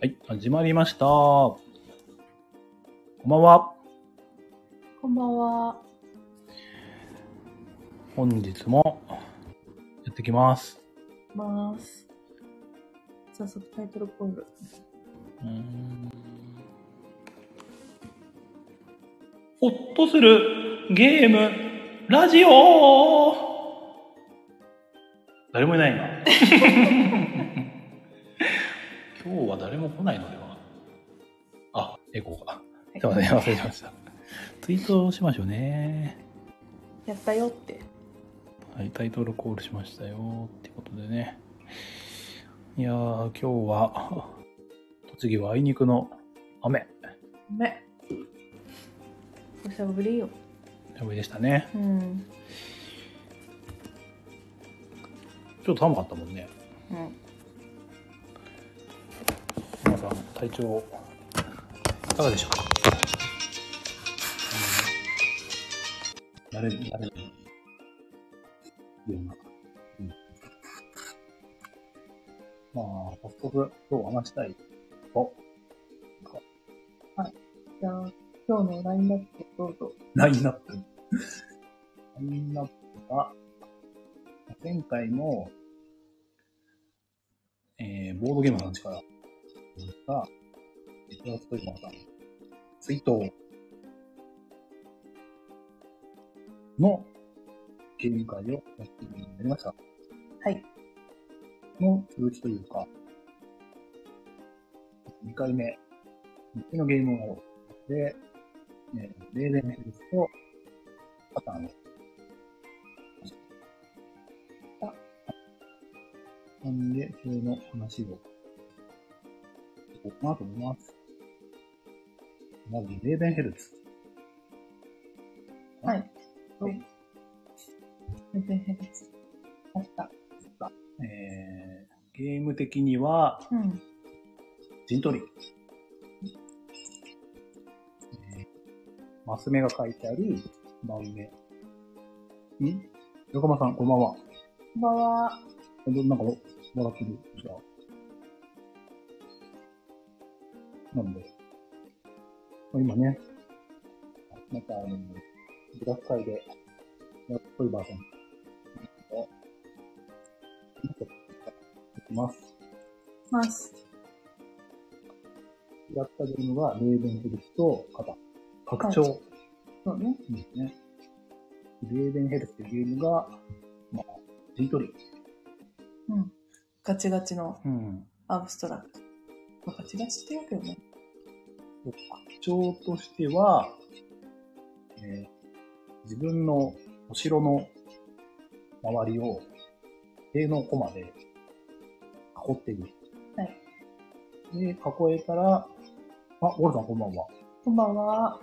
はい、始まりました。こんばんは。こんばんは。本日もやってきます。ます。早速タイトルコール。うーんほっとするゲームラジオ誰もいないな。今日は誰も来ないのではあ、エコーか。すいません、忘れてました。ツイートしましょうね。やったよって。はい、タイトルコールしましたよってことでね。いやー、今日は、栃木はあいにくの雨、ごめん。お久しぶりよ。雨でしたね。うん。ちょっと寒かったもんね。うん。皆さん、体調、いかがでしょうか慣れる、慣れる。いろんなうんまあ、早速、今日話したい。お、じゃあ、今日のラインナップどうぞ。ラインナップ。ラインナップは、前回の、えー、ボードゲームの話から、が、1月というか、追悼のゲーム会をやっているようになりました。はい。の続きというか、2回目、3つのゲームをやろう。で、えー、レーベンヘルスと、パターンを。あなんで、それの話を、いこうかなと思います。まず、レーベンヘルツ。はい。はい。全然変です。やった。えー、ゲーム的には、うん。陣取り。えーマス目が書いてある番目に、横間さん、こんばんは。こんばんは。どなんか、笑ってる。じゃあ。なんで。まあ今ね、なんか、あの、ブラック会で、やっぽいバージョン。をいきます。ます。やったゲームが、レーベンヘルスと肩。拡張。そうね。ですね。レーベンヘルスっていうゲームが、まあ、陣取り。うん。ガチガチのうん。アブストラクト。まあガチガチってわけよね。特徴としては、えー自分のお城の周りを、塀のコマで囲っている。はい。で、囲えたら、あ、ゴルさんこんばんは。こんばんは。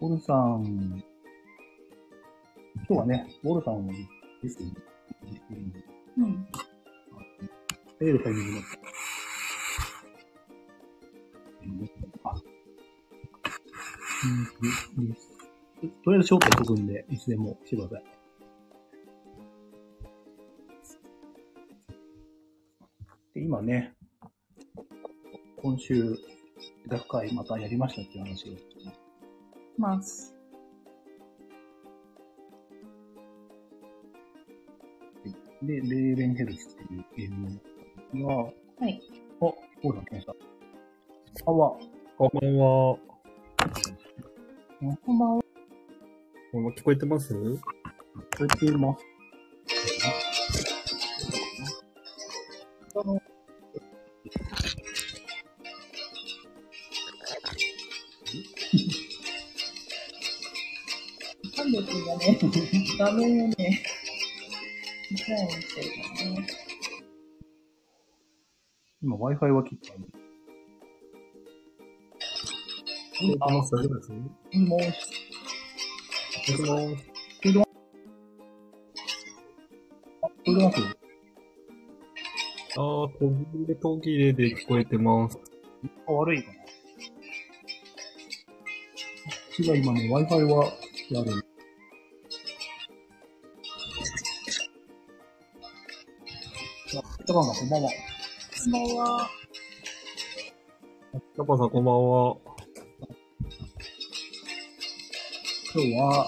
ゴルさん、今日はね、ゴルさんをゲストに、うん。入れるタイミングだった。あうんうんとりあえず焦点解くんで、いつでも来てください。で、今ね、今週、学会またやりましたっていう話を。ます。で、レーベンヘルツっていうゲームが、はい。あ、こうだ、来ました。あは、こんばんは。こんばんは。こんばんは聞こえてますやっています。あのなんで君がね、画面をね、見たいんですよね。今 Wi-Fi は切ったんで。聞こえてます大丈夫ですもう、聞あ、聞こえてますあー、途切れ途切れで聞こえてます。あ、悪いかな。私が今ね、Wi-Fi はやる。あ、北川さん、こんばんは。こんばんは。パパさんこんばんは。今日は、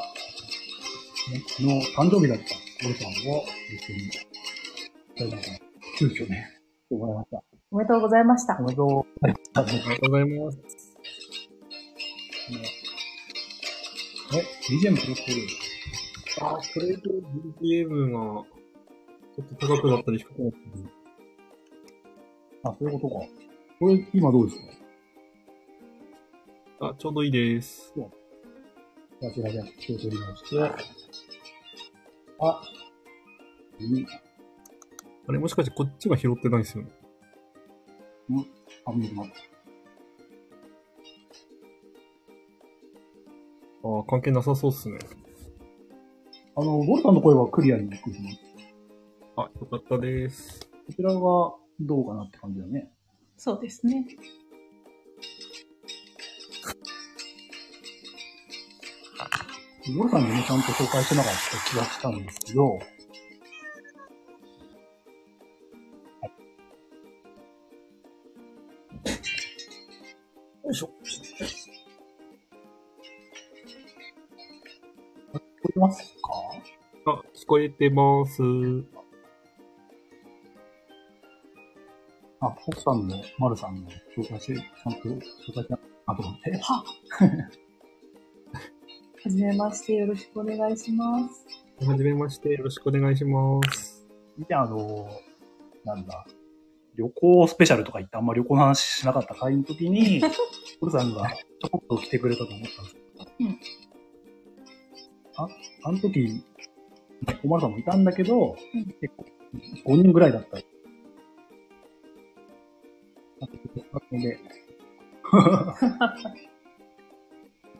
ね、昨日誕生日だったゴルさんを一緒に、大丈夫かな急遽ね、来てもらいました。おめでとうございましたお。めでとうございました。ありがとうございます。え、BGM 拾ってるあ、それと BGM が、ちょっと高くなったりしかない。あ、そういうことか。これ、今どうですかあ、ちょうどいいです。じゃあ、こちらで気を取り直して。あ、耳、あれ、もしかしてこっちが拾ってないですよね。あ、見えます。あ関係なさそうっすね。あの、ゴルさんの声はクリアに聞こえてます。あ、よかったです。こちらがどうかなって感じだね。そうですね。ゴルさんにね、ちゃんと紹介してなかった気がしたんですけど、はいよいしょ。聞こえてますかあ、聞こえてます。あ、奥さんの、まるさんの紹介して、ちゃんと紹介しなあと思って。はじめまして、よろしくお願いします。はじめまして、よろしくお願いします。じゃあ、あの、なんだ、旅行スペシャルとか言ってあんま旅行の話しなかった会の時に、コルさんがちょこっと来てくれたと思ったんですけど、うんあ、あの時、おまるさんもいたんだけど、うん結構、5人ぐらいだった。あと、ので、コ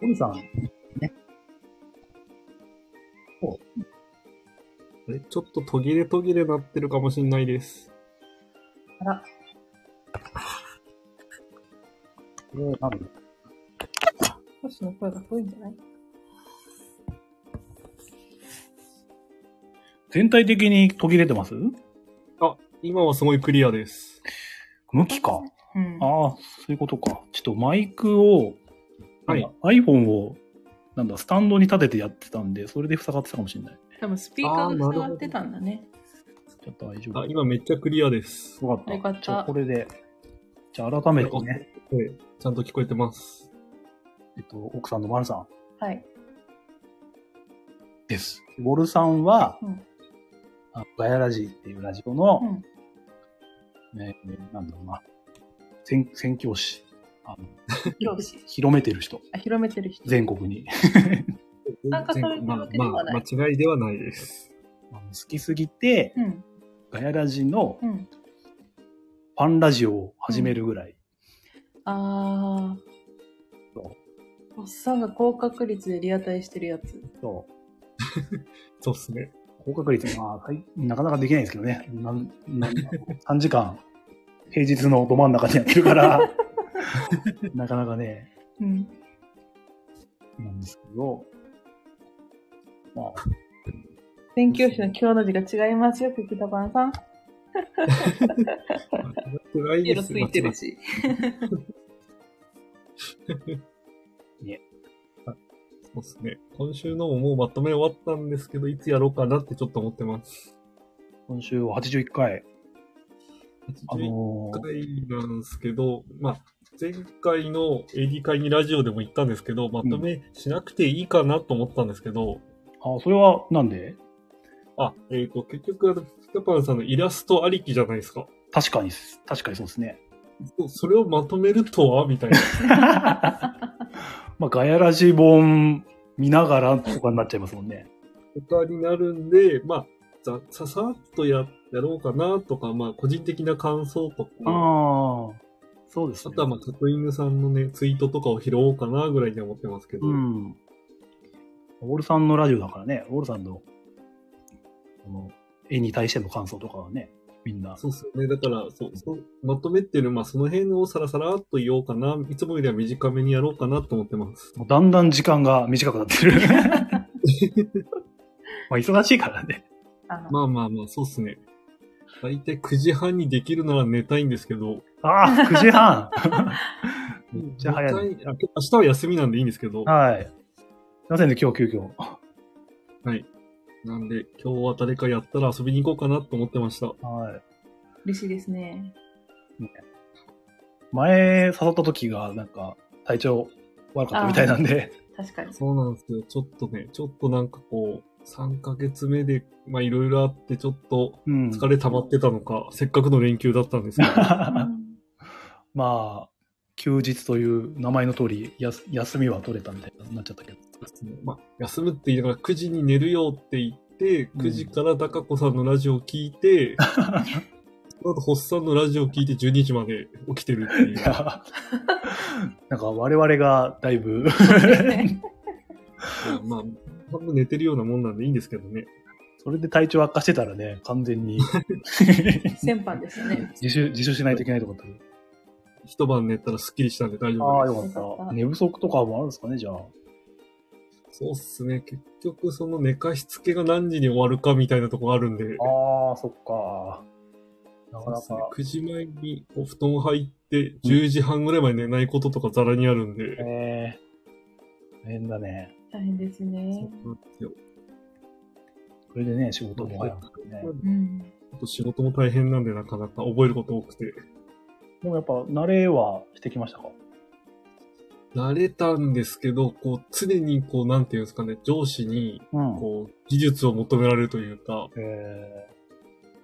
ルさん、ね、あれ、ちょっと途切れ途切れなってるかもしんないです。あら、えー、なんだ少しの声が遠いんじゃない全体的に途切れてますあ、今はすごいクリアです。向きか。うん。ああ、そういうことか。ちょっとマイクを、はいなんだ iPhone を、なんだ、スタンドに立ててやってたんで、それで塞がってたかもしれない。多分スピーカーが繋がってたんだね。ちょっと大丈あ夫。、今めっちゃクリアです。よかった。よかったじゃあこれで、じゃあ改めてね、はいちゃんと聞こえてます。えっと、奥さんのマルさんはい。です。ボルさんは、うんあガヤラジっていうラジオのう、ん。ねなんだろうな、宣宣教師。あの広し。広めてる人、あ、広めてる人。全国 に。参加されてるわけでまはあ、ないまあ、間違いではないです。あの好きすぎて、うん。ガヤラジのうん。ファンラジオを始めるぐらい。あそうー。おっさんが高確率でリアタイしてるやつ。そうそうっすね。高確率まあ、はいなかなかできないんですけどね。なんなん3時間、平日のど真ん中でやってる から、なかなかね、うん。なんですけど、まあ、宣教師の今日の字が違いますよ、ピピタパンさん。間違いピエでロす。ついてるし。そうですね。今週のももうまとめ終わったんですけど、いつやろうかなってちょっと思ってます。今週は81回、あ81のー回なんですけど、まあ、前回の AD 会にラジオでも言ったんですけど、まとめしなくていいかなと思ったんですけど、あ、それはなんであ、えっ、と、結局、あのピタパンさんのイラストありきじゃないですか。確かに、確かにそうですね。 そうそれをまとめるとはみたいな。まあ、ガヤラジ本見ながらとかになっちゃいますもんね。他になるんで、まあ、ざささっとややろうかなとか、まあ、個人的な感想とか、あああ、そうですね。とは、まあ、里犬さんのね、ツイートとかを拾おうかなぐらいには思ってますけど、うん。オールさんのラジオだからね、オールさんの、この、絵に対しての感想とかはね、みんな。そうっすよね。だから、そう、そうまとめっていうのは、まあ、その辺をさらさらっと言おうかな、いつもよりは短めにやろうかなと思ってます。もうだんだん時間が短くなってる。 まあ、忙しいからね。あの、まあまあまあ、そうっすね。大体9時半にできるなら寝たいんですけど、ああ、9時半。めっちゃ早い。二回あ明日は休みなんでいいんですけど、はい。すいませんね、今日急遽。なんで今日は誰かやったら遊びに行こうかなと思ってました。はい。嬉しいですね。前誘った時が、なんか、体調悪かったみたいなんで、確かに。そうなんですよ。ちょっとね、ちょっとなんかこう、3ヶ月目で、まあいろいろあって、ちょっとうん。疲れ溜まってたのか、せっかくの連休だったんですけど、うん まあ、休日という名前の通り、やす休みは取れたみたいになっちゃったけど。まあ休むって言いながら9時に寝るよって言って、うん9時から高子さんのラジオを聞 いて、その後、ホッサンのラジオを聞いて12時まで起きてるってい。いうや、 なんか我々がだいぶねまあ、多分寝てるようなもんなんでいいんですけどね。それで体調悪化してたらね、完全 に先般でし たね。自首、自首しないといけないとかって。一晩寝たらスッキリしたんで大丈ああ、夫でよよかかっ。ったた寝不足とかもあるんですかね、じゃあ。す。そうっすね。結局、その寝かしつけが何時に終わるかみたいなとこあるんで、ああ、そっか。なかそうなですねか。 9時前にお布団入って、10時半ぐらいまで寝ないこととかざらにあるんで、えー、大変だね。大変ですね。そうなんですよ。それでね、仕事も早くてね。うん。あと仕事も大変なんで、なかなか覚えること多くて。でもやっぱ慣れはしてきましたか慣れたんですけど、こう、常にこう、なんていうんですかね、上司に、うんこう、技術を求められるというか、え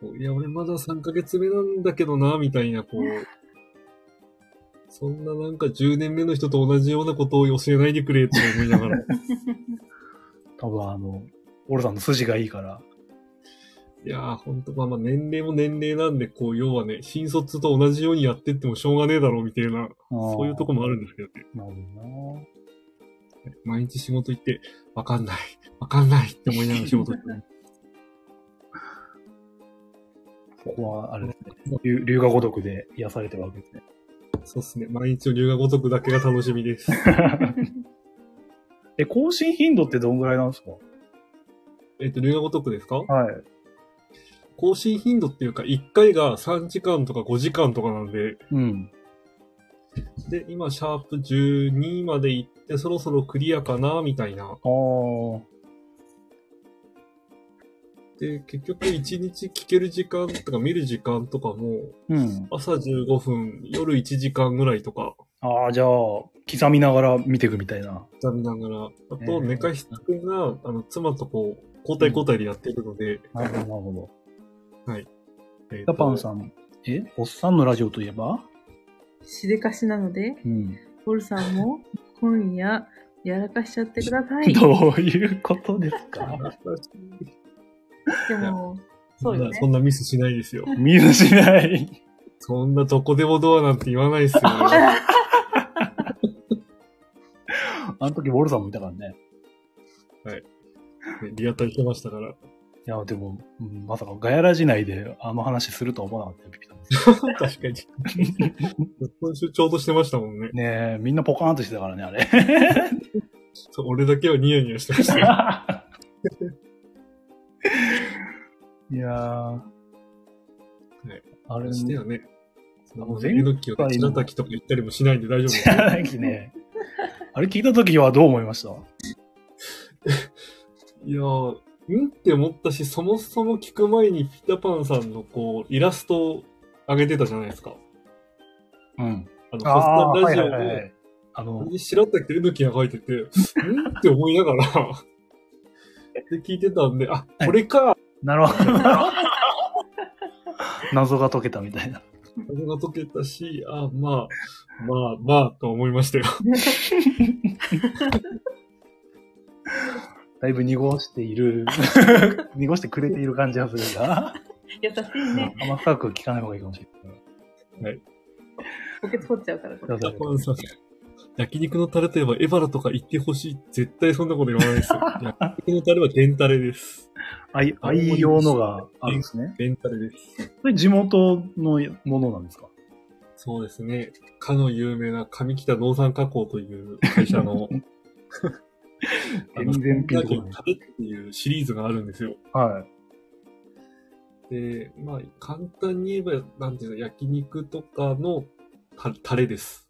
こういや、俺まだ3ヶ月目なんだけどな、みたいな、こ う、そんななんか10年目の人と同じようなことを教えないでくれって思いながら、いー、多分あの、オロさんの筋がいいから。やー、ほんと、まあまあ年齢も年齢なんで、こう、要はね、新卒と同じようにやってってもしょうがねえだろう、みたいな、そういうとこもあるんですけどね。なるほ毎日仕事行って、わかんない、わかんない って思いながら仕事行ってます。どな。ここはあれですね。龍龍が如くで癒されてるわけですね。そうですね。毎日の留学ごとくだけが楽しみです。え、更新頻度ってどんぐらいなんですかえっと、留学ごとくですかはい。更新頻度っていうか、1回が3時間とか5時間とかなんで、うん。で、今、シャープ12まで行って、そろそろクリアかな、みたいな。ああ。で、結局、1日聞ける時間とか見る時間とかも、うん。朝15分、夜1時間ぐらいとか、ああ、じゃあ、刻みながら見ていくみたいな。痛みながら、あえーと、寝かしつけが、あの、妻とこう、交代交代でやってるので、なるほど、なるほど。えっとダパンさん、えおっさんのラジオといえばしでかしなので、うん。ポルさんも今夜やらかしちゃってくださ い。どういうことですかでも、そそうよんなねそ。んなミスしないですよ。 見ずしない。そんなどこでもドアなんて言わないっすよ。 あの時、ボルさんもいたからね。リアタイしてましたから。いや、でも、うんまさかガヤラジ内であの話するとは思わなかったよびっくりしたんですよ確かに。今週ちょうどしてましたもんね。ねえ、みんなポカーンとしてたからね、あれ。そう俺だけはニヤニヤしてましたよ。いやー。あれ、してよね。あももうう前え回ののきをねちらたきとか言ったりもしないんで大丈夫ですよ。ね。あれ聞いた時はどう思いましたいやー、うんって思ったし、そもそも聞く前にピタパンさんのこう、イラストを上げてたじゃないですか。うん。あの、ああー、ホスタンラはいはジオいはで、い。あこれの、で白滝とえのきが書いてて、うんって思い ながら、で聞いてたんで、あ、これか、なるほど。謎が解けたみたいな。謎が解けたし、あ、まあ、まあ、まあ、と思い ましたよ。だいぶ濁している、 濁してくれている感じがするが、優しいね。あんま深く聞かない方がいいかもしれない。ポケット取っちゃうから、これそうそジャうパンさん。焼肉のタレといえばエバラとか言ってほしい。絶対そんなこと言わな いですよ。焼肉のタレはデンタレです。愛愛用のがあるんですね。デンタレです。それ地元のものなんですかそうですね。かの有名な上北農産加工という会 社の、あの全然ピンとこないタレっていうシリーズがあるんですよ。はい。で、まあ、簡単に言えば、なんていうの、焼肉とかのタタレです。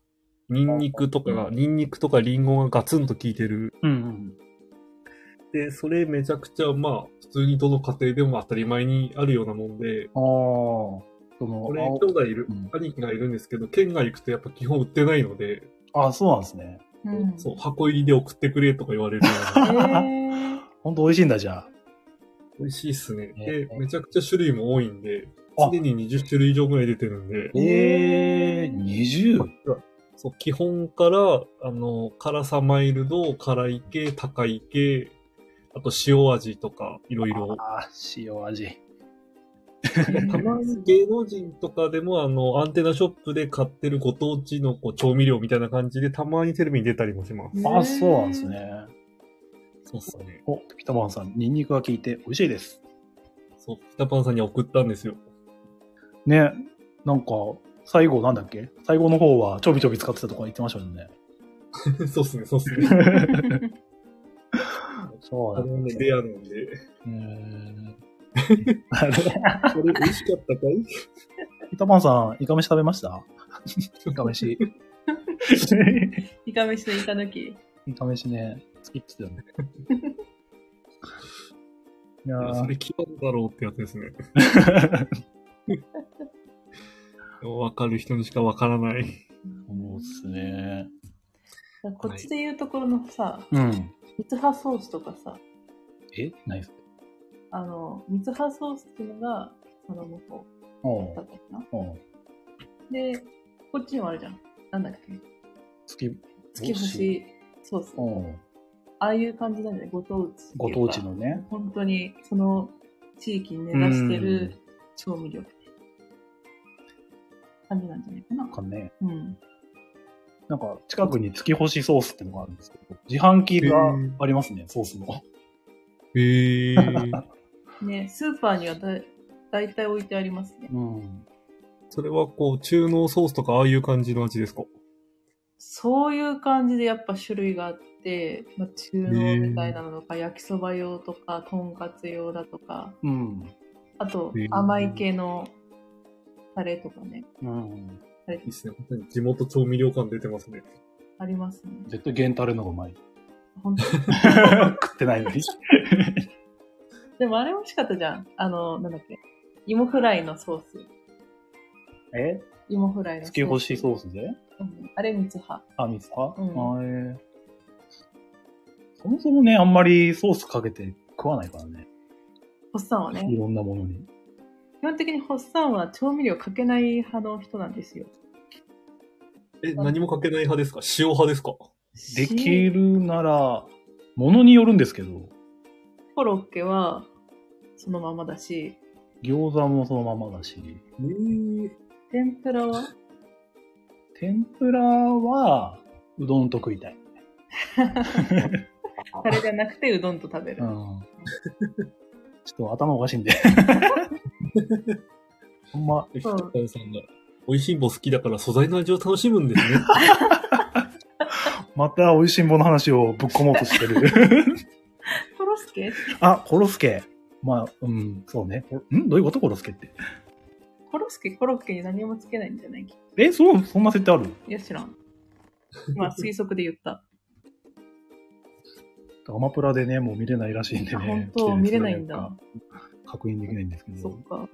ニンニクとかが、ニンニクとかリンゴがガツンと効いてる。うんうん。で、それめちゃくちゃ、まあ、普通にどの家庭でも当たり前にあるようなもんで、ああ、その、俺、兄弟いるうん、兄貴がいるんですけど、県外行くとやっぱ基本売ってないので、ああ、そうなんですね。うん。そう、箱入りで送ってくれとか言われるような。へ ーほんと美味しいんだ、じゃあ。美味しいっすね。ねで、めちゃくちゃ種類も多いんで、あ常に20種類以上ぐらい出てるんで、ええー、20? そう、基本から、あの、辛さマイルド、辛い系、高い系、あと塩味とか、いろいろ。ああ、塩味。たまに芸能人とかでも、あの、アンテナショップで買ってるご当地のこう調味料みたいな感じで、たまにテレビに出たりもします。ああ、そうなんです。ね。そうっすね。お、ピタマンさん、ニンニクが効いて美味しいです。そう、ピタパンさんに送ったんですよ。ね、なんか、最後なんだっけ最後の方はちょびちょび使ってたとか言ってましたもんね。 そうっすね、そうっすね。 そうあなんでのねすね。レアなんで。うーん。 あれそれ美味しかったかいピタパンさん、イカ飯食べました イカ飯。イカ飯のイカ抜き。イカ飯ね、好きって言 ってたね。いやいやーそれ来たんだろうってやつですね。わかる人にしかわからない。 そうっすね。こっちで言うところのさ、うん。三つ葉ソースとかさ、えないっすあの、三つ葉ソースっていうのが、その向こおううだったかな。おうで、こっちにもあるじゃん。なんだっけ月、月星ソース。おうああいう感じなんだよね、ご当地っていうか。ご当地のね。本当に、その地域に根ざしてる調味料って感じなんじゃないかななん。かね、うん。なんか近くに月星ソースってのがあるんですけど、自販機がありますね、ソースの。へえー。ね、スーパーにはだ大体置いてありますね。うん。 それはこう、中濃ソースとかああいう感じの味ですかそういう感じでやっぱ種類があって、まあ、中濃みたいなのとか、焼きそば用とか、とんかつ用だとか、うん。あとへー甘い系のタレとかね、うん。いいっすね。本当に地元調味料感出てますね。ありますね。絶対原タレの方がうまい。本当に 食ってない のに。でもあれ美味しかったじゃん。あの、なんだっけ。芋フライのソース。え芋フライのソース。月星ソースでうんあれ三つ葉。あ、ミスか、うんあれそもそもね、あんまりソースかけて食わないからね。ホッサンはねい。ろんなものに。基本的にホッサンは調味料かけない派の人なんですよ。え、何もかけない派ですか塩派ですかできるなら、ものによるんですけど、コロッケはそのままだし、餃子もそのままだし、えー、天ぷらは天ぷらは、うどんと食いたい。タレじゃなくてうどんと食べる。ん。 ちょっと頭おかしいんで。 ほんま、えそ北う谷さんが、美味しんぼ好きだから素材の味を楽しむんです ね。また美味しんぼの話をぶっ込もうとしてる。コロスケ あ、コロスケ。まあ、うん、そうね。こんどういうことコロスケって。コロスケコロッケに何もつけないんじゃないえ、そう、そんな設定あるいや知らん。ま あ推測で言った。アマプラでね、もう見れないらしいんであね。本来て当る見れないん。そだか。確認できないんですけそどっ。か。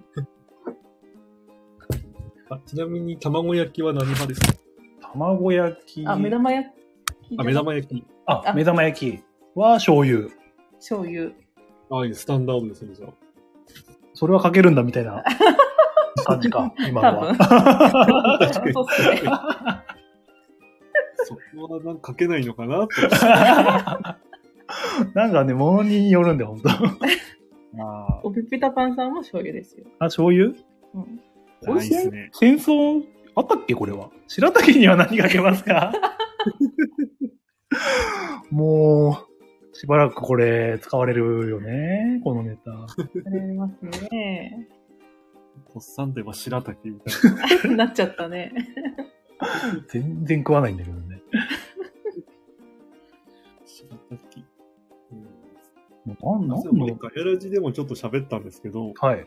あちなみに、卵焼きは何派ですか卵焼き。あ、目玉焼き。あ、目玉焼き。ああ目玉焼きは醤油。醤油。ああいうスタンダードですね、じゃあ。それはかけるんだみたいな感じか、今多の分 は。。そうっすね。そこはなんかかけないのかなと。なんかね、物によるんで、本当。あおぴぴたパンさんも醤油ですよ。あ、醤油うん、これいいっすね。戦争あったっけこれは。白滝には何かけます かもう、しばらくこれ使われるよね、このネタ。ありますね。 おっさんといえば白滝みたいなっちゃったね。全然食わないんだけどね。な。白滝。うん。もうなんなんそうなのんか、やらじでもちょっと喋ったんですけど、はい。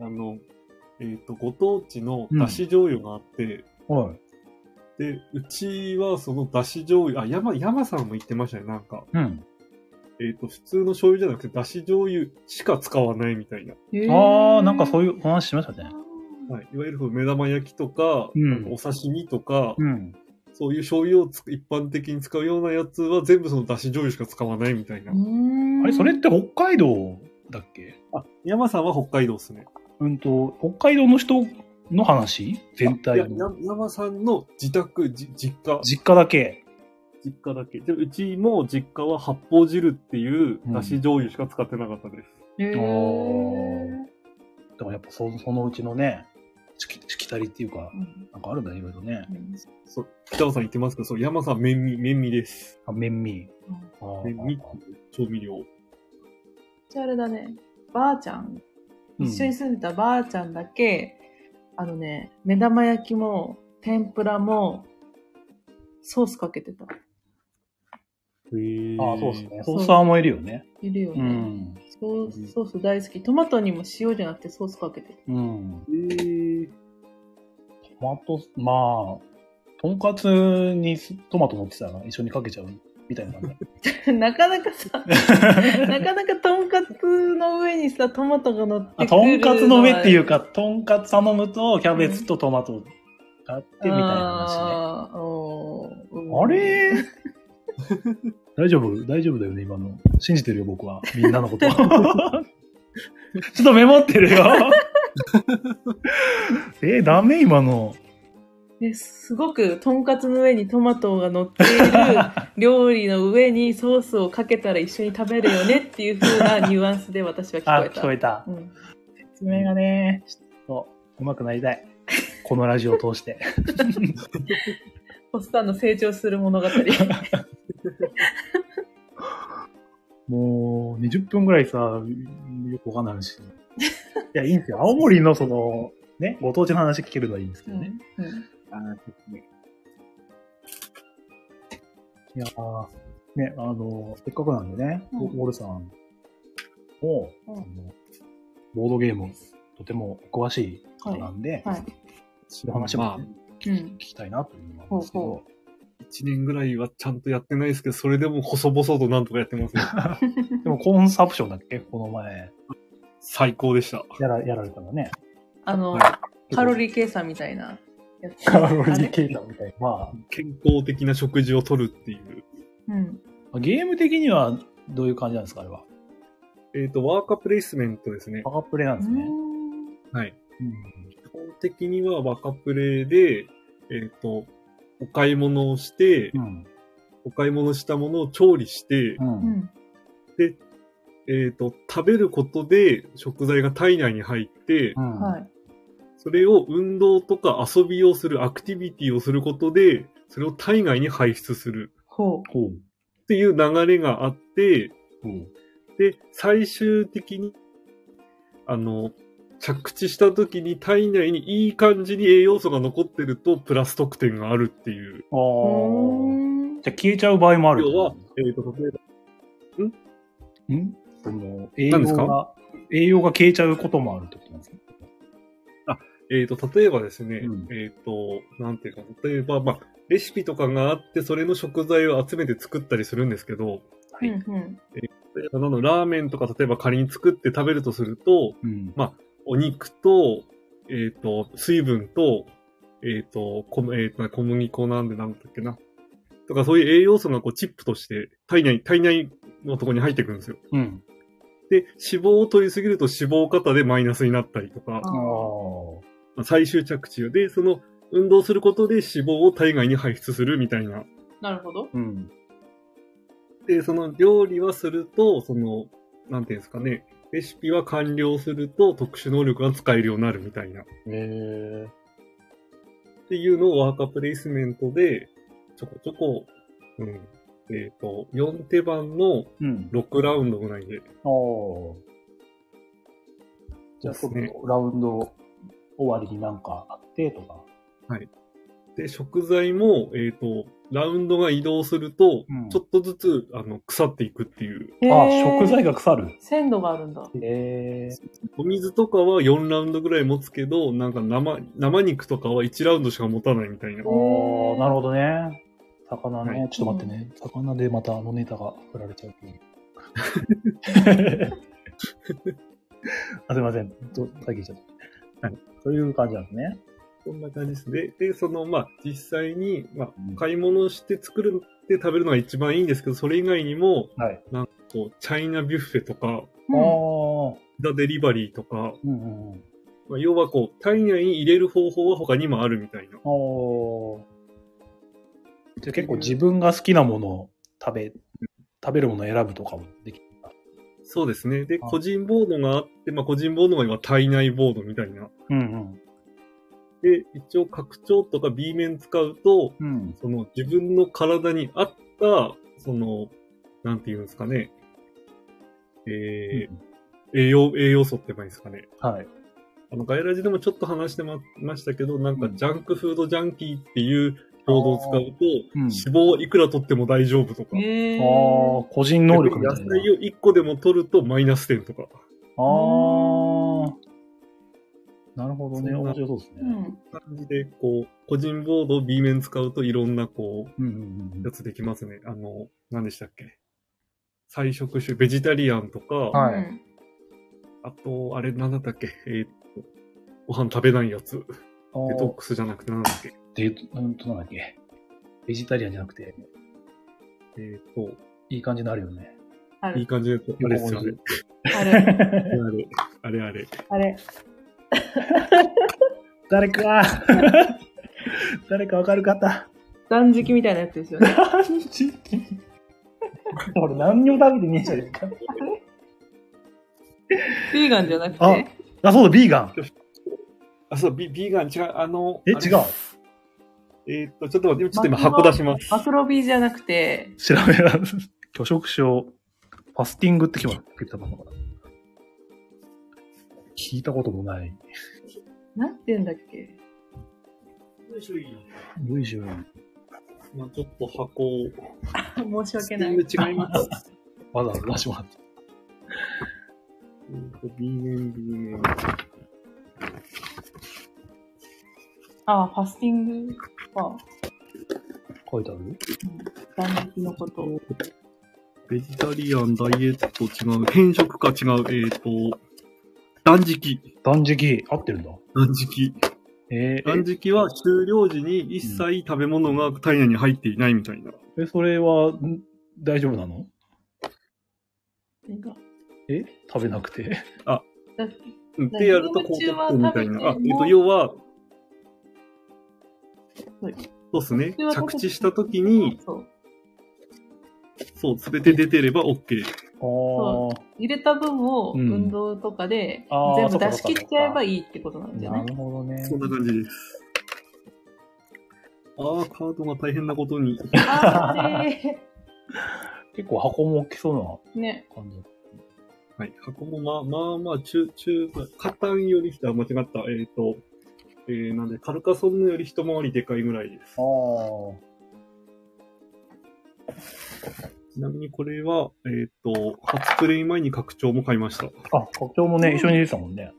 あの、えっ、と、ご当地のだし醤油があって、はい。で、うちはそのだし醤油、あ、山、山さんも言ってましたね、なんか。うん。えっ、と、普通の醤油じゃなくて、だし醤油しか使わないみたいな。ああ、なんかそういいうお話しましたね。はい。いわゆる目玉焼きとか、うんなんかお刺身とか、うん。そういう醤油をつ一般的に使うようなやつは全部そのだし醤油しか使わないみたいな。あれ、それってほ北海道だっけあ、山さんは北海道ですね。うんと、北海道の人の話全いや体の。や山さんの自宅、じ実家、実家だけ。実家だけ。で、うちも実家は八方汁っていううんだし醤油しか使ってなかったです。う。へーあでもやっぱそそのうちのね、しきしきたりっていうかう、んなんかあるんだね、いろいろね。そう、北尾さん言ってますけど、そう、山さん、麺味、麺味です。あ、麺味。あ麺味っていう調味料。じゃああれだね、ばあちゃん、うん一緒に住んでたばあちゃんだけ、あのね、目玉焼きも天ぷらもソースかけてた。へあ、そうですね。そソうーサーもいるよね。いるようね、ん。ソース。ソース大好き。トマトにも塩じゃなくてソースかけてた。うん。へえ。トマト、まあ、とんかつにすトマト乗ってたら一緒にかけちゃうみたいな感じ。なかなか さ、なかなかとんかつの上にさ、トマトが乗ってくあ、るとんかつの上っていうか、とんかつ頼むと、キャベツとトマトがあって、みたいな話ね。あーおーあれ大丈夫大丈夫だよね、今の。信じてるよ、僕は。みんなのこと。ち ょっとメモって るよ。え、ダメ今の。ねすごく、とんかつの上にトマトが乗っている 料理の上にソースをかけたら一緒に食べるよねっていう風なニュアンスで私はあ、聞こえ聞た。こえた。うん、説明がね、ちょっと、うまくなりたい。このラジオを通して。ポスターの成長する 物語。もう、20分ぐらいさ、よくわかんない話。 いや、いいんですよ。青森のその、ね、ご当地の話聞けるのはいいんですけうどね。んうんあいやーね、あの、せっかくなんでね、うんウォルさんも、うんあのボードゲーム、とてもお詳しい方なんで、はい。その話もまあうん聞きたいなというのはあるんですけほうど、一年ぐらいはちゃんとやってないですけど、それでも細々となんとかやってます ね。 でもコンサプションだっけこの前、最高でした。やらやられたのね。あの、カロリー計算みたいなやつ。カロリあれー計算みたいな。ま健康的な食事をとるっていう。うん。あ、ゲーム的にはどういう感じなんですかあれは。えっ、と、ワーカープレイスメントですね。パワープレイなんですね。はい。うん基本的にはワーカープレイで、えっ、と、お買い物をして、うん。お買い物したものを調理して、ううん。ん。えっ、と、食べることで食材が体内に入って、うん。はい。それを運動とか遊びをする、アクティビティをすることで、それを体外に排出するほう。ほう。っていう流れがあって、ほう。で、最終的に、あの、着地した時に体内にいい感じに栄養素が残ってると、プラス得点があるっていう。あうーーんじゃあ消えちゃう場合もある。要は、えっ、と、例えば、んその栄何です養がか、栄養が消えちゃうこともあるってことなんですかえー、と、例えばですね、うんえっ、と、なんていうか、例えば、まあ、レシピとかがあって、それの食材を集めて作ったりするんですけど、はうんうん。例えばなのラーメンとか、例えば仮に作って食べるとすると、うん。お肉と、えっ、と、水分と、えっ、と、こえーと小麦粉なんでなんだっけな。とか、そういう栄養素がこうチップとして、体内、体内のところに入ってくるんですよ。うん。で、脂肪を取りすぎると脂肪過多でマイナスになったりとかあ、ああ。まあ最終着地で、その、運動することで脂肪を体外に排出するみたいな。なるほど。うん。で、その料理はすると、その、なんていうんですかね、レシピは完了すると特殊能力が使えるようになるみたいな。ええ。っていうのをワーカープレイスメントで、ちょこちょこ、うん。えっ、と、4手番のうん。 6ラウンドぐらいあで。あ。じゃあ、そのラウンド終わりになんかあってとか。で、食材も、えっ、と、ラウンドが移動するとうん、ちょっとずつ、あの、腐っていくっていう。へあ、ー食材が腐る。鮮度があるんだ。えお水とかは4ラウンドぐらい持つけど、なんか生、生肉とかは1ラウンドしか持たないみたいな。ー、ーおー、なるほどね。魚ね、はちょっと待ってね。魚でまたあのネタが振られちゃうと思う。 あすいません。と、先ちゃった。はいという感じなんですね。そんな感じですね。で、その、まあ、実際に、まあ、うん買い物して作るって食べるのが一番いいんですけど、それ以外にも、はい。こう、チャイナビュッフェとか、あうんーザ・デリバリーとか、うんうんうん。まあ、要はこう、体内に入れる方法は他にもあるみたいな。おじゃあ結構自分が好きなものを食べ、食べるものを選ぶとかもできる。そうですね。で、あ個人ボードがあって、まあ、個人ボードが今、体内ボードみたいな。うんで、一応、拡張とか B 面使うと、うん。うん。その自分の体に合った、その、なんていうんですかね。えー栄養、栄養素って言えばいいんですかね。はい。あの、ガイラジでもちょっと話してまましたけど、なんかうんジャンクフードジャンキーっていうボードを使うと、うん、あ脂肪はいくら取っても大丈夫とか。へあーー、個人能力みたい逆なに野。菜を1個でも取るとマイナス点とか。あー。なるほどね。そんな面白そうですね。うん感じで、こう、個人ボードを B 面使うといろんな、こうんうんうう、んやつできますね。あの、何でしたっけ。菜食種、ベジタリアンとか、あはいうんあと、あれ、なんだったっけえーっと、ご飯食べないやつ。あデトッークスじゃなくて、なんだっけデトうんとなんだっけ。ベジタリアンじゃなくて、えーっと、いい感じになるよね。あいいる。感じで、あれですよね。あれ。あれ、あれ、あれ。あれ。誰か 誰かわかる方断食みたいなやつですよね。 何時期俺何にも食べてねえじゃねえか。ヴィーガンじゃなくあて。あ、そうだ、ビーガン。あ、そう、ビビーガン、違う、あの、え、あれ違う。えーっと、ちょっと待って、ちょっと今箱出します。マクロビーじゃなくて、調べます。拒食症、ファスティングって聞いたものかな。聞いたこともない。なんて言うんだっけ。類似はまあ、ちょっと箱を。申し訳ない。違います。わざわざ出してもらって。えーっと B 面、B 面。あ、ファスティングか。書いてある断食のことを。ベジタリアン、ダイエット違う。変色か違う。えーっと、断食。断食、合ってるんだ。断食。えー断食は終了時に一切食べ物が体内に入っていないみたいな。え、それは、ん大丈夫なのなんかえ食べなくて。だっけうんでやると業高務中は得点みたいな。あ、食べてえもっと、要は、はいそうですね。中は食べ着て地した時に、そう。そう、すべて出てれば OK。あー。入れた分をうん運動とかで、あー全そ部っか出そっしか切っちゃえばいいってことなんじゃなないるほどね。そんな感じです。ああ、カードが大変なことに。あーね結構箱も大きそうーね。な感じ。はい。箱もまあまあまあ、中、中、カタンより人、あ、間違った。えっ、と、えー、なんで、カルカソンヌより一回りでかいぐらいですあ。ー。ちなみにこれは、えっ、と、初プレイ前に拡張も買いました。あ、拡張もね、一緒に入れてたもんね。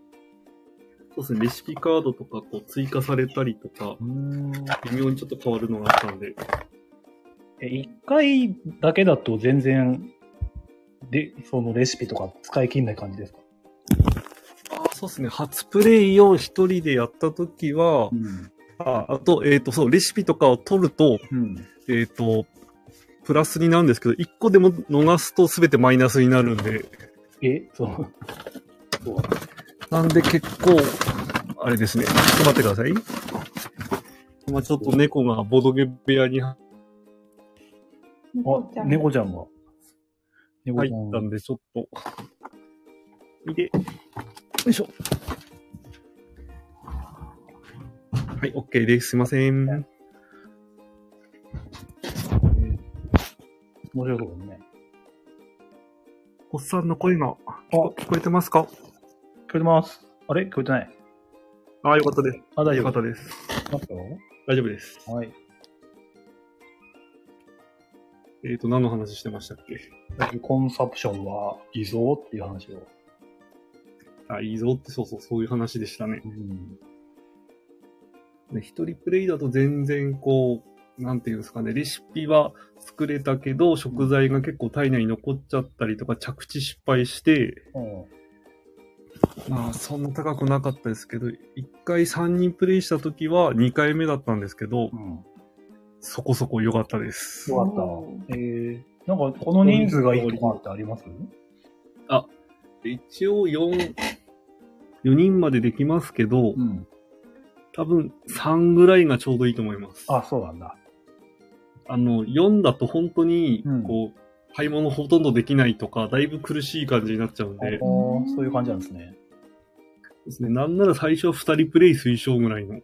そうですね、レシピカードとかこう追加されたりとか、うん。微妙にちょっと変わるのがあったんで、え、一回だけだと全然、で、そのレシピとか使い切んない感じですかあーそうですね、初プレイ4一人でやったときは、ん。ああと、えっ、と、そう、レシピとかを取ると、うん。えっ、と、プラスになるんですけど、1個でも逃すと全てマイナスになるんで、え、そう。なんで結構、あれですね、ちょっと待ってください。今ちょっと猫がボドゲ部屋に入あ、猫ちゃんが。猫ちゃんったが。んで、ちょっと。見て。よいしょ。はい、OK です。すいません。はい面白そうだね。おっさんの声あ、が聞こ聞こえてますかえてます。あれ聞こえてない。ああ、よかったです。あ、大丈よか夫っ。たです。ますよ。大丈夫です。はい。えっ、と、何の話してましたっけコンサプションはいいぞっていう話を。あ、いいぞって、そうそう、そういう話でしたね。うん。で一人プレイだと全然こう、なんていうんですかね、レシピは作れたけど、食材が結構体内に残っちゃったりとか、着地失敗して、うん。まあ、そんな高くなかったですけど、一回三人プレイした時は二回目だったんですけどう、ん。そこそこ良かったですよ。かったおー。えー、なんかこの人数がいいとかってあります一応4、4人までできますけど、ん。多分3ぐらいがちょうどいいと思います。あ、そうなんだ。あの、4だと本当にうん、こう、買い物ほとんどできないとか、だいぶ苦しい感じになっちゃうんあーで、そういう感じなんですね。ですね、なんなら最初は2人プレイ推奨ぐらいの、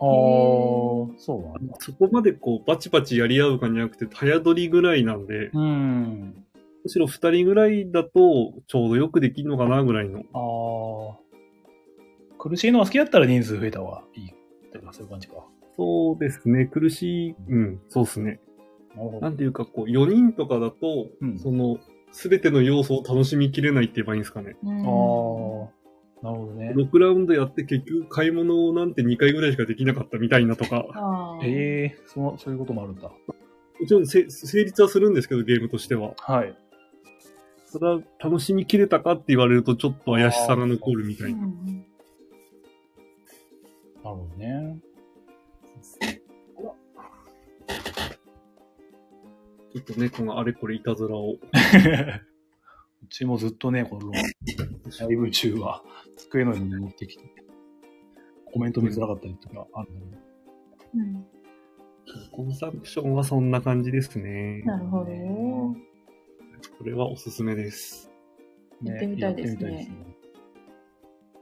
あー、そうなんだ。そこまでこう、バチバチやり合うかじゃなくて、早取りぐらいなんで、うん。むしろ2人ぐらいだと、ちょうどよくできるのかなぐらいの。あー。苦しいのが好きだったら人数増えた方がいいとか、そういう感じか。そうですね、苦しい、うん、そうですね。なるほなど。んていうか、こう、4人とかだと、うんその、すべての要素を楽しみきれないって言えばいいんですかね。あー。なるほどね。 6ラウンドやって結局買い物なんて2回ぐらいしかできなかったみたいなとか、あーええー、その、そういうこともあるんだ。もちろんせ成立はするんですけど、ゲームとしては。はい。それは楽しみきれたかって言われるとちょっと怪しさが残るみたういな。んなるほどね。ちょっとね、このあれこれいたずらを。 うちもずっとね、この、ライブ中は、机の上に持ってきて、コメント見づらかったりとかあるんだうんコンサプションはそんな感じですね。なるほどね。これはおすすめです。けど、やってみたいですやっねてみたいですね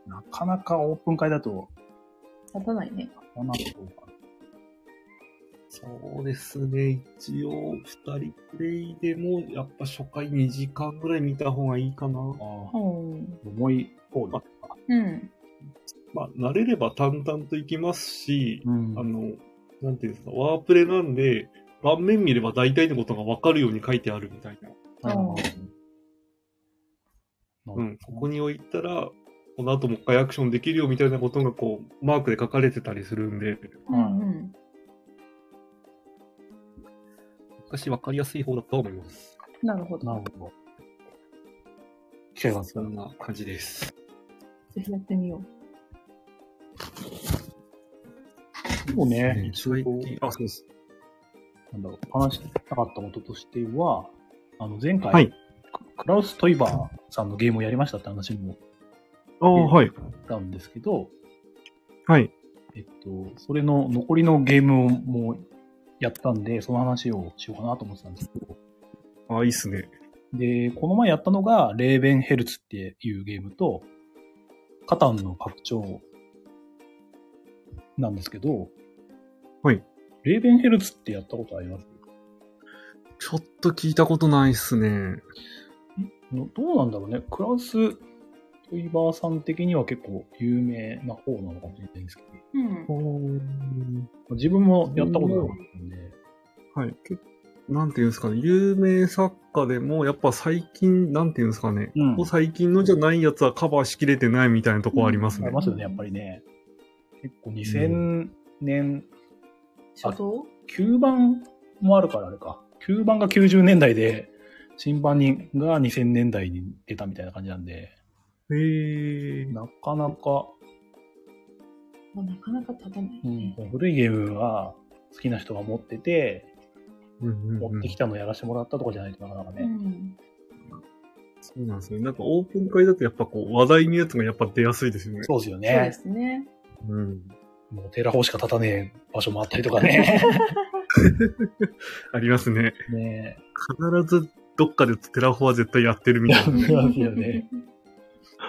なかなかオープン会だと、立たないね。こんなことかそうですね。一応、二人プレイでも、やっぱ初回2時間ぐらい見た方がいいかな。ああ、うん。重い方だ。うん。まあ、慣れれば淡々といきますし、うんあの、なんていうんですか、ワープレなんで、盤面見れば大体のことがわかるように書いてあるみたいな。なるほどうん。ここに置いたら、この後もう一回アクションできるよみたいなことが、こう、マークで書かれてたりするんで、うんうん。昔わかりやすい方だと思います。なるほなど。るほど。機会があったそらんな感じです。ぜひやってみよそうね、最近、あ、あそうです。なんだろう、話したかったこととしては、あの、前回、はいククラウス・トイバーさんのゲームをやりましたって話もああ、はい。したんですけど、はい。えっと、それの残りのゲームをもうやったんで、その話をしようかなと思ってたんですけど、ああ、いいっすね。で、この前やったのが、レーベンヘルツっていうゲームと、カタンの拡張なんですけど、はい。レーベンヘルツってやったことありますちょっと聞いたことないっすね。のどうなんだろうね。クラウス・トイバーさん的には結構有名な方なのかもしれないんですけう。うん。ど、自分もやったことなかったんで、はい。けなんていうんですかね、有名作家でも、やっぱ最近、なんていうんですかね、うんここ最近のじゃないやつはカバーしきれてないみたいなとこありますあね。りますよね、やっぱりね。結構2000年、初動9番もあるからあれか。9番が90年代で、新版にが2000年代に出たみたいな感じなんで、へえ。なかなか、まあなかなか立たないうんね。古いゲームは好きな人が持ってて、うんうんう持っんてきたのやらせてもらったとかじゃないとなかなかうね。ん。そうなんですね。なんかオープン会だとやっぱこう話題のやつがやっぱ出やすいですよね。そうですよね。そうですね。うん。もうテラホしか立たねえ場所もあったりとかね。あります ね。ね必ずどっかでテラフォは絶対やってる みたいなね、え。そうですよね。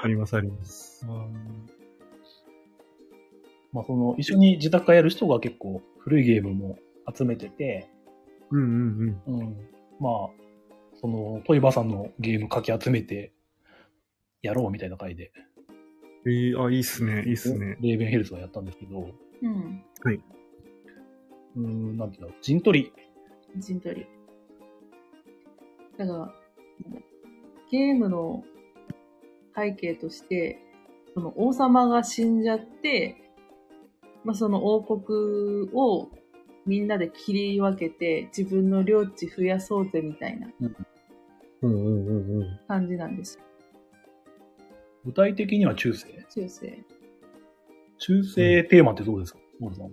ありますあります。うんまあその、一緒に自宅からやる人が結構古いゲームも集めてて、うんうんうん。うん。まあ、その、トイバーさんのゲームかき集めて、やろうみたいな回で、えー、あ、いいっすね、いいっすね。レーベンヘルスはやったんですけど、うん。うーん、なんていうんだろう、陣取り。陣取り。だから、ゲームの背景として、その王様が死んじゃって、まあ、その王国をみんなで切り分けて自分の領地増やそうぜみたいなうんうんうんうん。感じなんですよ。具体的には中世。中世。中世テーマってどうですか、モルさん。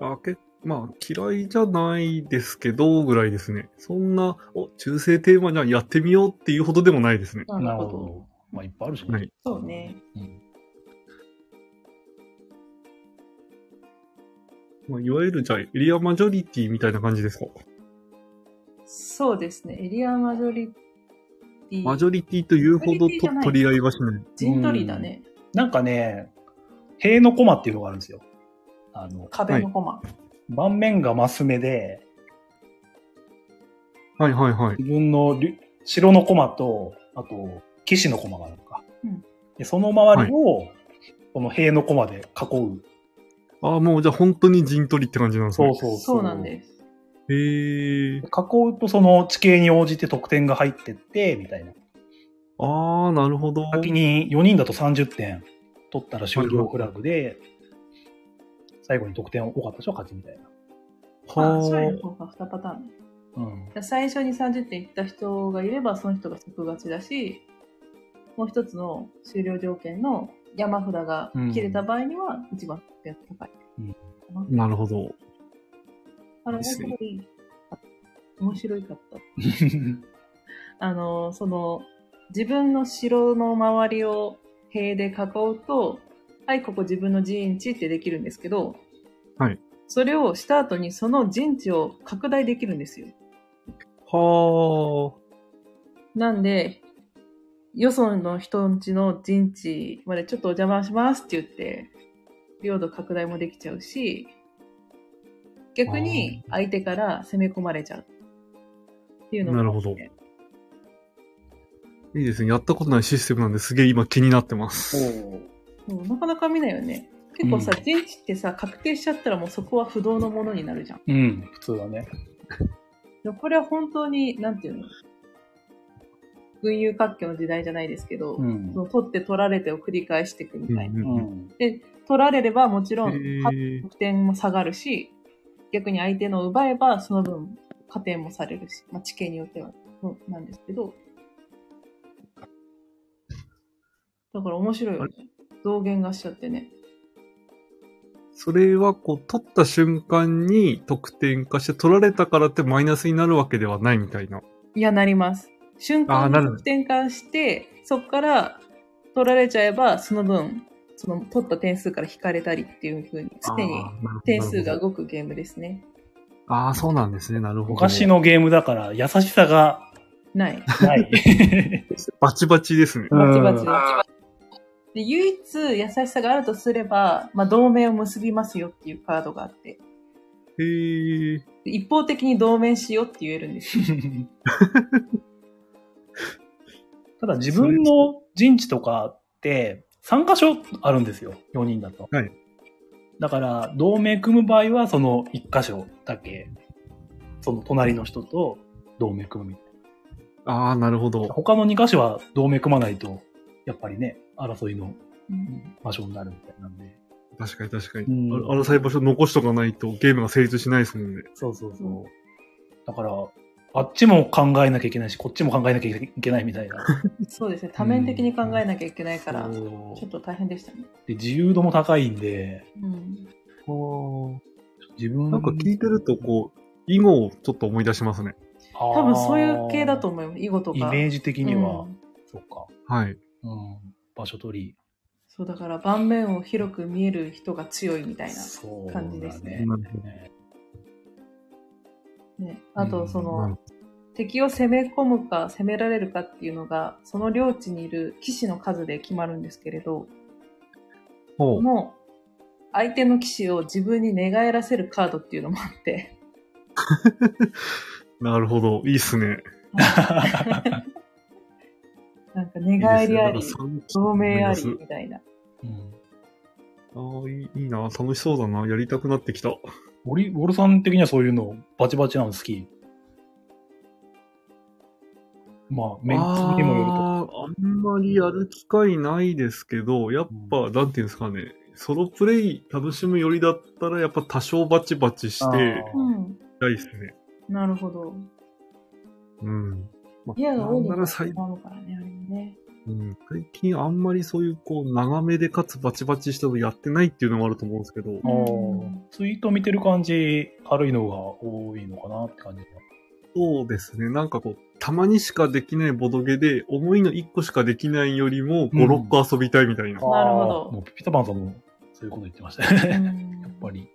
あ、け、まあ、嫌いじゃないですけど、ぐらいですね。そんな、お、中性テーマじゃんやってみようっていうほどでもないですね。ななるるほほど。ど。まあ、いっぱいあるしね。はいそうね。うん。まあ、いわゆる、じゃあ、エリアマジョリティみたいな感じですか。そうですね。エリアマジョリティ。マジョリティというほどマジョリティじとゃない取り合いはしない。陣取りだね。なんかね、塀のコマっていうのがあるんですよ。あの、壁の駒。盤面がマス目で、はいはいはい。自分のり城の駒と、あと、騎士の駒があるのか。うんでその周りを、この塀の駒で囲う。ああ、もうじゃあ本当に陣取りって感じなんですね。そうそうなんです。へえ。囲うとその地形に応じて得点が入ってって、みたいな。ああ、なるほど。先に4人だと30点取ったら終了フラグで、最後に得点多かった人は勝ちみたいな。まあ、勝利はの方が2パターン。うん。最初に30点いった人がいればその人が即勝ちだしもう一つの終了条件の山札が切れた場合には一番得点が高い。あ。なるほど。あれ、ですね本当に面白かった。あの、その、自分の城の周りを塀で囲うと、はい、ここ自分の陣地ってできるんですけど、はい。それをした後にその陣地を拡大できるんですよ。はあ。なんで、よその人んちの陣地までちょっとお邪魔しますって言って、領土拡大もできちゃうし、逆に相手から攻め込まれちゃう。っていうのもあってなるほどいいですね。やったことないシステムなんですげえ今気になってます。そうなかなか見ないよね。結構さ、うん陣地ってさ、確定しちゃったらもうそこは不動のものになるじゃん。うん、普通だね。でもこれは本当に、なんていうの群雄割拠の時代じゃないですけど、うんそ。の取って取られてを繰り返していくみたいな。ううんん。で、取られればもちうろん、ん勝へえ得点も下がるし、逆に相手のを奪えば、その分、加点もされるし、まあ、地形によっては、そうなんですけど。だから面白いよね。増減がしちゃってね。それはこう、取った瞬間に得点化して、取られたからってマイナスになるわけではないみたいな。いや、なります。瞬間あーになる得点化して、そこから取られちゃえば、その分、その取った点数から引かれたりっていう風に、常にあーなるほど点数が動くゲームですね。ああ、そうなんですね。なるほど。昔。のゲームだから優しさがない。 ない。バチバチですね。うんバチバチバチ。で、唯一優しさがあるとすれば、まあ、同盟を結びますよっていうカードがあって、へえ。で一方的に同盟しようって言えるんですよ。ただ自分の陣地とかって3箇所あるんですよ、4人だと。はいだから、同盟組む場合はその1箇所だけ、その隣の人と同盟組むみたいああ、なるほな。ど。他の2箇所は同盟組まないと、やっぱりね、争いのうん場所になるみたいなんで。確かに確かに。うんあ争い場所残しとかないとゲームが成立しないですもんね。そうそうそうう。だから、あっちも考えなきゃいけないし、こっちも考えなきゃいけないみたいな。そうですね。多面的に考えなきゃいけないから、ちそうょっと大変でしたね。で自由度も高いんで、うん、自分なんか聞いてると、こう、囲碁をちょっと思い出しますね。多多分そういう系だと思います。囲碁とか。イメージ的には、うんそっか、はい。うん、場所取そうだから盤面を広く見える人が強いみたりいな。そう感じですねなるほどね、あとその、なる敵を攻め込むか攻められるかっていうのがその領地にいる騎士の数で決まるんですけれどほこう。の相手の騎士を自分に寝返らせるカードっていうのもあって なるほど。いいっすね。なんか寝返りあいいりですねなんかさ同盟あり思い出みたいな うんすああ、いいいいな。楽しそうだな。やりたくなってきた。森、ウォルさん的にはそういうのバチバチなの好き。まあ、メンツにもよると。あーあんまりやる機会ないですけど、やっぱ、なんていうんですかね、ソロプレイ楽しむよりだったら、やっぱ多少バチバチしてあーうん。たいですね。なるほど。うん。まあ部屋が多いなんなのらが最違うからね、あれもね。うん最近あんまりそういうこう長めでかつバチバチしたのやってないっていうのもあると思うんですけど、あうんーツイート見てる感じ、軽いのが多いのかなって感じ。そうですね、なんかこう、たまにしかできないボドゲで、思いの1個しかできないよりもうん5、6個遊びたいみたいな。なるほどあーもうピピタパンさんもそういうこと言ってましたね。うやっんぱり。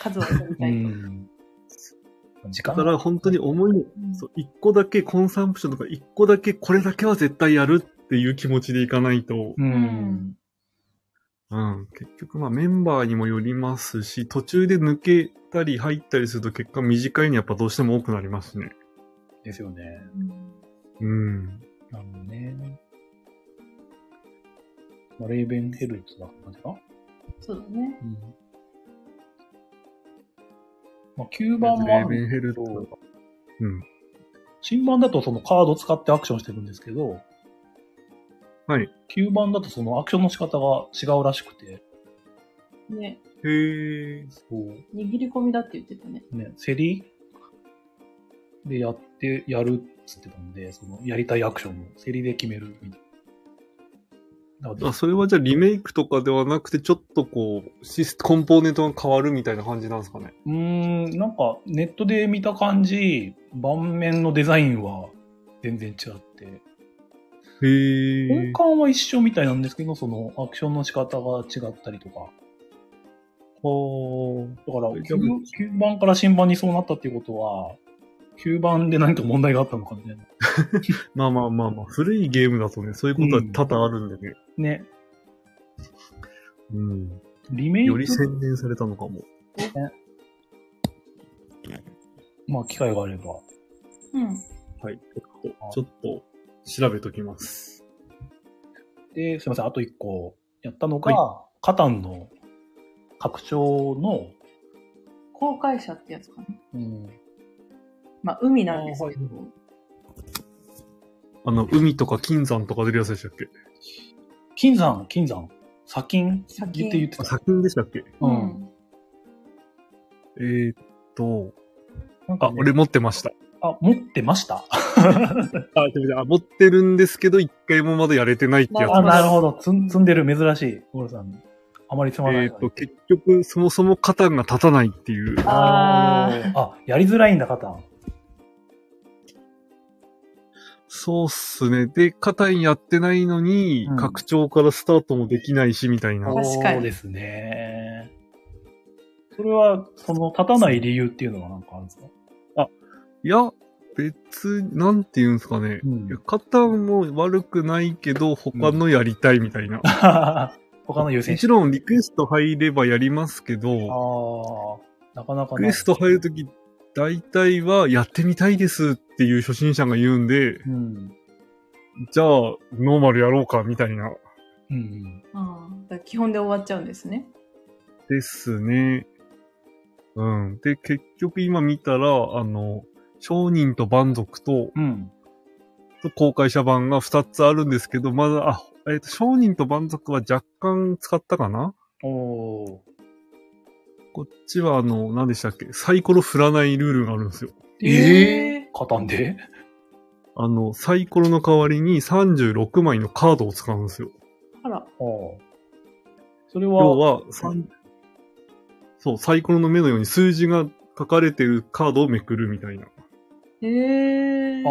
数は取りたいと。時だ間から本当に思いの、そう、1個だけコンサンプションとか1個だけこれだけは絶対やるっていう気持ちでいかないと、ううんん。うん、結局まあメンバーにもよりますし、途中で抜けたり入ったりすると結果短いにやっぱどうしても多くなりますね。ですよね。うんうん。なるほどね。まあ、レイベンヘルツだったんじゃなそうだね。うん。まあ、9レ番もあーベンるヘルけトとどか。うん。新版だとそのカード使ってアクションしてるんですけど、はい。 9番だとそのアクションの仕方が違うらしくて、ね、へえ。そう、握り込みだって言ってたね。ね、競りでやって、やるっつってたんで、そのやりたいアクションを競りで決めるみたいな。だからあ、それはじゃあリメイクとかではなくて、ちょっとこう、シス、コンポーネントが変わるみたいな感じなんですかね。うーん、なんかネットで見た感じ、盤面のデザインは全然違って、へえ根。幹は一緒みたいなんですけど、そのアクションの仕方が違ったりとか。ほだからえ 9, 逆に9番から新版にそうなったっていうことは、9番で何か問題があったのかみたいな。まあまあまあまあ、古いゲームだとね、そういうことは多々あるんでね。ね、うんリメイよりク、洗練されたのかも。まあ機会があれば。うん。はい。ちょっと、ちょっと調べときます。で、すいません、あと1個やったのが、カタンの拡張の、公開者ってやつかな。うん、まあ、海なんですけど。あの、海とか金山とか出るやつでしたっけ金山、金山、砂金砂金って言ってあ、た。砂金でしたっけううんん。えー、っと、なんか、あ、俺持ってました。あ、持ってました。あ、すみません。あ、持ってるんですけど、一回もまだやれてないってやつ。まあ、まなるほど。積ん積んでる、珍しい。ゴールさん。あまり積まない。えーっと、結局、そもそも肩が立たないっていう。ああーあ、やりづらいんだ、カタン。そうっすね。で、肩にやってないのに、うん拡張からスタートもできないし、みたいな。確かにそうですね。それは、その、立たない理由っていうのはなんかあるんですかいや、別に、なんて言うんですかね。うんいや肩も悪くないけど、他のやりたいみたいな。 他の優も先ちしろんリクエスト入ればやりますけあど、あ、なかなかリね。クエスト入るとき、大体はやってみたいですっていう初心者が言うんで、うん。じゃあ、ノーマルやろうかみたいな。うん。あ。うん。だから基本で終わっちゃうんですね。ですね。うん。で、結局今見たら、あの、商人と蛮族と、うん。公開者版が2つあるんですけど、まだ、あ、えっ、と、商人と蛮族は若干使ったかなおー。こっちはあの、何でしたっけサイコロ振らないルールがあるんですよ。えカタンであの、サイコロの代わりに36枚のカードを使うんですよ。あら。あーそれ要は、は、三そう、サイコロの目のように数字が書かれてるカードをめくるみたいな。へえ。あ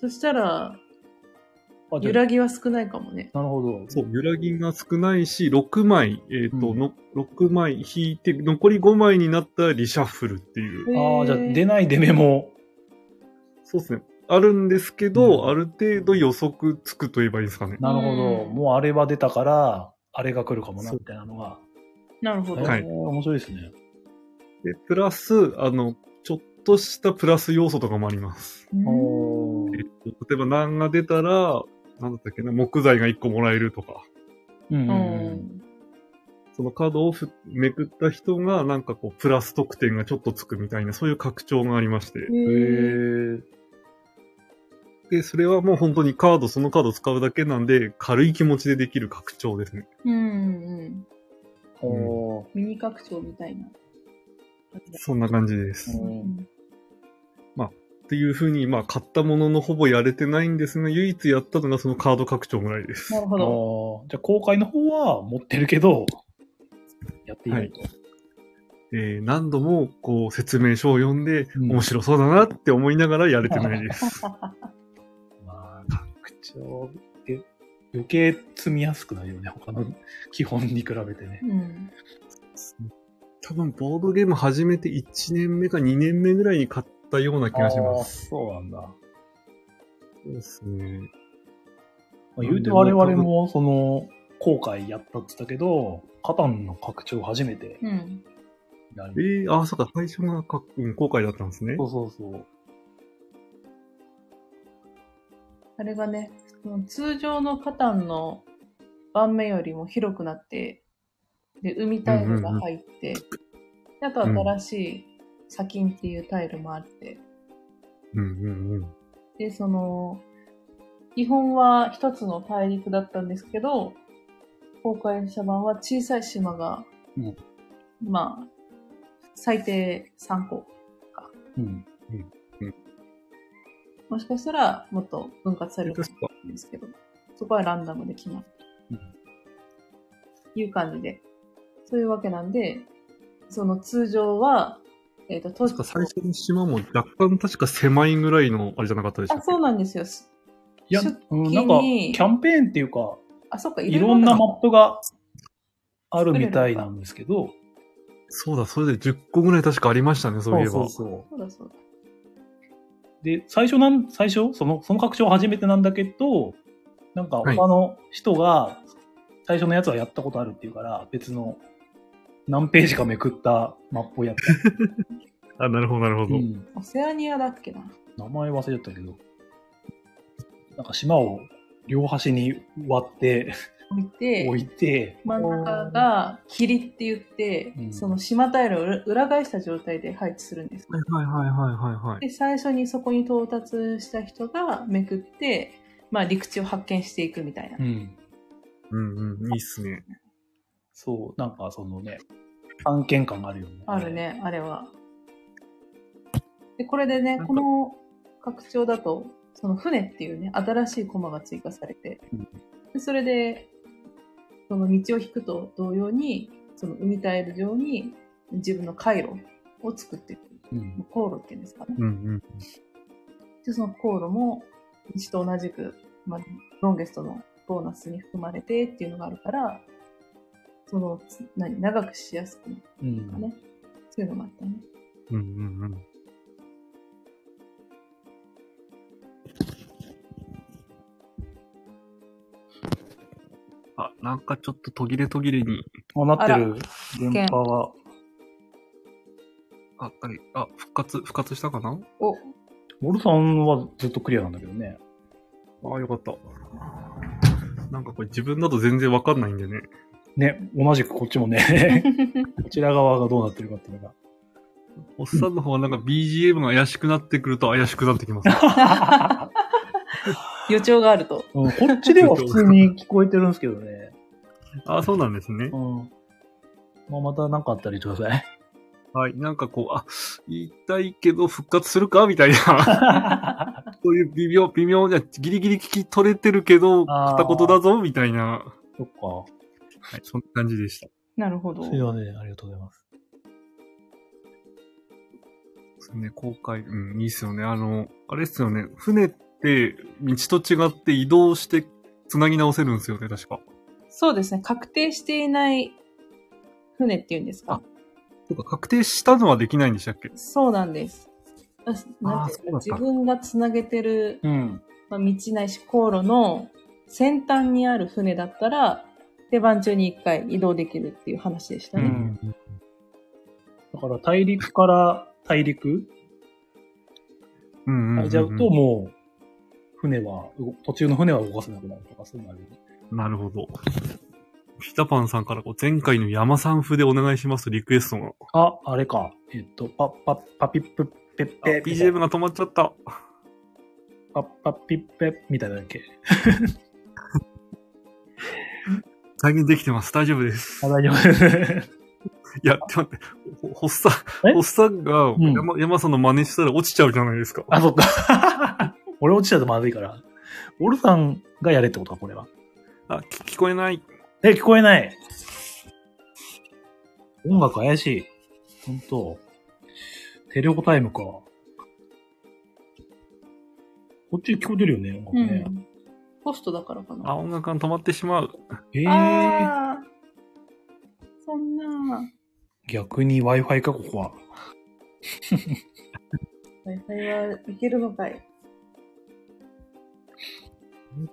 そしたら、あ、あ、じゃ揺あらぎは少ないかもね。なるほど。そう、揺らぎが少ないし、6枚、えっ、と、うんの、6枚引いて、残り5枚になったらリシャッフルっていう。ああ、じゃあ、へー出ない出目も、そうですね。あるんですけど、うんある程度予測つくと言えばいいですかね。なるほど。うんもうあれは出たから、あれが来るかもな、そうみたいなのが。なるほど。はいえー面白いですね。で、プラス、あの、ちょっとしたプラス要素とかもあります。うんおえーっと例えば何が出たら、なんだったっけな、木材が1個もらえるとか、うんううんうんん。そのカードをふめくった人が、なんかこう、プラス得点がちょっとつくみたいな、そういう拡張がありまして。へーー。で、それはもう本当にカード、そのカード使うだけなんで、軽い気持ちでできる拡張ですね。うんうん。おー。ミニ拡張みたいな。そんな感じです。うんっていうふうに、まあ、買ったもののほぼやれてないんですが、唯一やったのがそのカード拡張ぐらいです。なるほあど。ーじゃあ、公開の方は持ってるけど、やっていないと。えー何度も、こう、説明書を読んで、うん面白そうだなって思いながらやれてないです。まあ、拡張って余計積みやすくなるよね、他の 基本に比べてねう。ん。多分、ボードゲーム始めて1年目か2年目ぐらいに買ったような気がしまあーす。そうなんだ。まそうですね。あ、言うて我々も、その、後悔やったって言ったけど、カタンの拡張初めてうん。やえりー、あー、そうか、最初がか、うん、後悔だったんですねそ。うそうそう。あれがね、その通常のカタンの盤面よりも広くなって、で、海タイルが入って、であと新しい砂金っていうタイルもあって、うんうんうん。で、その、基本は一つの大陸だったんですけど、崩壊した版は小さい島が、うんまあ、最低3個。うん。もしかしたらもっと分割されでるか確か、もしれないですけど、そこはランダムで決まる。うんいう感じで。そういうわけなんで、その通常は、えっ、と、当確か最初の島も若干確か狭いぐらいの、あれじゃなかったでしたあ、っけそうなんですよ。いや、出うん、なんか、勤にキャンペーンっていうか、あ、そっか、いろんなマップがあるみたい作れるのかなんですけど、そうだ、それで10個ぐらい確かありましたね、そういえば。そうそうそそうだそうだ。う。で、最初なん、最初その、その拡張初めてなんだけど、なんか他はいの人が、最初のやつはやったことあるっていうから、別の何ページかめくったマップをやった。あ、なるほど、なるほど。うんオセアニアだっけな。名前忘れちゃったけど、なんか島を両端に割って置いて、置いて、真ん中が霧って言って、うんその島タイルを裏裏返した状態で配置するんです。はいはいはいはいはい。で、最初にそこに到達した人がめくって、まあ陸地を発見していくみたいな。うん。うんうん、いいっすね。そう、なんかそのね、探検感があるよね。ある。ね、あれは。で、これでねな、んかこの拡張だと、その船っていうね、新しいコマが追加されてうん、でそれで、その道を引くと同様に、その海タイル上に自分の回路を作っていく。うん。航路っていうんですかね。うんで、その航路も、うちと同じく、まあ、ロンゲストのボーナスに含まれてっていうのがあるから、その、つ何、長くしやすくなるうとかん。ね。そういうのもあったね。うん。うんうんうん。あ、なんかちょっと途切れ途切れに、あ、なってある。電波は。あ、あれ、あ、復活、復活したかなお、モルさんはずっとクリアなんだけどね。ああ、よかった。なんかこれ自分だと全然わかんないんでね。ね、同じくこっちも ね、こちら側がどうなってるかっていうのが。おっさんの方はなんか BGM が怪しくなってくると怪しくなってきます。 予兆があると。うんこっちでは普通に聞こえてるんですけどね。ああ、そうなんですねう。ん。まあ、また何かあったら言ってく ださい。はい。なんかこう、あ、言いたいけど復活するかみたいな。 そういう微妙、微妙な、ギリギリ聞き取れてるけど、あー片言だぞ、みたいな、そっか。はい、そんな感じでした。なるほどそ。れはね、ありがとうございます。そうね、公開、うん、いいっすよね。あの、あれっすよね、船って、道と違って移動して、繋ぎ直せるんですよね、確か。そうですね。確定していない船っていうんですか。そうか、確定したのはできないんでしたっけそうなんです。あなんていうか自そうだった分がつなげてる、うん。まあ、道ないし航路の先端にある船だったら、出番中に一回移動できるっていう話でしたうね。ん。だから大陸から大陸うんうんうん、うん。変えちゃうと、もう、船は動、途中の船は動かせなくなるとか、そうなるよね。なるほど。ピタパンさんからこう前回の山さん風でお願いしますとリクエストが。あ、あれか。えっと、パッパッパピップッペッあペ。 BGM が止まっちゃった。パッパッピッペみたいなだっけ。再現できてます。大丈夫です。あ、大丈夫。 いや、ちょっと待って、ほ、ほっさえ、ほっさがん山、山さんの真似したら落ちちゃうじゃないですか。あ、そっか。 俺落ちちゃうとまずいから。オルさんがやれってことか、これは。あ、聞聞こえない。え、聞こえない。音楽怪しい。ほんと。テレオタイムか。こっち聞こえてるよね、音楽うね。ん。ホストだからかな。あ、音楽が止まってしまう。えー、あーそんな。逆に Wi-Fi か、ここは。大体はいけるのかい。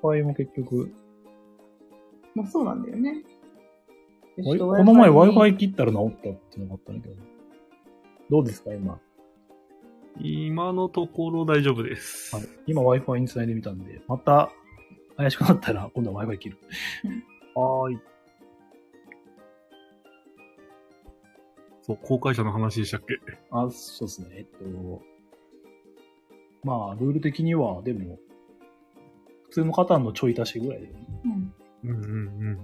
Wi-Fi も結局。まあそうなんだよね。この前 Wi-Fi に切ったら治ったってのがあったんだけど。どうですか、今。今のところ大丈夫です。はい、今 Wi-Fi に繋いでみたんで、また怪しくなったら今度は Wi-Fi 切る。はーい。そう、公開者の話でしたっけあ、そうですね。えっと、まあ、ルール的には、でも、普通の方のちょい足しぐらいで、うん。うんうんうん。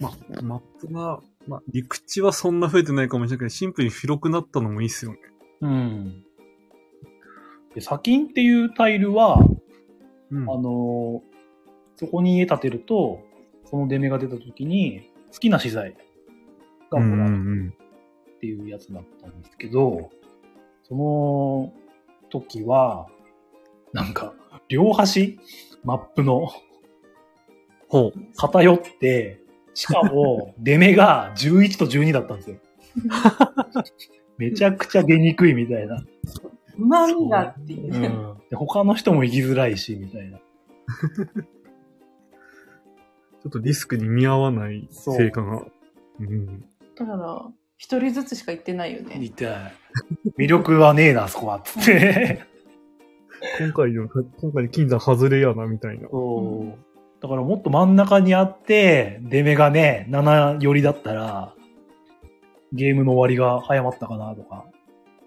ま、マップが、ま、陸地はそんな増えてないかもしれないけど、シンプルに広くなったのもいいっすよね。うん。で、砂金っていうタイルは、うん。あの、そこに家建てると、その出目が出た時に、好きな資材がうんもうらえるんうん。っていうやつだったんですけど、その時は、なんか、両端マップのほう。偏って、しか も、出目が11と12だったん ですよ。めちゃくちゃ出にくいみたいな。うまみがっていうん、う。で他の人も行きづらいし、みたいな。ちょっとリスクに見合わないそう成果が。うん。だから、一人ずつしか行ってないよね。痛い。魅力はねえな、あそこは、つ って。今回の、今回の金山外れやな、みたいな。そうう。だからもっと真ん中にあって、出目がね、7寄りだったら、ゲームの終わりが早まったかなとか。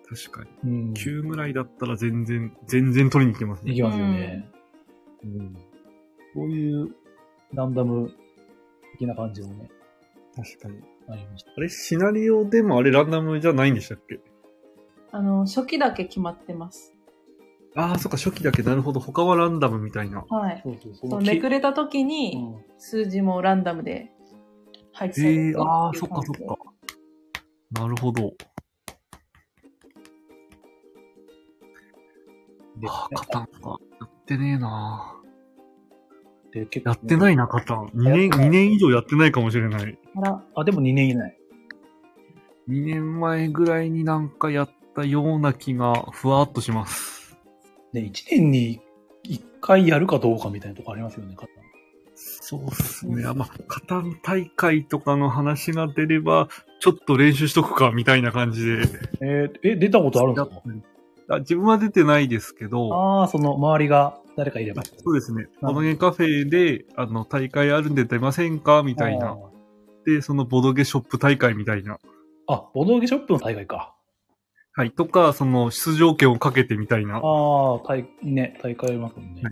確かに。うん。い9ぐらいだったら全然、全然取りに行けますね。きますよね。うん、そういうランダム的な感じもね、確かに。ありました。あれ、シナリオでもあれランダムじゃないんでしたっけあの、初期だけ決まってます。ああ、そっか、初期だけ、なるほど。他はランダムみたいな。はい。そうそう、そそのきめくれた時うに、ん数字もランダムで配置さえれえるー、ああ、そっかそっか。なるほど。でああ、カタンか。やってねえなで結構やってないな、カタン。2や年、ってない2年以上やってないかもしれない。あら、あ、でも2年以内。 2年前ぐらいになんかやったような気が、ふわっとします。ね、1年に1回やるかどうかみたいなとこありますよね、方。そうっすね。あまあ、カタン大会とかの話が出れば、ちょっと練習しとくか、みたいな感じで。えーえ、出たことあるんですかあ自分は出てないですけど、ああ、その周りが誰かいれば。そうですなね。るほどボドゲカフェで、あの、大会あるんで出ませんかみたいあな。で、そのボドゲショップ大会みたいな。ー。あ、ボードゲショップの大会か。はい。とか、その、出場権をかけてみたいな。ああ、大、ね、大会ありますもんね。は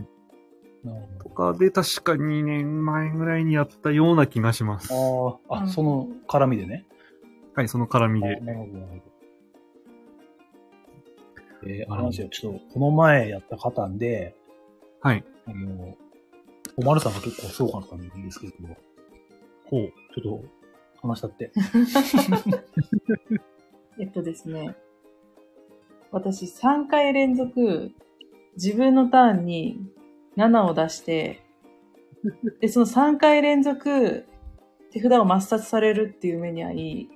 なるほとかで、確か2年前ぐらいにやったような気がします。はど。あーあ、うんその絡みでね。い、その絡みあでー。なるほど、なるほど。えー、あれなんですよ。ちょっと、この前やった方で、はい。あの、おまるさんが結構すごかったんですけど、ほう。ちょっと、話した って。えっとですね。私3回連続自分のターンに7を出して、で、その3回連続手札を抹殺されるっていう目に遭い、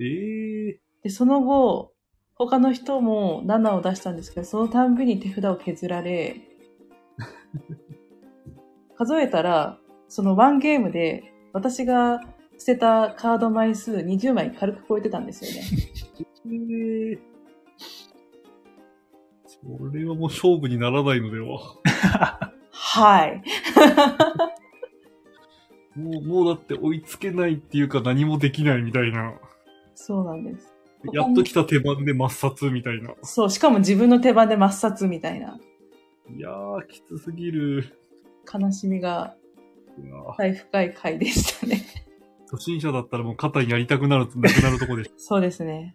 ええで、その後、他の人も7を出したんですけど、そのたんびに手札を削られ、数えたら、そのワンゲームで私が捨てたカード枚数20枚軽く超えてたんですよね。ええそれはもう勝負にならないのでは。はい。もう、もうだって追いつけないっていうか何もできないみたいな。そうなんです。やっと来た手番で抹殺みたいな。そう、しかも自分の手番で抹殺みたいないやー、きつすぎる。悲しみがうわ大深い回でしたね。 初心者だったらもう肩にやりたくなる、なくなるとこでしそうですね。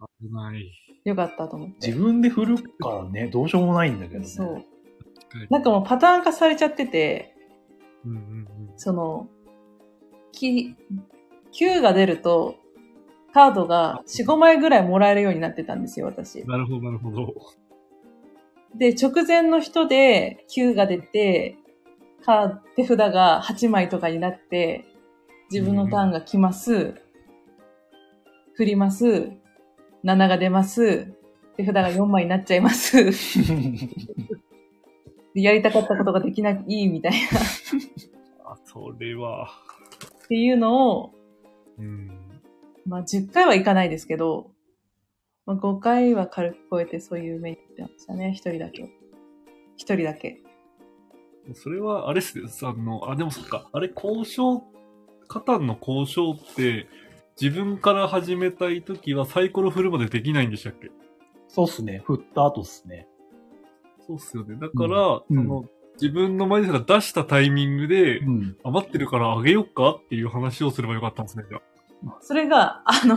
ょ。危ない。よかったと思って。自分で振るからね、どうしようもないんだけどね。そう。 なんかもうパターン化されちゃってて、うんうんその、き、9が出ると、カードが4、5枚ぐらいもらえるようになってたんですよ、私うん。。なるほど、なるほど。で、直前の人で9が出て、カー手札が8枚とかになって、自分のターンが来ます。振ります。7が出ます。手札が4枚になっちゃいます。 でやりたかったことができない、みたいな。っあ、それは。ていうのを、うん。まあ、10回はいかないですけど、まあ、5回は軽く超えてそういう目にってましたね。一人だけ。一人だけ。それは、あれっすね、あの、あ、でもそっか、あれ、交渉、カタンの交渉って、自分から始めたいときはサイコロ振るまでできないんでしたっけ そうっすね。振った後っすね。そうっすよね。だから、うんその、自分の前ですが出したタイミングで、うん。余ってるからあげよっかっていう話をすればよかったんですね、じゃあ。それが、あの、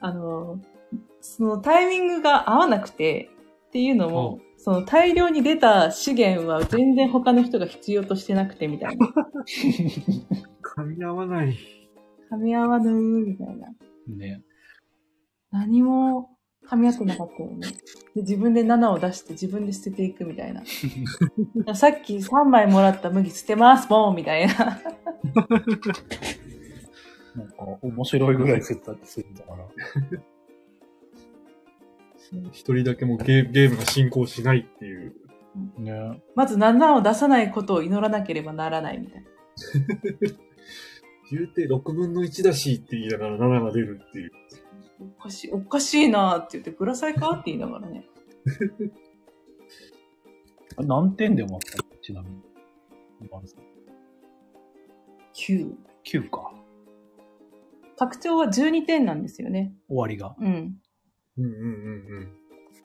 あの、そのタイミングが合わなくて、っていうのも、その大量に出た資源は全然他の人が必要としてなくてみたいな。噛み合わない。噛み合わぬーみたいな。ね。何も噛み合ってなかったよね。で自分で7を出して自分で捨てていくみたいな。さっき3枚もらった麦捨てます、ボーンみたいな。なんか、面白いぐらい設立するんだから。一人だけもうゲーゲームが進行しないっていう。ね。まず7を出さないことを祈らなければならないみたいな。言うて6分の1だしって言いながら7が出るっていう。おかしい、おかしいなーって言って、ブラサイかって言いながらね。あ何点でもあったちなみに。 9。 9か。拡張は12点なんですよね。終わりが。うん。うんうんうんうん。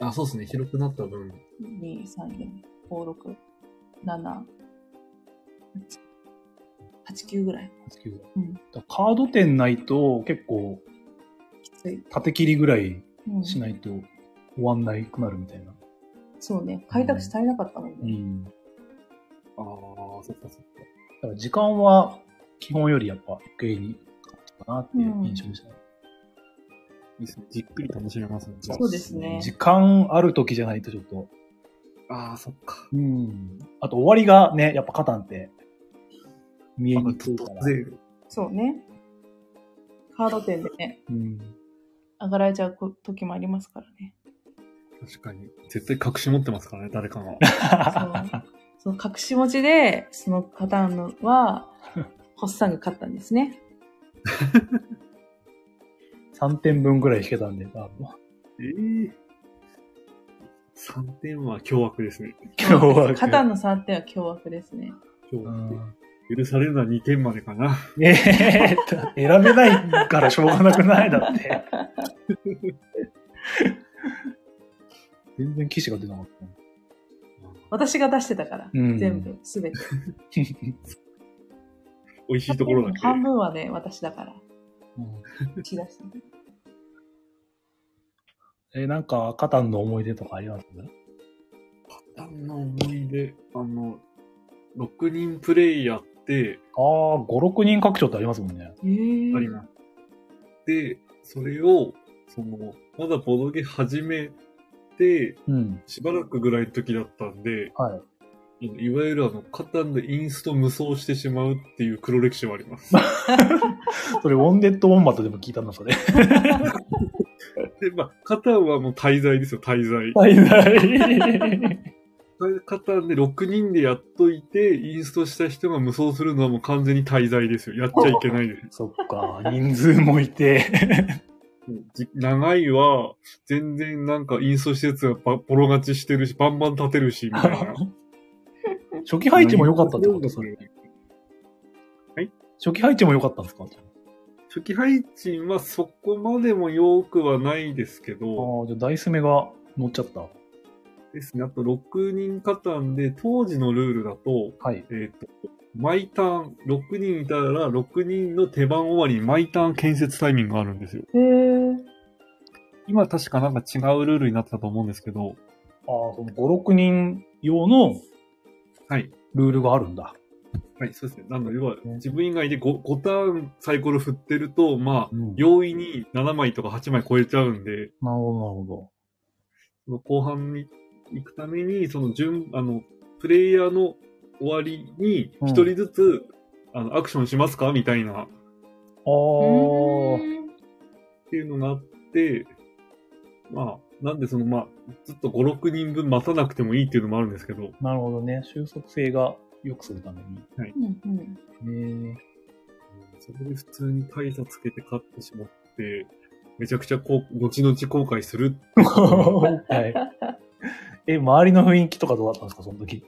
あ、そうですね。広くなった分。 2、3、4、5、6、7、8、9ぐらい。 9だうんだからカード点ないと、結構、きつい。縦切りぐらいうん、しないと終わんないくなるみたいな。そうね。開拓し足りなかったもんね。うん。だああ、そっかそっか。から時間は、基本よりやっぱ余計にかかったかなっていう印象でしたね。いいですね。じっくり楽しめますね。じゃあそうですね。時間ある時じゃないとちょっと。ああ、そっか。うん。あと終わりがね、やっぱカタンって、見えにくいから。そうね。カード店でね、うん。上がられちゃうこ時もありますからね。確かに。絶対隠し持ってますからね、誰か が。そうその隠し持ちで、そのカタンの は、ホッサンが勝ったんですね。 3点分ぐらい引けたんで、あええ3点は凶悪ですね。今日は。カタンの3点は凶悪ですね。凶う悪。ん。許されるのは2点までかな。ええと、選べないからしょうがなくないだって。全然騎士が出なかった。私が出してたから、うん全部、すべて。美味しいところだけ。半分はね、私だから。うん打ち出してねえ、なんか、カタンの思い出とかあります簡単な思い出。あの、6人プレイやって、ああ、5、6人拡張ってありますもんね。えーあります。で、それを、その、まだボドゲ始めて、うん。しばらくぐらいの時だったんで、はい。いわゆるあの、カタンでインスト無双してしまうっていう黒歴史はあります。 それ、ウォンデッド・ウォンバットでも聞いたな、それ。で、まあ、カタンはもう滞在ですよ、滞在。はいはい。カタンで6人でやっといて、インストした人が無双するのはもう完全に滞在ですよ。やっちゃいけないです。そっか、人数もい て。じ長いは、全然なんかインストしたやつがばボロ勝ち してるし、バンバン立てるし、みたいな。初期配置も良かったってことでそれ。れ。初期配置も良かったんですかあ初期配置はそこまでもよくはないですけど、あ、じゃあダイス目が乗っちゃった。ですね、あと6人加担で、当時のルールだと、はい。えっ、と、毎ターン、6人いたら、6人の手番終わりに毎ターン建設タイミングがあるんですよ。へえ。今確かなんか違うルールになってたと思うんですけど、ああ、その5、6人用のはい。ルールがあるんだ。はい、そうですね。なので、要は、自分以外で 5, 5ターンサイコロ振ってると、まあ、うんなる容易に7枚とか8枚超えちゃうんで、ほど、なるほど。その後半に行くために、その順、あの、プレイヤーの終わりに、うん一人ずつ、あの、アクションしますかみたいな、っああ、ていうのがあって、まあ、なんでその、まあ、ずっと5、6人分待たなくてもいいっていうのもあるんですけど、なるほどね。収束性が良くするために。うんうん。ねそれで普通に大差つけて勝ってしまって、めちゃくちゃこう、後々後悔する。 え。はい。 え、周りの雰囲気とかどうだったんですか、その時。い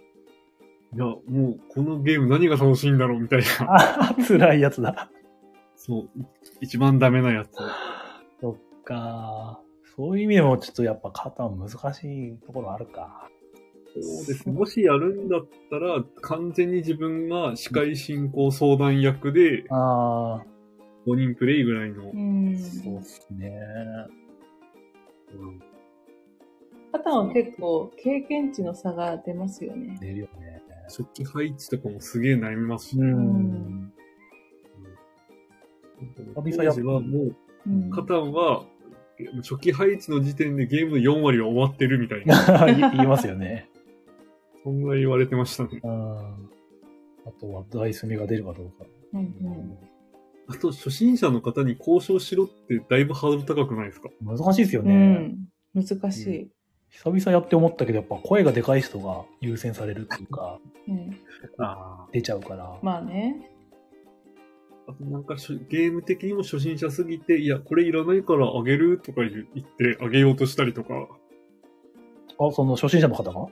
や、もう、このゲーム何が楽しいんだろうみたい な。 ああ、辛いやつだ。そう、一番ダメなやつ。そっか。そういう意味でも、ちょっとやっぱ肩は難しいところあるか。そうですね。もしやるんだったら、完全に自分が司会進行相談役で、ああ、 5人プレイぐらいのう、ん。そうっすね。うん肩は結構経験値の差が出ますよね。出るよね。初期配置とかもすげえ悩みますし、うね。ん。当久時々やっはもうう、ん。カタンは、初期配置の時点でゲームの4割は終わってるみたいな、 言言いますよね。そんぐらい言われてましたね。うん。あとは、ダイス目が出るかどうか。うんうん。あと、初心者の方に交渉しろってだいぶハードル高くないですか難しいですようね。ん。難しい。久々やって思ったけど、やっぱ声がでかい人が優先されるっていうか、うん。あ出ちゃうから。まあね。あとなんかしょゲーム的にも初心者すぎて、いや、これいらないからあげるとか言う言ってあげようとしたりとか。あ、その初心者の方があ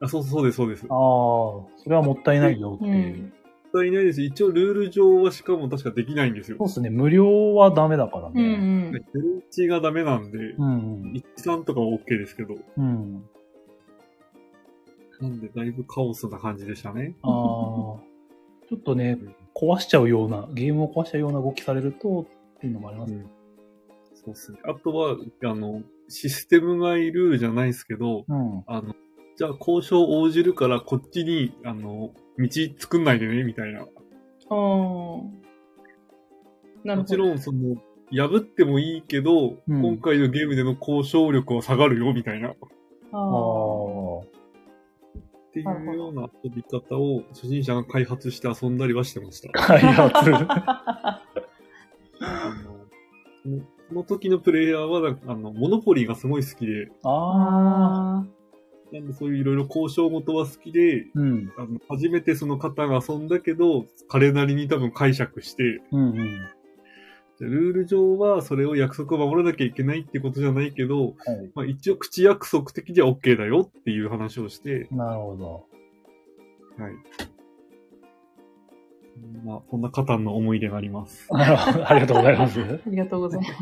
あ、そうそうです、そうです。あもっ、それはもったいないよってういう。ん。たいないですし。一応ルール上はしかも確かできないんですよそう。ですね、無料はダメだからうんうね。んベ。ンチがダメなんで、うん。 13とかは OK ですけど。うん。なんでだいぶカオスな感じでしたね。ああ、ちょっとね、壊しちゃうような、ゲームを壊しちゃうような動きされると、っていうのもありますね。そうですね。あとは、あの、システム外ルールじゃないですけど、うん。あの、じゃあ交渉応じるからこっちに、あの、道作んないでね、みたいな。あーなるもほちど。ろん、その、破ってもいいけど、うん今回のゲームでの交渉力は下がるよ、みたいな。っあああ。あ、ていうような遊び方を初心者が開発して遊んだりはしてました。 開発。あのそのその時のプレイヤーはなんか、あの、モノポリーがすごい好きで、 ああ、あなんでそういういろいろ交渉元は好きで、うん。あの、初めてその方が遊んだけど、彼なりに多分解釈して、うんうん。でルール上はそれを約束を守らなきゃいけないってことじゃないけど、はい。まあ一応口約束的には OK だよっていう話をして、なるほど。はい。まあ、そんな方の思い出があります。なるほどありがとうございます。あ。ありがとうございます。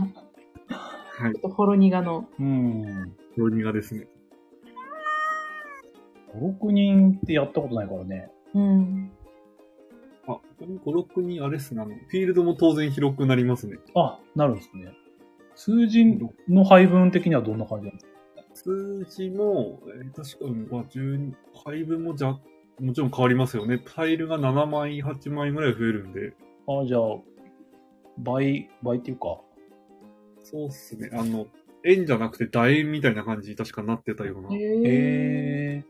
は いちょっ。とほろ苦の。 うん。ロニガですね。 5、6人ってやったことないからね。うん。あ、5、6人あれっすね。あの、フィールドも当然広くなりますね。あ、なるんですね。数字の配分的にはどんな感じなんですか数字も、えー確かに、まあ、12、配分もじゃ、もちろん変わりますよね。タイルが7枚、8枚ぐらい増えるんで。あ、じゃあ、倍、倍っていうか。そうっすね。あの、円じゃなくて楕円みたいな感じに確かなってたような。ええ。えう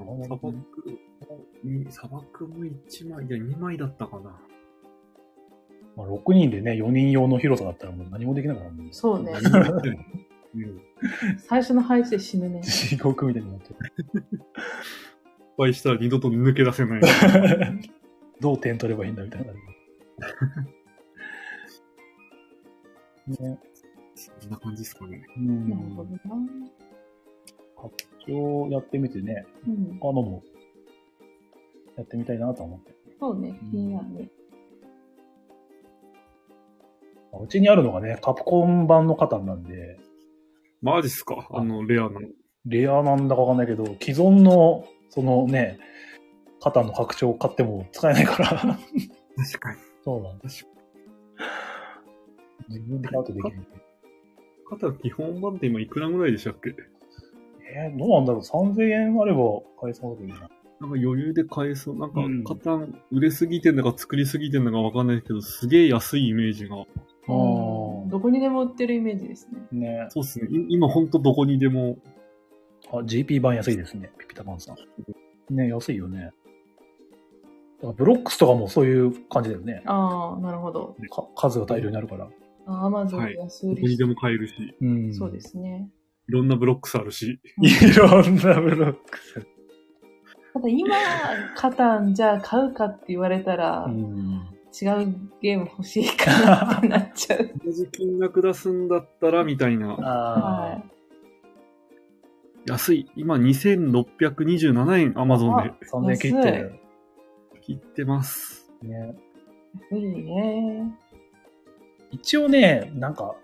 ん砂漠も、に砂漠も1枚、いや、2枚だったかー。な。まあ、6人でね、4人用の広さだったらもう何もできなくなるんです。そうね。うん。いっ最初の配置で死ぬね。地獄みたいになってる。ぱいしたら二度と抜け 出せない。どう点取ればいいんだみたいな。ね、そんな感じですかね。うなるほどん。な。一応やってみてね、うん。他のもやってみたいなとは思って。あそうね、うん気になるね。まあうちにあるのがね、カプコン版の型なんで、マジっすかあの、レアなの。レアなんだかわかんないけど、既存の、そのね、型の拡張を買っても使えないから。確かに。そうなんです。自分で買うとできない。肩基本版って今いくらぐらいでしたっけえー、どうなんだろう ?3000 円あれば買えそうだけどな。なんか余裕で買えそう。なんかうん、カタン、売れすぎてんだか作りすぎてんだかわかんないけど、すげえ安いイメージが。うんどこにでも売ってるイメージですね。ねそうっすね。い今ほんとどこにでも。あ、GP 版安いですね。ピピタパンさん。ね安いよね。だからブロックスとかもそういう感じだよね。ああ、なるほど。か数が大量になるから。アマゾンはい安ど売こりにしでも買えるし、いうん。そうで。すね。ろんなブロックスあるし。いろんなブロックス。ただ今、カタンじゃあ買うかって言われたら、うん。違うゲーム欲しいかなってなっちゃう。同じ金額出すんだったら、みたいな。あは安い。今2627円、アマゾンであ、3年切ってる。切ってます。ね、い。無理ね。一応ね、なんか、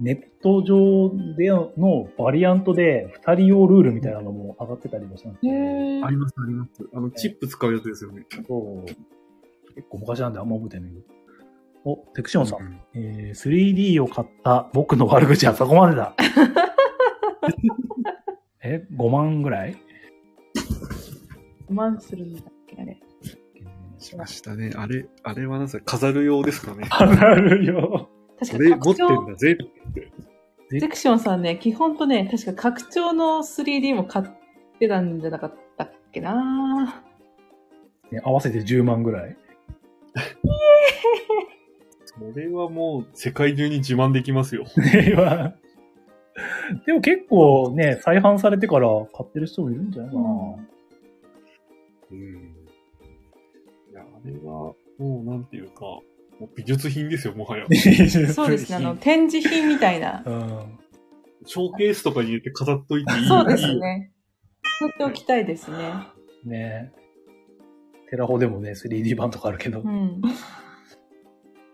ネット上でのバリアントで2人用ルールみたいなのも上がってたりもしたんですへけど、えあります、あります。あの、チップ使うやつですよね。そう結構昔なんであんま覚えてないけど。お、テクシオンさん、うんえー、3D を買った僕の悪口はそこまで だ。え、5万ぐらいマンするんだっけ、あれ。しましたね。あれ、あれはなんすか、飾る用ですかね。上がるよ。こ確れか持っ拡てん張、だぜ。セクションさんね、基本とね、確か拡張の 3D も買ってたんじゃなかったっけなね合わせて10万ぐらい。 これはもう世界中に自慢できますよ。ではでも結構ね、再販されてから買ってる人もいるんじゃないかな。うん。いや、あれは、もうなんていうか、もう美術品ですよ、もはや。そうですね、あの、展示品みたいな。うん。ショーケースとかに入れて飾っといていい。そうですいいね。取っておきたいですね。ねテラホでもね、3D 版とかあるけど。うん。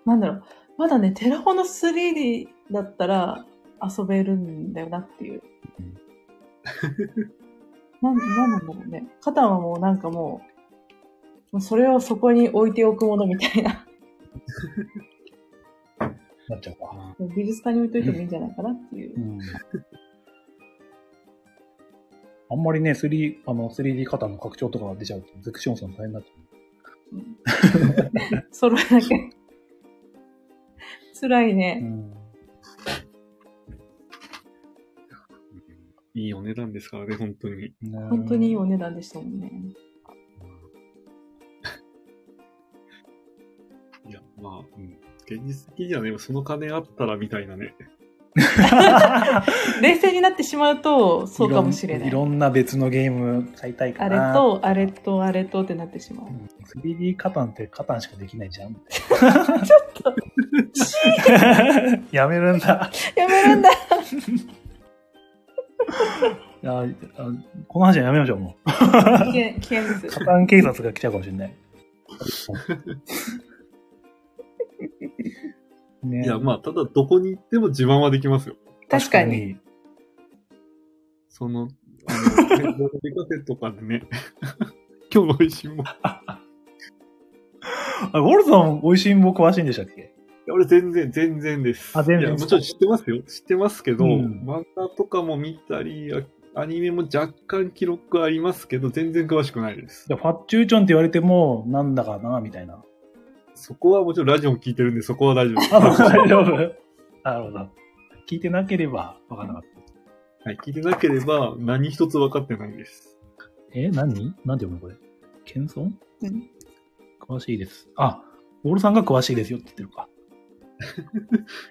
なんだろう。まだね、テラホの 3D だったら遊べるんだよなって いううん。なん、なんなんだろうね。カタンはもうなんかもう、もうそれをそこに置いておくものみたいな。なっちゃうか。美術館に置いといてもいいんじゃないかなっていうう。ん。あんまりね、3、あの、3D 型の拡張とかが出ちゃうと、ゼクションさん大変になっちゃう。揃えなきゃ。辛いね。ん。いいお値段ですからね、本当に。ね本当 にいいお値段でしたもんね。いや、まあ、うん。現実的にはね、その金あったらみたいなね。冷静になってしまうと、そうかもしれない。いろんいろんな別のゲーム買いたいかあれな。と、あれと、あれとってなってしまうう。ん。3D カタンってカタンしかできないじゃん。 ちょっと、 やめるんだ。やめるんだ。ああこの話はやめましょう、もう。危険、危険ですカ。タン警察が来ちゃうかもしれ ない。ねいや、まあ、ただどこに行っても自慢はできますよ。確かに。。その、 あの、テレビカフェとかでね。 今日の美味しいもん。いあウォルさん、美味しいんぼ詳しいんでしたっけや俺全然、全然です。あ全然いや、もちろん知ってますよ。知ってますけど、うん漫画とかも見たり、あアニメも若干記録ありますけど、全然詳しくないです。でファッチューチョンって言われても、なんだかな、みたいな。そこはもちろんラジオも聞いてるんで、そこは大丈夫です。あ、 大丈夫なるほど。聞いてなければ、わからなかった。はい、聞いてなければ何一つ分かってないです。え、何なんて読むのこれ。謙遜うん詳しいです。あ、ウォルさんが詳しいですよって言ってるか。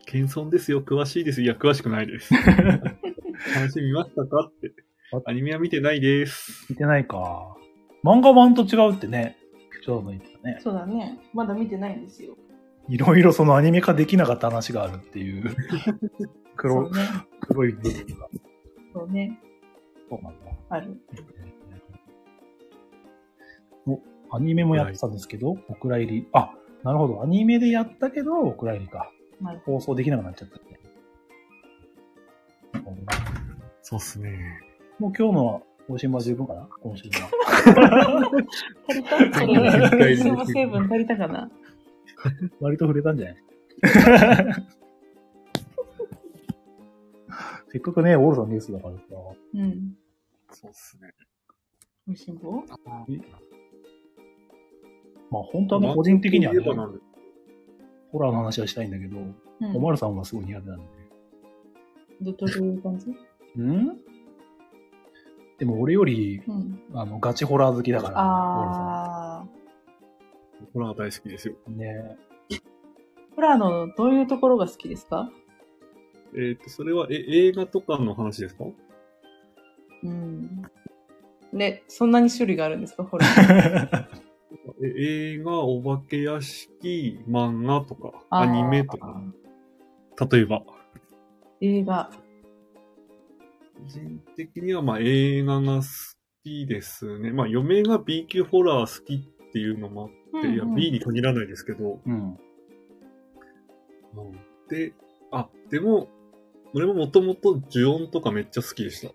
謙遜ですよ、詳しいです。いや、詳しくないです。話見ましたかってあ。アニメは見てないです。聞いてないか。漫画版と違うってね、ピクチャーの言ってたね。そうだね。まだ見てないんですよ。いろいろそのアニメ化できなかった話があるって いう。黒そう、ね。黒い部分が。そうね。そうなんだ。ある。お、アニメもやってたんですけど、お蔵入り。あ、なるほど。アニメでやったけど、お蔵入りか。はい放送できなくなっちゃったね。そうっすね。もう今日の更新は十分かな今 週は。足りたそれ、水の成分足りたかな割と触れたん じゃないせっかくね、オールさんのニュースだからさ。うん。そうっすね。美味しんぼまあ本当はね、個人的にはね、言えばなんでホラーの話はしたいんだけど、うおん。まるさんはすごい苦手なんで。ど、どういう感じうんでも俺より、うん。あの、ガチホラー好きだから、オールさあホラー大好きですよ。ん。ねー。ホラーのどういうところが好きですかえっ、と、それは、え、映画とかの話ですかうん。ね、そんなに種類があるんですかホラー。え映画、お化け屋敷、漫画とか、アニメとか、あー。例えば。映画。個人的には、まあ、映画が好きですね。まあ、嫁が B 級ホラー好きっていうのもあって、いや、うんうん B に限らないですけど、うん。で、あ、でも、俺ももともと呪音とかめっちゃ好きでした。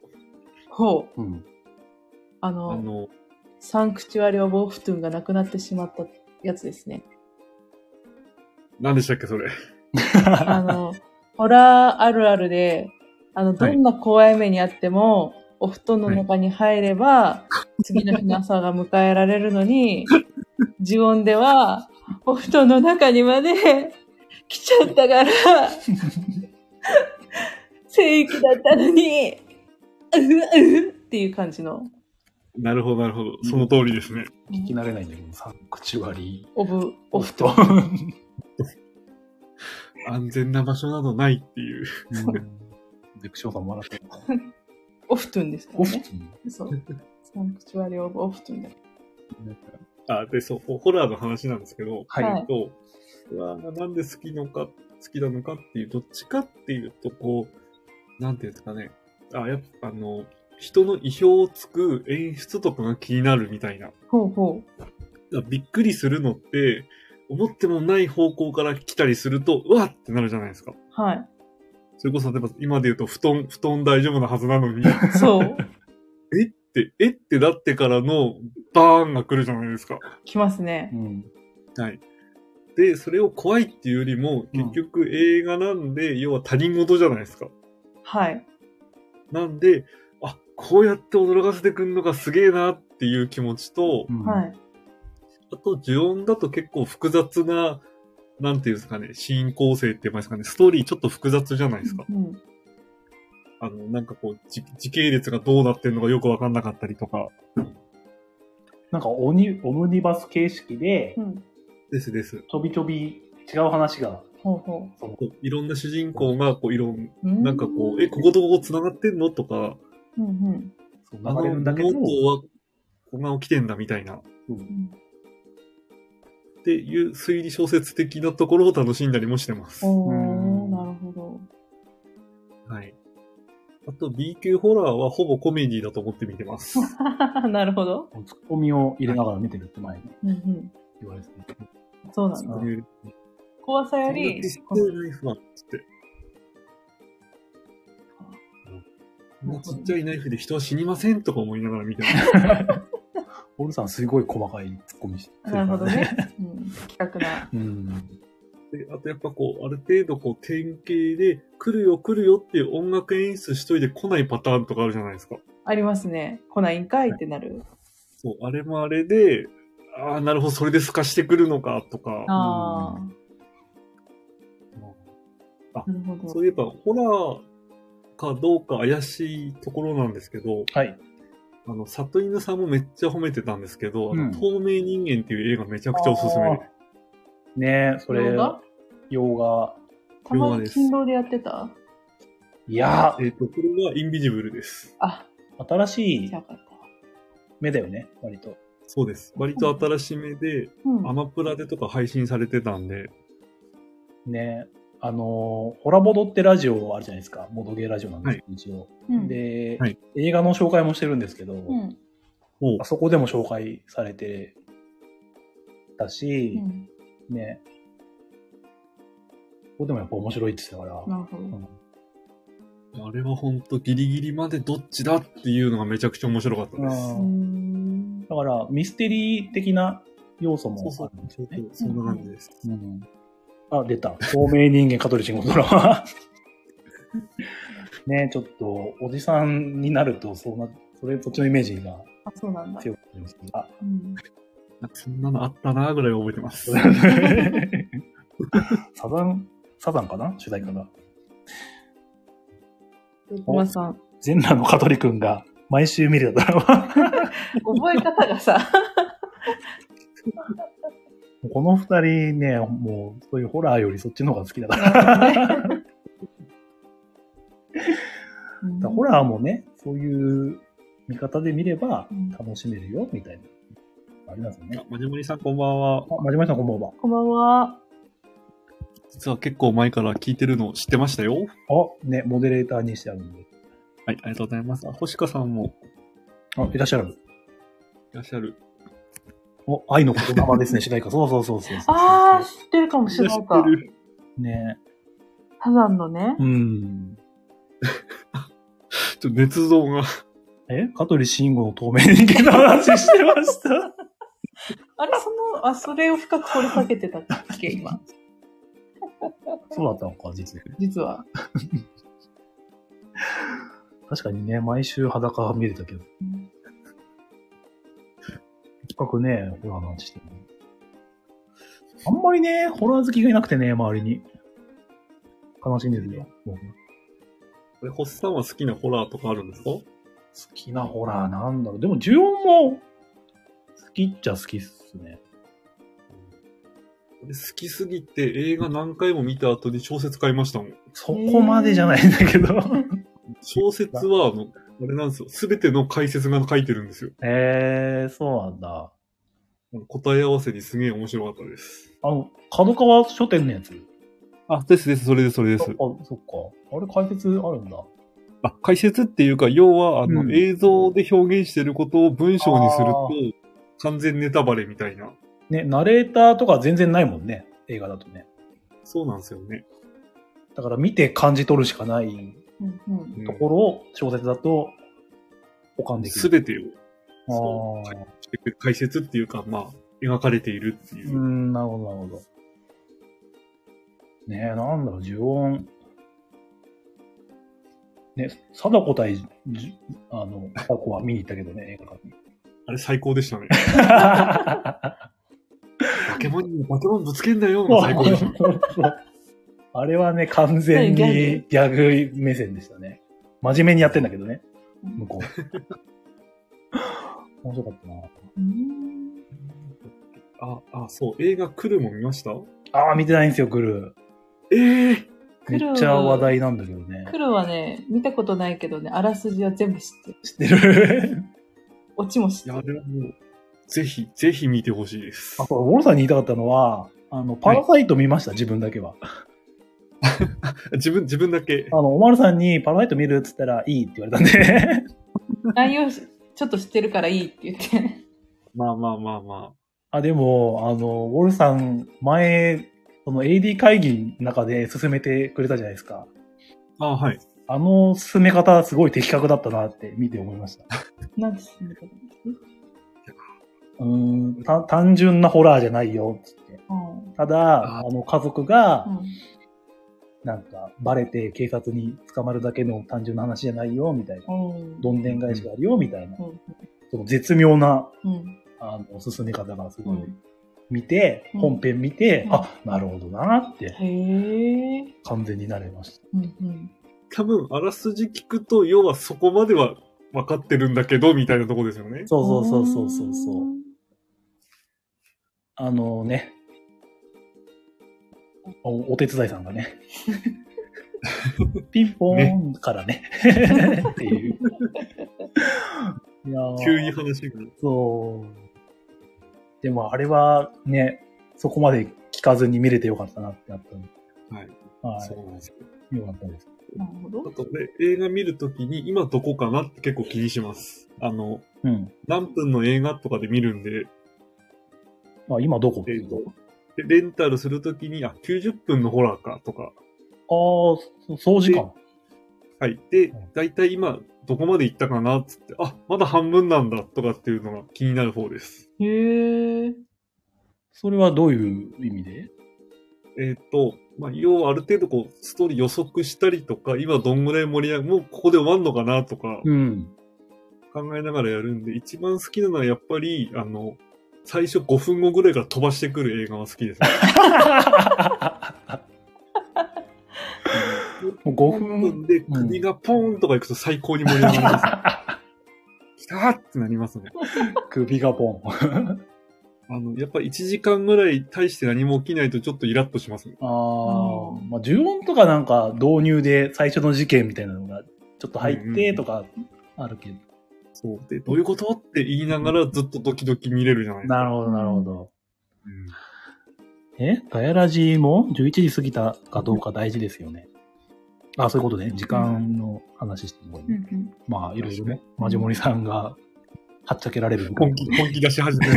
ほう。うん。ああの、の、サンクチュアリオ・ボーフトゥンがなくなってしまったやつで すね。何でしたっけ、それ。 あの、ホラーあるあるで、あの、どんな怖い目にあっても、お布団の中に入れば、次の日の朝が迎えられるのに、呪音では、お布団の中にまで来ちゃった から、正義だったのに、うふうふっていう感じの、なるほど、なるほど。その通りですね。聞き慣れないんだけど、サンクチュアリオブ、ー。オフと。団。安全な場所などないっていう。デクションさんも笑ってる。オフトゥンですかオらフね。ティそう。サンクチュアリオブオフトゥンだ。あ、で、そう、ホホラーの話なんですけど、はいはいと、ホラーがなんで好きのか、好きなのかっていう、どっちかっていうと、こう、なんていうんですかね。あ、やっぱ、あの、人の意表をつく演出とかが気になるみたいな。ほうほびっくりするのって、思ってもない方向から来たりすると、うわっってなるじゃないですか。う。はい。それこそ、例えば今で言うと、布団、布団大丈夫なはずなのに、そう。えって、 えってなってからのバーンが来るじゃないですか。来ますね。うん。はい。で、それを怖いっていうよりも、うん結局映画なんで、要は他人事じゃないですか。はい。なんで、あ、こうやって驚かせてくんのがすげえなっていう気持ちと、うんは。い。あと、呪音だと結構複雑な、なんていうんですかね、シーン構成って言いますかね、ストーリーちょっと複雑じゃないですか。うん。あの、なんかこう、じ時系列がどうなってんのかよくわかんなかったりとか。なんかオニ、オムニバス形式でう、ん。ですです。ちょびちょび違う話が、ほうほこういろんな主人公が、こう、いろん、う。なんかこう、え、こことここ繋がってんのとか、うんうん。そうあの流れるんだけど、この子は、こんな起きてんだみたいな、っうんていう推理小説的なところを楽しんだりもしてます。おうんー、なるほど。はい。あと B 級ホラーはほぼコメディだと思って見て ます。なるほど。 ツッコミを入れながら見てるって前にうんうん。言われててそうなんだ。そういう怖さより、そういうナイフはつって。こんなちっちゃいナイフで人は死にませんとか思いながら見てます。オールさんすごい細かいツッコミしてるかならるほど。ね。うん。企画な。うん。であとやっぱこう、ある程度こう、典型で、来るよ来るよっていう音楽演出しといて来ないパターンとかあるじゃないですか。ありますね。来ないんかいってなる。そう、あれもあれで、ああ、なるほど、それで透かしてくるのか、とか。ああ、なるほそど。ういえば、ホラーかどうか怪しいところなんですけど、はい。あの、里犬さんもめっちゃ褒めてたんですけど、あうんの透明人間っていう映画めちゃくちゃおすすめでねえ、それ動、画洋画。たまに勤労でやってたいやす。えっ、と、これはインビジブルです。あ、ー、新しいじゃあよかった。目だよね、割と。そうです。割と新しめで、うん。アマプラでとか配信されてたんで、ねえ。あのー、ホラボドってラジオあるじゃないですか。ボドゲーラジオなんですけど、一応。うん、で、はい映画の紹介もしてるんですけど、うん。もうあ、そこでも紹介されて、ったしう、ん。ね。ここでもやっぱ面白いって言ってたから、なるほど。あれはほんとギリギリまでどっちだっていうのがめちゃくちゃ面白かったです。ううーん。だからミステリー的な要素そうもそあうるんですちょよっとね。そんな感じです。うんあ、出た。透明人間、香取慎吾ドラマ。 ねちょっと、おじさんになると、そうな、それ、そっちのイメージがあ、そうなんだ。強くなりますねあ、 うん。なんかそんなのあったなぐらい覚え てます。サザン、サザンかな主題歌が。熊さん、全裸の香取くんが毎週見るドラマ。覚え方がさ、 この二人ね、もう、そういうホラーよりそっちの方が好きだから。ホラーもね、そういう見方で見ればうん楽しめるよ、みたいな。ありますよね。あまじまりさんこんばんは。あ、まじまりさんこんばんは。こんばんは。実は結構前から聞いてるの知ってましたよ。あ、ね、モデレーターにしてあるんで。はい、ありがとうございます。あ、星香さんもあ、いらっしゃる。いらっしゃる。お、愛の言葉 ですね、主題歌。そうそうそうそうそう。あー、知ってるかもしれないいらっかしゃ。るねサザンのねう、ん。ちょっと熱像が。え香取慎吾の透明人間の話してました。あれ、その、あ、それを深く掘りかけてたっけ、今。 そうだったのか、実は。実は。確かにね、毎週裸は見れたけど。深くね、ホラーの話してる。あんまりね、ホラー好きがいなくてね、周りに。悲しんでるよ。もうこれ、星さんは好きなホラーとかあるんですか好きなホラーなんだろう。でも、ジュオンも、好きっちゃ好きっすね。俺好きすぎて映画何回も見た後に小説買いましたもん。そこまでじゃないんだけど。小説は、あの、あれなんですよ。すべての解説が書いてるんですよ。えー、そうなんだ。あの答え合わせにすげえ面白かったです。あの、角川書店のやつ。あ、ですです、それです、それでそっか、そっか。あれ解説あるんだ。あ、解説っていうか、要は、あの、うん映像で表現してることを文章にするあと、完全ネタバレみたいな。ね、ナレーターとか全然ないもんね。映画だとね。そうなんですよね。だから見て感じ取るしかないうんうん。ところを小説だと保管できする。べてをあそー解説っていうか、まあ、描かれているっていうう。ん、なるほど、なるほど。ねえ、なんだろう、呪音。ね、貞子対、じあの、貞子は見に行ったけどね、映画館 に。あれ最高で したね。バケモンにバケモンぶつけんだよ、最高で した。 あれはね、完全にギャグ目線でしたね。真面目にやってんだけどね、向 こう。面白かったな。うんあ、あ、そう、映画来るも見ましたああ、見てないんですよ、グルええー。グルーめっちゃ話題なんだけどね。黒はね、見たことないけどね、あらすじは全部知ってる。知ってる オチも知っいてや、ある。れはもう、ぜひ、ぜひ見てほしいです。あ、そう、ウォルさんに言いたかったのは、あの、パラサイト見ました、自分だけは。自分、自分だけあ。の、おまるさんにパラサイト見るっつったら、いいって言われたんで。 内容しちょっと知ってるからいいって言って。 まあまあまあまあ、でも、あの、ウォルさん、前、その AD 会議の中で進めてくれたじゃないですか。あ。あ、はい。あの進め方、すごい的確だったなって見て思いました。なんて言うんだうろーん、た単純なホラーじゃないよ、つって。うただ、ああの、家族がう、ん。うんなんか、バレて警察に捕まるだけの単純な話じゃないよ、みたいな。うん。どんでん返しがあるよ、みたいなう。ん。その絶妙な、うん。あの、進め方がすうごい。ん。見て、うん本編見てう、んあ、なるほどなって、へえ。完全になれました。うんうん。多分、あらすじ聞くと、要はそこまでは分かってるんだけど、みたいなとこですよね。そうそうそうそうそうそう。あのね、おお手伝いさんが ね、ピンポーンからね、っていう。いやー急に話が。そう。でもあれはね、そこまで聞かずに見れてよかったなってなったんではい。はそうなんですよ。い。よかったです。なるほどあ。とね、映画見るときに、今どこかなって結構気にします。あの、うん。何分の映画とかで見るんで、あ、今どこってえいうーと。と、でレンタルするときに、あ、90分のホラーか、とか。ああ、そ総時間。はい。でん、だいたい今、どこまで行ったかなっつって、あ、まだ半分なんだ、とかっていうのが気になる方です。へえ。それはどういう意味でえっ、と、まあ、要はある程度こう、ストーリー予測したりとか、今どんぐらい盛り上がもうここで終わんのかな、とか、うん。考えながらやるんで、一番好きなのはやっぱり、あの、最初5分後ぐらいから飛ばしてくる映画は好きですね。もう5 5分。分で国がポーンとか行くと最高に盛り上がるんですよ。きたーってなりますね。首がポン。あの、やっぱ1時間ぐらい対して何も起きないとちょっとイラッとしますね。ああ、まあ、呪音とかなんか導入で最初の事件みたいなのがちょっと入ってとかあるけど。そう。で、どういうことって言いながらずっとドキドキ見れるじゃないですか。なるほど、なるほど。うんえガヤラジも11時過ぎたかどうか大事ですよね。あ、そういうことね。時間の話してもいい、うんうん。まあ、いろいろね。マジモリさんが、はっちゃけられるみたい本 な。気、本気出し始める。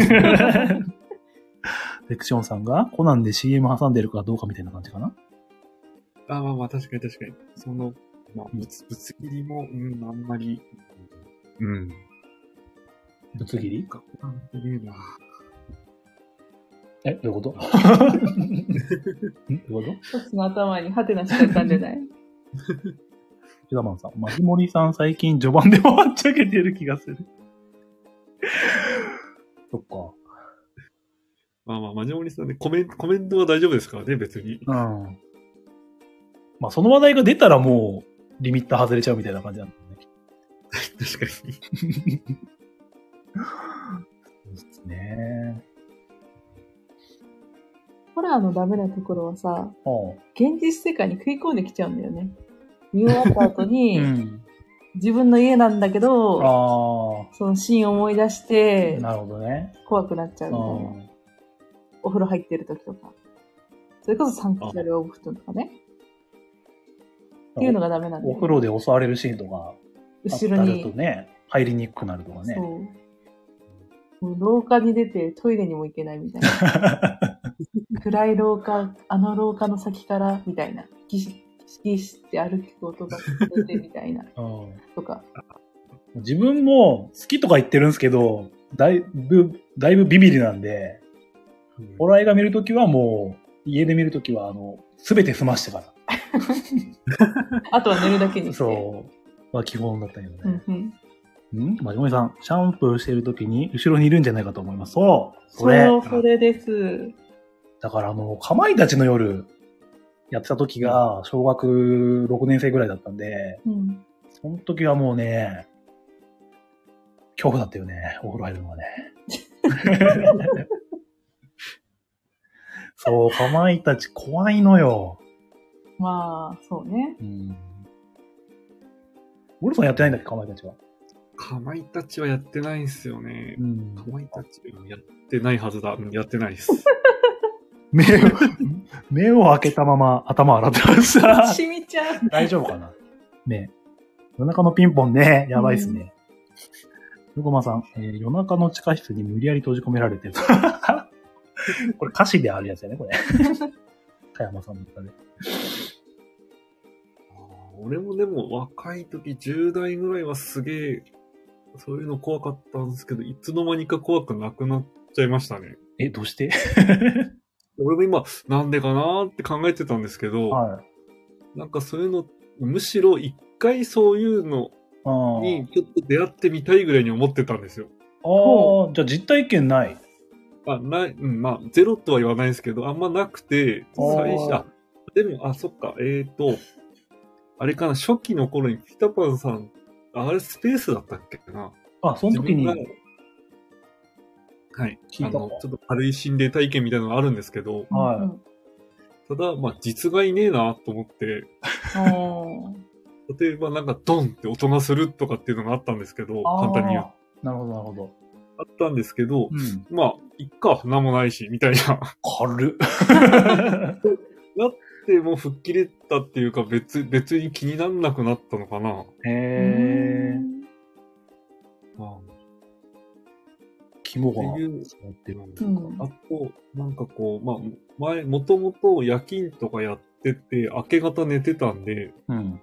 セクションさんが、コナンで CM 挟んでるかどうかみたいな感じかな。あ、まあまあ、確かに確かに。その、まあ、ぶつ、ぶつ切りも、うん、あんまり。うん。ぶつ切りか、なんていうな。え、どういうこと んどういうこ一つの頭にハテナしか浮かん でない。とピザマンさん。マジモリさん最近序盤でもはっちゃけてる気がする。そっか。まあまあ、マジモリさんね、コメント、コメントは大丈夫ですからね、別に。 うん。まあ、その話題が出たらもう、リミッター外れちゃうみたいな感じなんだよね。確かに。そうですね。ホラーのダメなところはさ、う現実世界に食い込んできちゃうんだ よね。見終わった後に、ん。自分の家なんだけあど、あそのシーンを思い出してー、、なるほどね。怖くなっちゃううみたいな。ん。お風呂入ってる時とか。それこそサンクチュアリオブフトンとかね。っていうのがダメなんだおよ風呂で襲われるシーンとか、後あろっにた。とね、入りにくくなるとかねそ。う。もう廊下に出てトイレにも行けないみたいな。 暗い廊下、あの廊下の先からみたいな。ギシッギシッって歩く音が聞こえてみたいな。うんとか。自分も好きとか言ってるんですけど、だいぶ、だいぶビビリなんで、ホラー映画見るときはもう、家で見るときは、あの、すべて済ましてかあとは寝るだけにら。して。そう。は基本だったけどうねん。うん。んマジモリさん、シャンプーしてるときに後ろにいるんじゃないかと思います。そうそれそう、それです。だからあの、かまいたちの夜、やってた時が、小学6年生ぐらいだったんで、うん。その時はもうね、恐怖だったよね、お風呂入るのはね。 そう、かまいたち怖いのよ。まあ、そうね。 うん。ウォルさんやってないんだっけ、かまいたちは。かまいたちはやってないんですよねう。んかまいたちはやってないはずだ。うんやってない です。目を、目を開けたまま頭洗ってました。しみちゃん。 大丈夫かなね。夜中のピンポンね、やばいっすね。よこまさん、えー夜中の地下室に無理やり閉じ込められ てる。これ歌詞であるやつやね、こ れ。田山さんの歌で。あー俺もでも若い時、10代ぐらいはすげえ、そういうの怖かったんですけど、いつの間にか怖くなくなっちゃいましたね。え、どうして俺も今、なんでかなーって考えてたんですけど、はい。なんかそういうの、むしろ一回そういうのあーにちょっと出会ってみたいぐらいに思ってたんですよ。あー、じゃあ実体験ない。あ、ない、うん、まあ、ゼロとは言わないですけど、あんまなくて、最初、ああ、でも、あ、そっか、えーと、あれかな、初期の頃にピタパンさん、ああれスペースだったっけなあ、その時に自。分がはい、聞いあたかの、ちょっと軽い心霊体験みたいなのがあるんですけど、はいうんただ、まあ、実害ねえなと思って、うん。例えばなんかドンって音がするとかっていうのがあったんですけど、あー簡単に言うと。なるほど、なるほど。あったんですけどう、ん。まあ、いっか、なんもないし、みたいな。 軽っ。で、もう吹っ切れたっていうか、別、別に気になんなくなったのかな。へえ。うんまあ気希望がっていう思ってる。うんあと、なんかこう、まあ、前、もともと夜勤とかやってて、明け方寝てたんで、うん。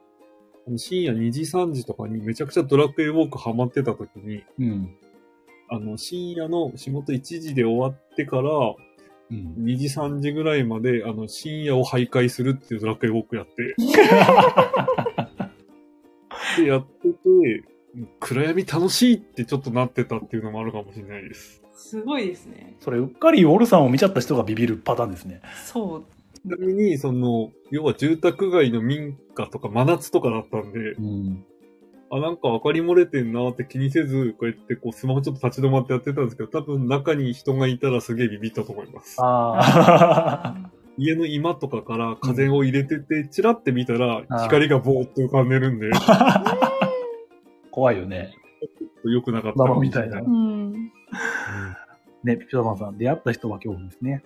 あの深夜2時3時とかにめちゃくちゃドラクエウォークハマってた時に、うん。あの、深夜の仕事1時で終わってから、うん。 2時3時ぐらいまで、あの、深夜を徘徊するっていうドラクエウォークやって。で、やってて、暗闇楽しいってちょっとなってたっていうのもあるかもしれないです。すごいですね。それ、うっかりウォルさんを見ちゃった人がビビるパターンですね。 そう。ちなみに、その、要は住宅街の民家とか真夏とかだったんで、うん。あ、なんか明かり漏れてんなって気にせず、こうやってこうスマホちょっと立ち止まってやってたんですけど、多分中に人がいたらすげえビビったと思います。ああ。家の居間とかから風を入れてて、チラって見たらあー光がボーっと浮かんでるんで、ちょ 怖いよね。っと良くなかった生かもみしれたいな。うん。ね、ピピタマンさん、出会った人は恐怖ですね。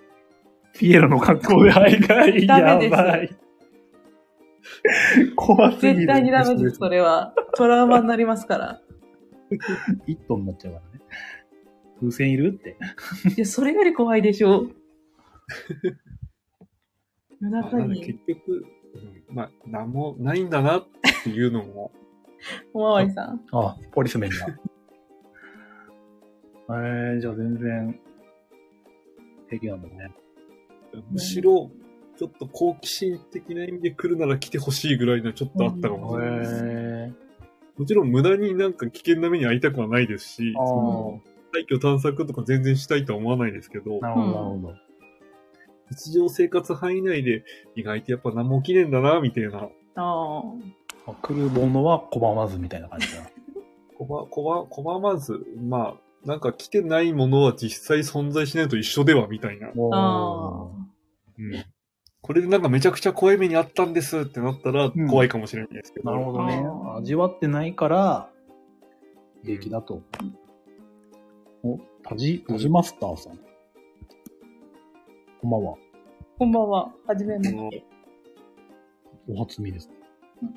ピエロの格好で徘徊。ダメでやすばい。 怖すぎる。絶対にダメです、それは。トラウマになりますから。一トンになっちゃうからね。風船いるって。いや、それより怖いでしょう。夜まあ中なんでに結、局、うんまあ、なんもないんだなっていうのも、おまわりさん。ああ、ポリ スメンが。えー、じゃあ全然、平気なんだね。むしろ、ちょっと好奇心的な意味で来るなら来てほしいぐらいのちょっとあったかもしれないです。えもちろん無駄になんか危険な目に遭いたくはないですし、ああ、廃墟探索とか全然したいとは思わないですけど、なるほど、なるほど。日常生活範囲内で意外とやっぱ何も起きねえんだな、みたいな。ああ。あ来るものは拒まずみたいな感じだ。こば、こば、こばまず、まあ、なんか来てないものは実際存在しないと一緒では、みたいな。おあーうん。これでなんかめちゃくちゃ怖い目にあったんですってなったらうん怖いかもしれないですけど。なるほどねあ。ー味わってないから、平気だと。お、タジ、タジマスターさん。こんばんは。こんばんは。はじめまして。お初見ですねうん。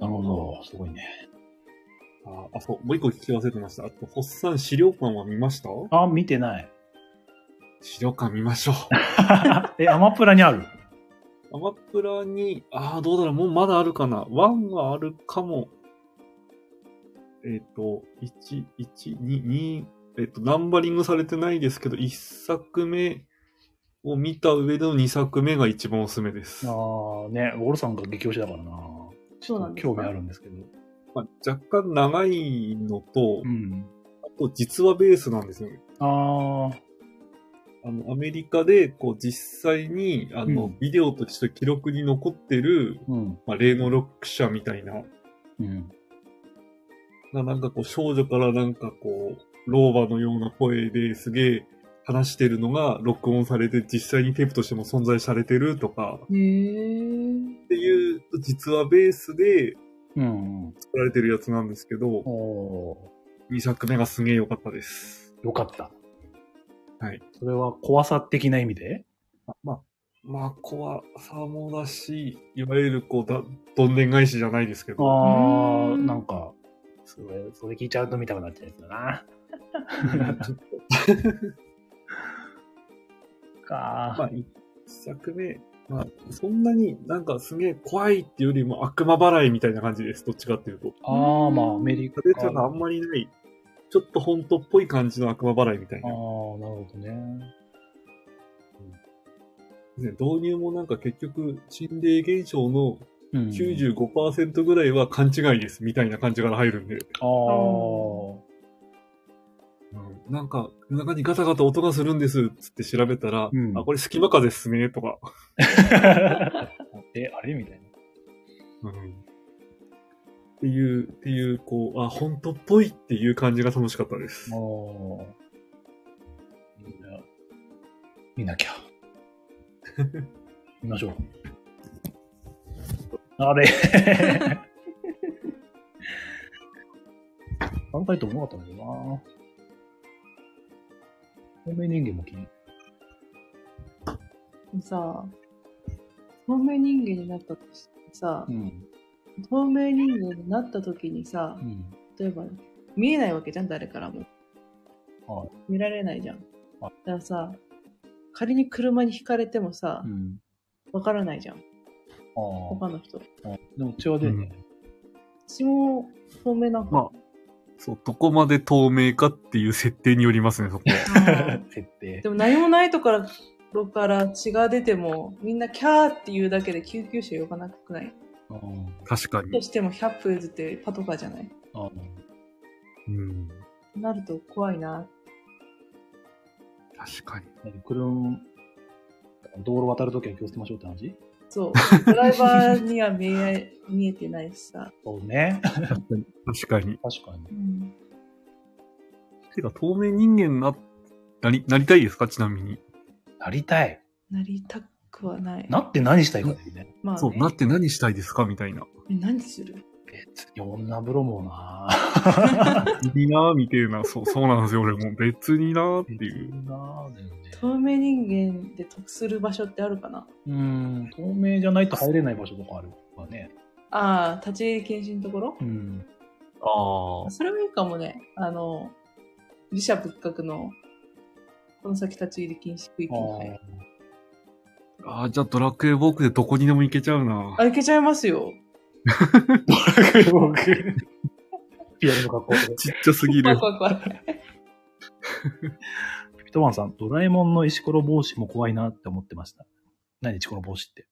なるほど。すごいね。ああ、そう、もう一個聞き忘れてました。あと、ホッサン資料館は見ましたあ、見てない。資料館見ましょう。 え、アマプラにあるアマプラに、ああ、どうだろう、もうまだあるかな。1はあるかも。えっ、と、1、1、2、2、えっ、と、ナンバリングされてないですけど、1作目を見た上での2作目が一番おすすめです。あーね、ウォルさんが激推しだからな。そうなんですか興味あるんですけど。まあ、若干長いのと、うん。あと実話ベースなんですよね。ああ、あの、アメリカで、こう、実際に、あの、うんビデオとして記録に残ってる、うん。まあ、霊能力者みたいな、うん。ななんかこう少女からなんかこう、老婆のような声ですげえ話してるのが録音されて実際にテープとしても存在されてるとかへえ。っていう実話ベースでうん。うん作られてるやつなんですけど、お2作目がすげえ良かったです。ーよかった。はい。それは怖さ的な意味でまあ、まあ怖さもだし、いわゆるこうだ、どんでん返しじゃないですけあど、あ、うんなんか、それ、それ聞いちゃうと見たくなっちゃうやつだな。かまあ、1作目、まあ、そんなになんかすげえ怖いっていうよりも悪魔払いみたいな感じです。どっちかっていうと。ああー、まあ、アメリカ派手さがあんまりない、ちょっと本当っぽい感じの悪魔払いみたいああ、なるな。ほどね。ね導入もなんか結局、心霊現象のうん95%ぐらいは勘違いです、みたいな感じから入るんで。ああ。うんなんか、夜中にガタガタ音がするんです、つって調べたら、うんあ、これ隙間風っすね、とか。え、あれみたいっていう、っていう、こう、あ、本当っぽいっていう感じが楽しかったですな。あ。あ。みんな、見なきゃ。見ましょう。あれあのタイトルもなかったんだよな。透明人間も気に。さ、透明人間になったとしてさう、ん。透明人間になった時にさう、ん。例えば、見えないわけじゃん、誰からも。は見られないじゃん。だはからさ、仮に車にひかれてもさう、ん。わからないじゃん。あ他の人。あ。でも、うちは出るね。私も透明なんか。まあ、そう、どこまで透明かっていう設定によりますね、そこ。あ設定ー で。も何もないところから血が出ても、みんなキャーって言うだけで救急車呼ばなくない。うん確かにと。しても100歩譲ってパトカーじゃない。ああうん。なると怖いな。確かに。車、道路渡るときは気をつけましょうって話 そう。ドライバーには見え見えてないしさ。そうね。確かに。確かに。うん、てか、透明人間な、なり、なりたいですかちなみに。なりたい。なりたくはない。なって何したいかだよね。まあ、ね、そう、なって何したいですかみたいな。え何する別に女風呂もないいなぁ、みたいな。そう、そうなんですよ。俺も別になぁっていう。なぁだよね。透明人間で得する場所ってあるかなうん、透明じゃないと入れない場所とかあるからね。ああ、立ち入り禁止のところうん。あそれもいいかもね。あの、自社仏閣の、この先立ち入り禁止区域あに入る。あ。ああ、じゃあドラクエウォークでどこにでも行けちゃうなあ、行けちゃいますよ。あ。僕、ピアノの格好で。ちっちゃすぎ怖るい。怖い怖い。ピトマンさん、ドラえもんの石ころ帽子も怖いなって思ってました。何石ころ帽子って。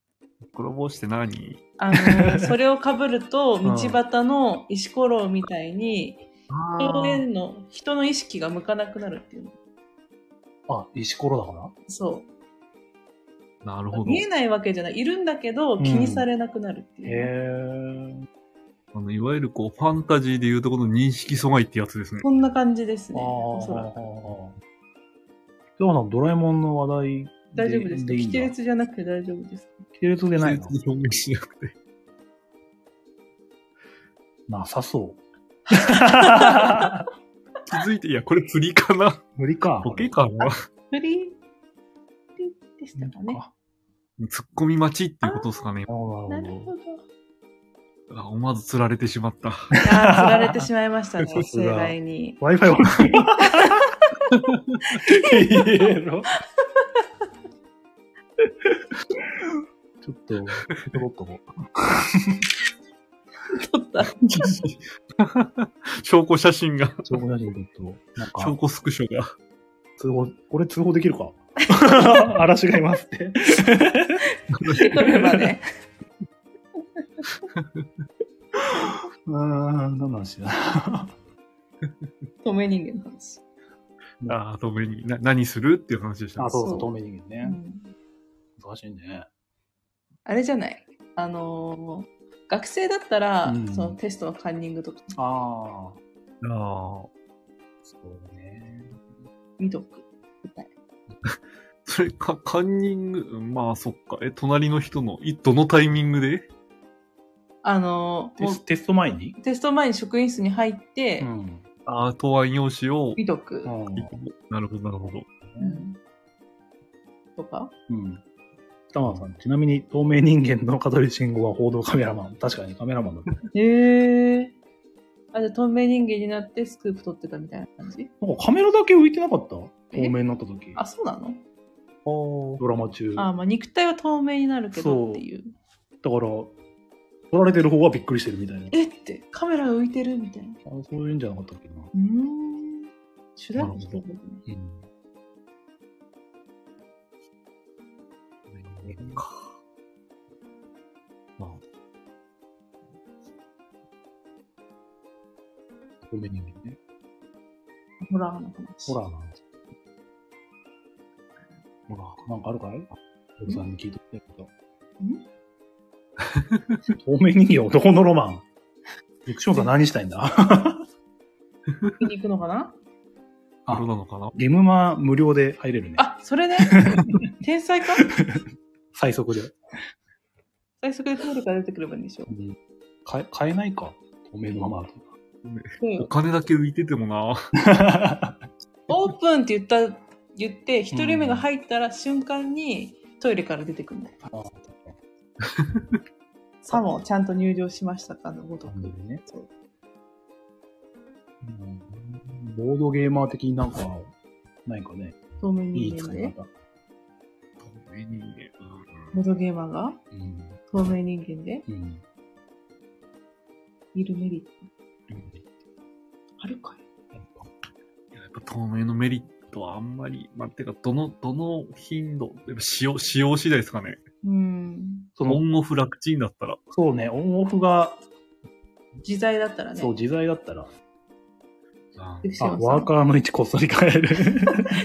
黒帽子って何あの、それをかぶると、道端の石ころみたいに、あ人への、人の意識が向かなくなるっていうの。あ、石ころだかそなるう。ほど。見えないわけじゃない。いるんだけど、気にされなくなるってらいへうえ。ね。あの、いわゆるこう、ファンタジーで言うとこの認識阻害ってやつですね。こんな感じですあね。あ。おそらく。ピトマンさん、ドラえもんの話題大丈夫ですかいい規ん定だ列じゃなくて大丈夫です。規定列でない の別に表現しなくて。なさそう。 気づいて、いや、これ釣りかな無理か。ボケかなフリー、フリーでしたかね。あ突っ込み待ちっていうことですかね。なるほど、ななるるほどほ。ど。あ思わず釣られてしま った。ああ、釣られてしまいましたね、 さす正が解に。 Wi-Fi を。言えろ。ちょっと、ちょろっとこう。取った。証拠写真が、証拠写真ちょっと、なん証か、拠スクショが。通報、これ通報できる か嵐がいますって。取れば ね。うーん、なんなんしな。透明人間の話。ああ、透明に。な、何するっていう話でしたね、あ、そうそそうう、透明人間うね。ん難しいね。あれじゃないあのー、学生だったら、うんそのテストのカンニングとかああ、ああ。そうね。見とく。それか、カンニング、まあそっか。え、隣の人の、い、どのタイミングであのー、テもステスト前にうテスト前に職員室に入って、うん。ああ、答案用紙を、見とくう。ん。なるほど、なるほど。うんとかうん。北川さん、ちなみに透明人間の香取慎吾は報道カメラマン。 確かにカメラマンだった。へえ。あ、じゃあ透明人間になってスクープ撮ってたみたいな感じなんかカメラだけ浮いてなかった透え明になった時。あ、そうなのドラマ中。だあ、かまあ肉体は透明になるけどっていう。ら、撮られてる方はびっくりしてるみたいな。えって、カメラ浮いてるみたいな。あそういうんじゃなかったっけな。うーん。主題歌聞いたことないうん。か。ま透明人間ね。ホラーの話。ホラーなんですほら、なんかあるかいおじさんに聞いてみたいこと。透明人間男のロマン。ビクションさん何したいんだ見に行くのかなあ、そうなのかなゲムマ無料で入れるね。あ、そ れね。天才か最速で。最速で通るから出てくればいいんでしょ。うん買え買えないか透明のままだそうおよ金だけ浮いててもな。と。オープンって言った、言って、一人目が入ったら瞬間にトイレから出てくるんだよ。あさもちゃんと入場しましたかのごとあく。ね。そううんボードゲーマー的になんか、ないかね、透明いい人間使いで。方。いいね。ボードゲーマーがうん。透明人間でうん。いるメリット。うんあるかいいややっぱ透明のメリットはあんまり、まあ、てか、どの、どの頻度、やっぱ使用、使用次第ですかね。うん。そオの、ンオフ楽ちんだったら。そうね、オンオフが、自在だったらね。そう、自在だったら、あセクシあ、オンさんワーカーの位置こっそり変える。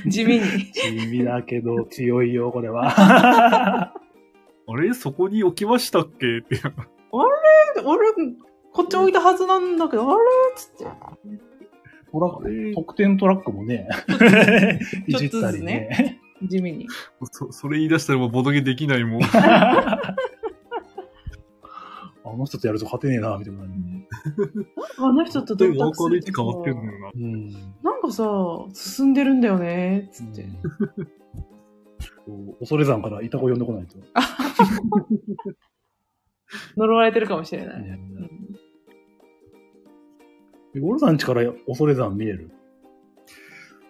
地味に。地味だけど強いよ、これは。あれそこに置きましたっけって。 俺、こっち置いたはずなんだけど、あれっつって。トラあれック、特典トラックも ね、いじったりね。地味に。そ、それ言い出したらもうボドゲできないもん。あの人とやると勝てねえな、みたいな。あの人とど本当にワーカーの位置変わってんのよな。うん。なんかさ、進んでるんだよね、つって。うんこう恐山からイタコ呼んでこないと。呪われてるかもしれない。ねうんゴルさん家から恐山見える。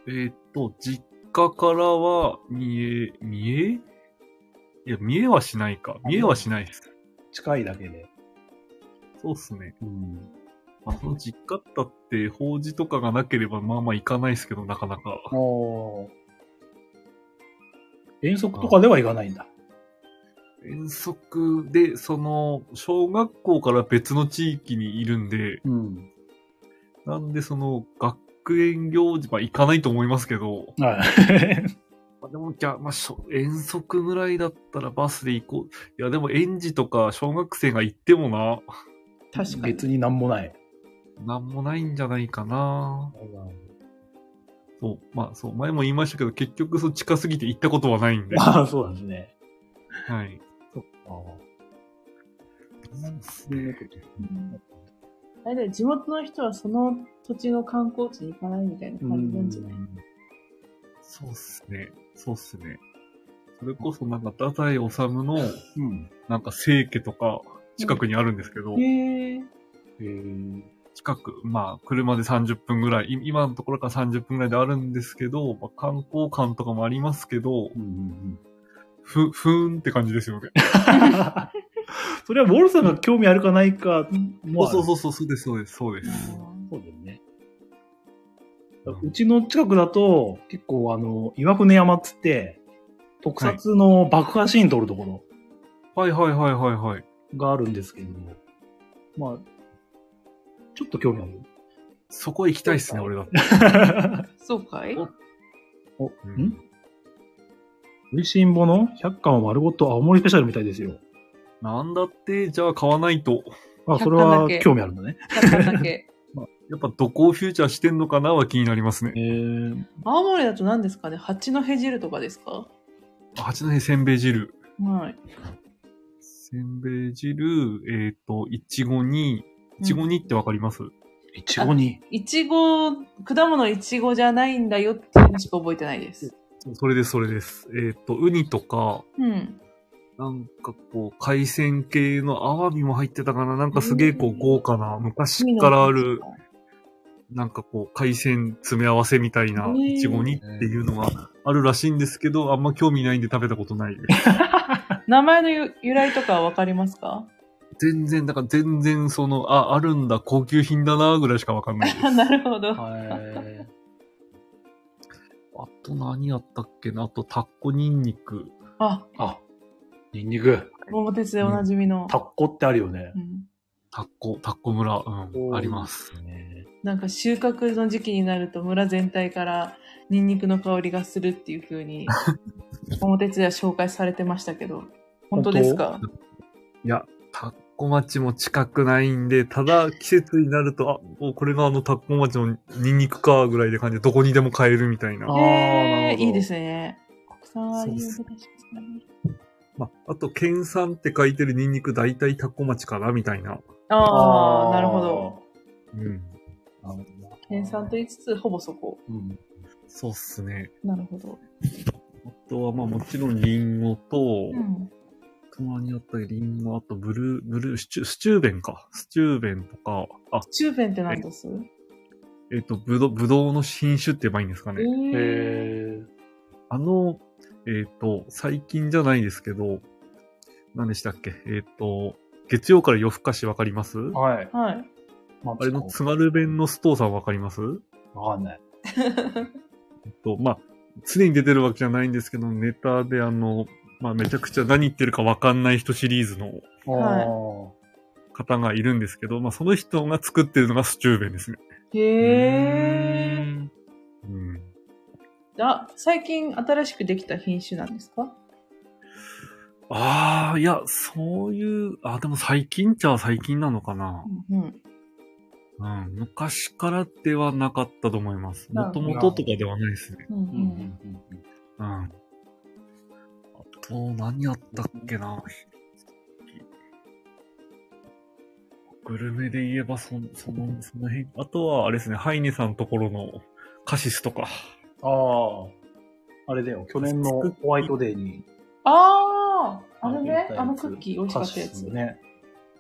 えーっと、実家からは、見え、見えいや、見えはしないか。見えはしないです。近いだけで。そうっすね。うん。まあ、その実家だって、法事とかがなければ、まあまあ行かないですけど、なかなか。もう、遠足とかでは行かないんだ。遠足で、その、小学校から別の地域にいるんで、うん。なんでその、学園行事、まあ行かないと思いますけど、はい。まあ、でも、じゃあ、まあ、しょ遠足ぐらいだったらバスで行こう。いや、でも園児とか小学生が行ってもな、確かに。別になんもない。なんもないんじゃないかな。そう、まあそう、前も言いましたけど、結局そう近すぎて行ったことはない んで。はまあ、そうなんですね。い。ああ。うんあれだよ地元の人はその土地の観光地に行かないみたいな感じなんじゃないそうっすね。そうっすね。それこそなんか、太宰治の、うん。なんか、聖家とか、近くにあるんですけど、へえ。えー、近く、まあ、車で30分ぐらい、い今のところから30分ぐらいであるんですけど、まあ、観光館とかもありますけどう、んうんふ、ふーんって感じですようね。ん。それはウォルさんが興味あるかないかもあるそうそうそう、そうです、そうです、そうです。そうだよね。うちの近くだと、結構あの、岩船山っつって、特撮の爆破シーン撮るところはいはいはいはいはい。があるんですけど、まあ、ちょっと興味そこ行きたいっすね、俺だって。ある。そうかい おお、ん美味しんぼの100巻を丸ごと青森スペシャルみたいですよ。なんだって、じゃあ買わないと。あ、それ100は巻だけ興味あるんだね。だっただけ。やっぱどこをフューチャーしてんのかなは気になりますね。えー、青森だと何ですかね蜂のへ汁とかですかあ八戸せんべい汁。はい。せんべい汁、えっ、と、いちごに、いちごにってわかります、いちごに。いちご、果物いちごじゃないんだよっていうのしか覚えてないです。それです、それです。えっ、と、ウニとか、うん。なんかこう、海鮮系のアワビも入ってたかななんかすげえこうんう、豪華な、昔からある、なんかこう、海鮮詰め合わせみたいなう、んいちごにっていうのがあるらしいんですけど、あんま興味ないんで食べたことないです。名前の由由来とかはわかりますか 全然、だから全然その、あ、あるんだ、高級品だな、ぐらいしかわかんないです。 なるほど。はい。あと何やったっけなあと、タッコニンニク。あ、あ、ニンニク。桃鉄でおなじみの。タッコってあるよね。うんタッコ、タッコ村、うん、あります。ねなんか収穫の時期になると村全体からニンニクの香りがするっていう風に桃鉄では紹介されてましたけど本当ですかいや、タッコ町も近くないんで、ただ季節になると、あ、おこれがあのタッコ町のニンニクか、ぐらいで感じで、どこにでも買えるみたいな。あなへるえほどいいですね国産は有名ですねまあ、あと、県産って書いてるニンニク、大体タッコ町かな、みたいな。ああなるほど。うん。あの県産と言いつつほぼそこうん。そうっすね。なるほど、あとは、まあ、もちろんリンゴと、うん、たまにあったり、リンゴ、あとブルー、ブルー、スチュー、スチューベンか。スチューベンとか、あ、中弁って何ですえっ、と、ぶどう、ぶどうの品種って言えばいいんですかえね。えー、ー、あの、えっ、と、最近じゃないですけど、何でしたっけえっ、と、月曜から夜更かしわかりますあはい。はい。 まあれの津軽弁のストーさんわかりますわかんない。えっと、まあ、常に出てるわけじゃないんですけど、ネタであの、まあ、めちゃくちゃ何言ってるかわかんない人シリーズのはいお方がいるんですけど、まあ、その人が作ってるのがスチューベンですね。ーへえ。ううん。あ、最近新しくできた品種なんですかああ、いや、そういう、あ、でも最近っちゃ最近なのかな。うんうん。うん。昔からではなかったと思います。なもるとほどもととかではないですね。うーんうんうんうんんうんうん。あと、何あったっけな。グルメで言えばそ、その、その辺。あとは、あれですね、ハイネさんところのカシスとか。ああ、あれだよ、去年のホワイトデーに。あああれやっねた、やつあのクッキー美味しかったやつ。カシスね。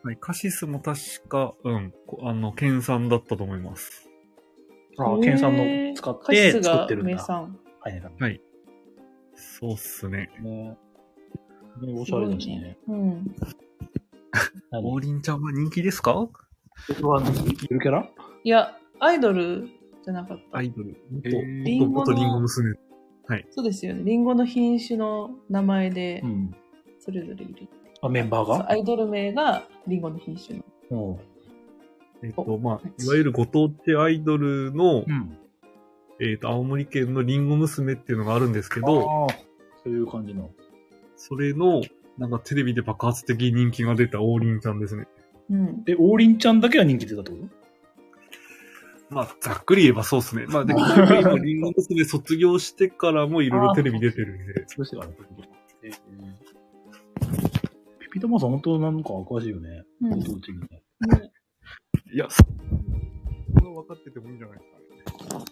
はい、カシスも確か、うん、こあの、県産だったと思います。ああ、へーケンさんの使っカシてス作がってるん名だ。産。はい、ね。そうっすね。ねおしゃれだしね。うん。王林ちゃんは人気ですか僕は、ゆるキャラいや、アイドルじゃなかった。アイドル。えー元元リンゴ娘。そうですよね。リンゴの品種の名前でう、ん。それぞれいる。あ、メンバーそうがアイドル名がリンゴの品種の。うん。うえっと、まあ、いわゆるご当地アイドルの、ん。えっと、青森県のリンゴ娘っていうのがあるんですけど、ああ、そういう感じの。それの、なんかテレビで爆発的人気が出た王林ちゃんですね。うん。え、王林ちゃんだけは人気出たってことまあ、ざっくり言えばそうっすね。まあ、で、結局今リンゴ娘卒業してからもいろいろテレビ出てるんで。そうしてからね。えーピピタマさん本当なんか詳しいよね。うん本当的にね。いや、そそれは分かっててもいいんじゃないですかね。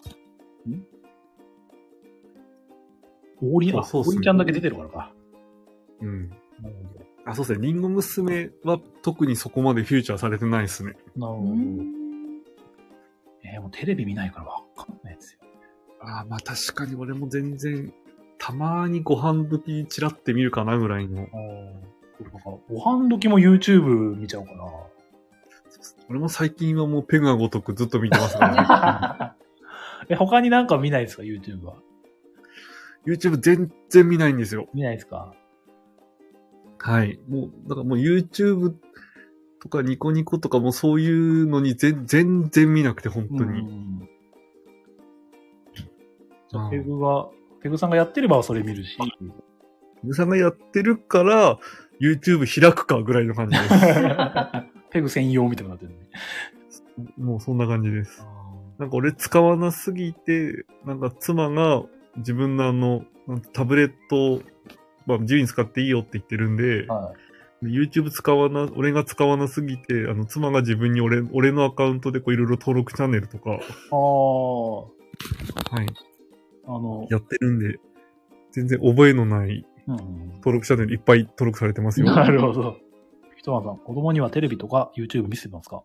王林、あ、そう王そうっす林ねちゃんだけ出てるからか。うん。なるほど。あ、そうですね。リンゴ娘は特にそこまでフューチャーされてないですね。なるほうど。んえーもうテレビ見ないからわかんないですよ。ああ、まあ確かに俺も全然、たまにご飯時チラって見るかなぐらいの。あなんかご飯時も YouTube 見ちゃうから。俺も最近はもうペグがごとくずっと見てますね え、他になんか見ないですか ?YouTube は。 YouTube 全然見ないんですよ。見ないですかはい。もう、だからもう YouTube とかニコニコとかもうそういうのに全全然見なくて、本当に。ん。じうゃんあペグが、ペグさんがやってればそれ見る し。皆さんがやってるから、YouTube 開くかぐらいの感じで ペグ専用みたいになってるね。す。もうそんな感じです。なんか俺使わなすぎて、なんか妻が自分のあの、なんてタブレットを、まあ、自由に使っていいよって言ってるんで、は YouTube 使わな、俺が使わなすぎて、あの、妻が自分に俺、俺のアカウントでこういろいろ登録チャンネルとか、い。はい、ああ、あの、やってるんで、全然覚えのないうん登録チャンネルいっぱい登録されてますよ。なるほど。ひとまさん、子供にはテレビとか YouTube 見せてますか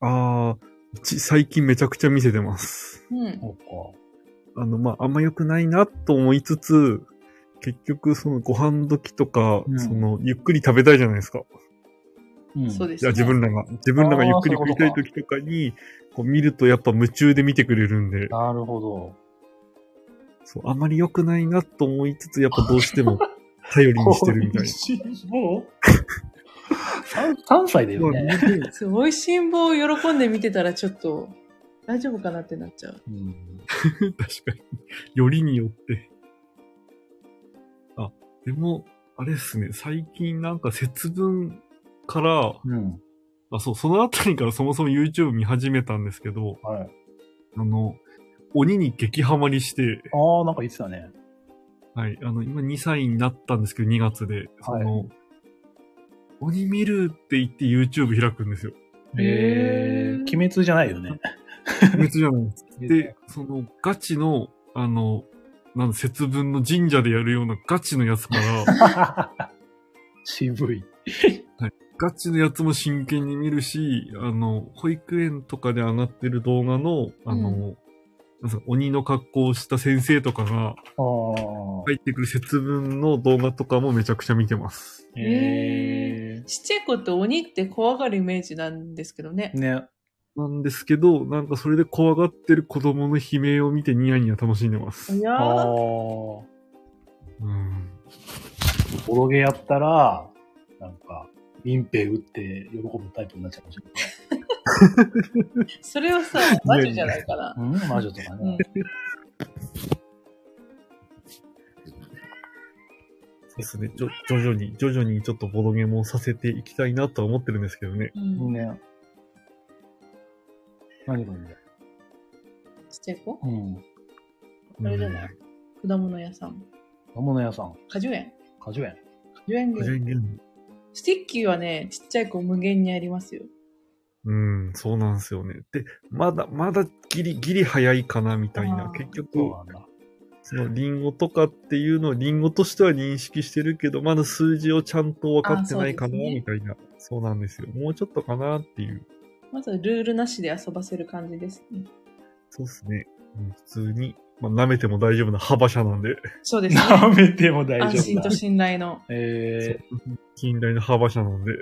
あー、うち最近めちゃくちゃ見せてます。うん。そうか。あの、まあ、あんま良くないなと思いつつ、結局、そのご飯時とか、うんその、ゆっくり食べたいじゃないですか。うんそうですいや、ね。自分らが、自分らがゆっくりあー食いたい時とかに、こう見るとやっぱ夢中で見てくれるんで、なるほど。そう、あまり良くないなと思いつつ、やっぱどうしても頼りにしてるみ たいな。もう 3, 歳だよね。そう、美味しんぼを喜んで見てたらちょっと、大丈夫かなってなっちゃう。うん確かに。よりによって。あ、でも、あれですね、最近なんか節分から、うん。あ、そう、そのあたりからそもそも YouTube 見始めたんですけど、はい。あの、鬼に激ハマりして、ああ、なんか言ってたね。はい、あの、今2歳になったんですけど、2月で、その、鬼見るって言って YouTube 開くんです よ。へー鬼滅じゃないよね。別じゃない です。で、その、ガチの、あの、なんだ節分の 神社でやるようなガチのやつから、渋い。ガチのやつも真剣に見るし、あの、保育園とかで上がってる動画の、あの、うなんすか鬼の格好をした先生とかがああ。入ってくる節分の動画とかもめちゃくちゃ見てます。えちっちゃい子って鬼って怖がるイメージなんですけどねー。。ね。なんですけど、なんかそれで怖がってる子供の悲鳴を見てニヤニヤ楽しんでます。いやああ。ーボうん。ロゲやったら、なんか、隠蔽打って喜ぶタイプになっちゃうかもしれない。それは さ、マジじゃないかな。うん魔女とかね。そうですね。じょ徐々に、徐々にちょっとボドゲもさせていきたいなとは思ってるんですけどね。うん。ちっね。何がいいんだよ。ちゃい子うん。あれじゃない果物屋さん。果物屋さん、果樹園。果樹園。果樹園うんで。スティッキーはね、ちっちゃい子無限にありますよ。うん、そうなんですよね。で、まだ、まだギリギリ早いかなみたいあな。ー結そう局、なんだ。そのリンゴとかっていうのをリンゴとしては認識してるけど、まだ数字をちゃんと分かってないかなあーそうでみたいな。そうなんですよ。もうちょっとかなっていう。まずはルールなしで遊ばせる感じですね。そうですね。うん普通に、まあ、舐めても大丈夫な幅車なんで。そうですね。舐めても大安丈心夫だと。信頼の。えー、近代の幅車なんで。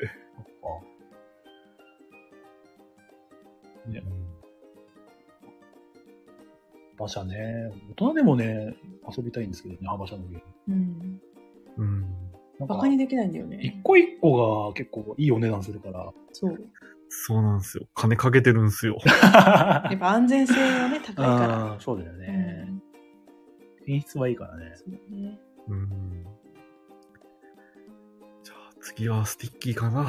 あね馬車ね。大人でもね、遊びたいんですけどね、馬車のゲーム。うん。うん。なんバかカ、にできないんだよ一ね。個一個が結構いいお値段するから。そう。そうなんですよ。金かけてるんですよ。 や っぱ安全性がね、高いかうん、そうだよら。ね。品質はいいからねうん。そうだね。うん。じゃあ次はスティッキーかな。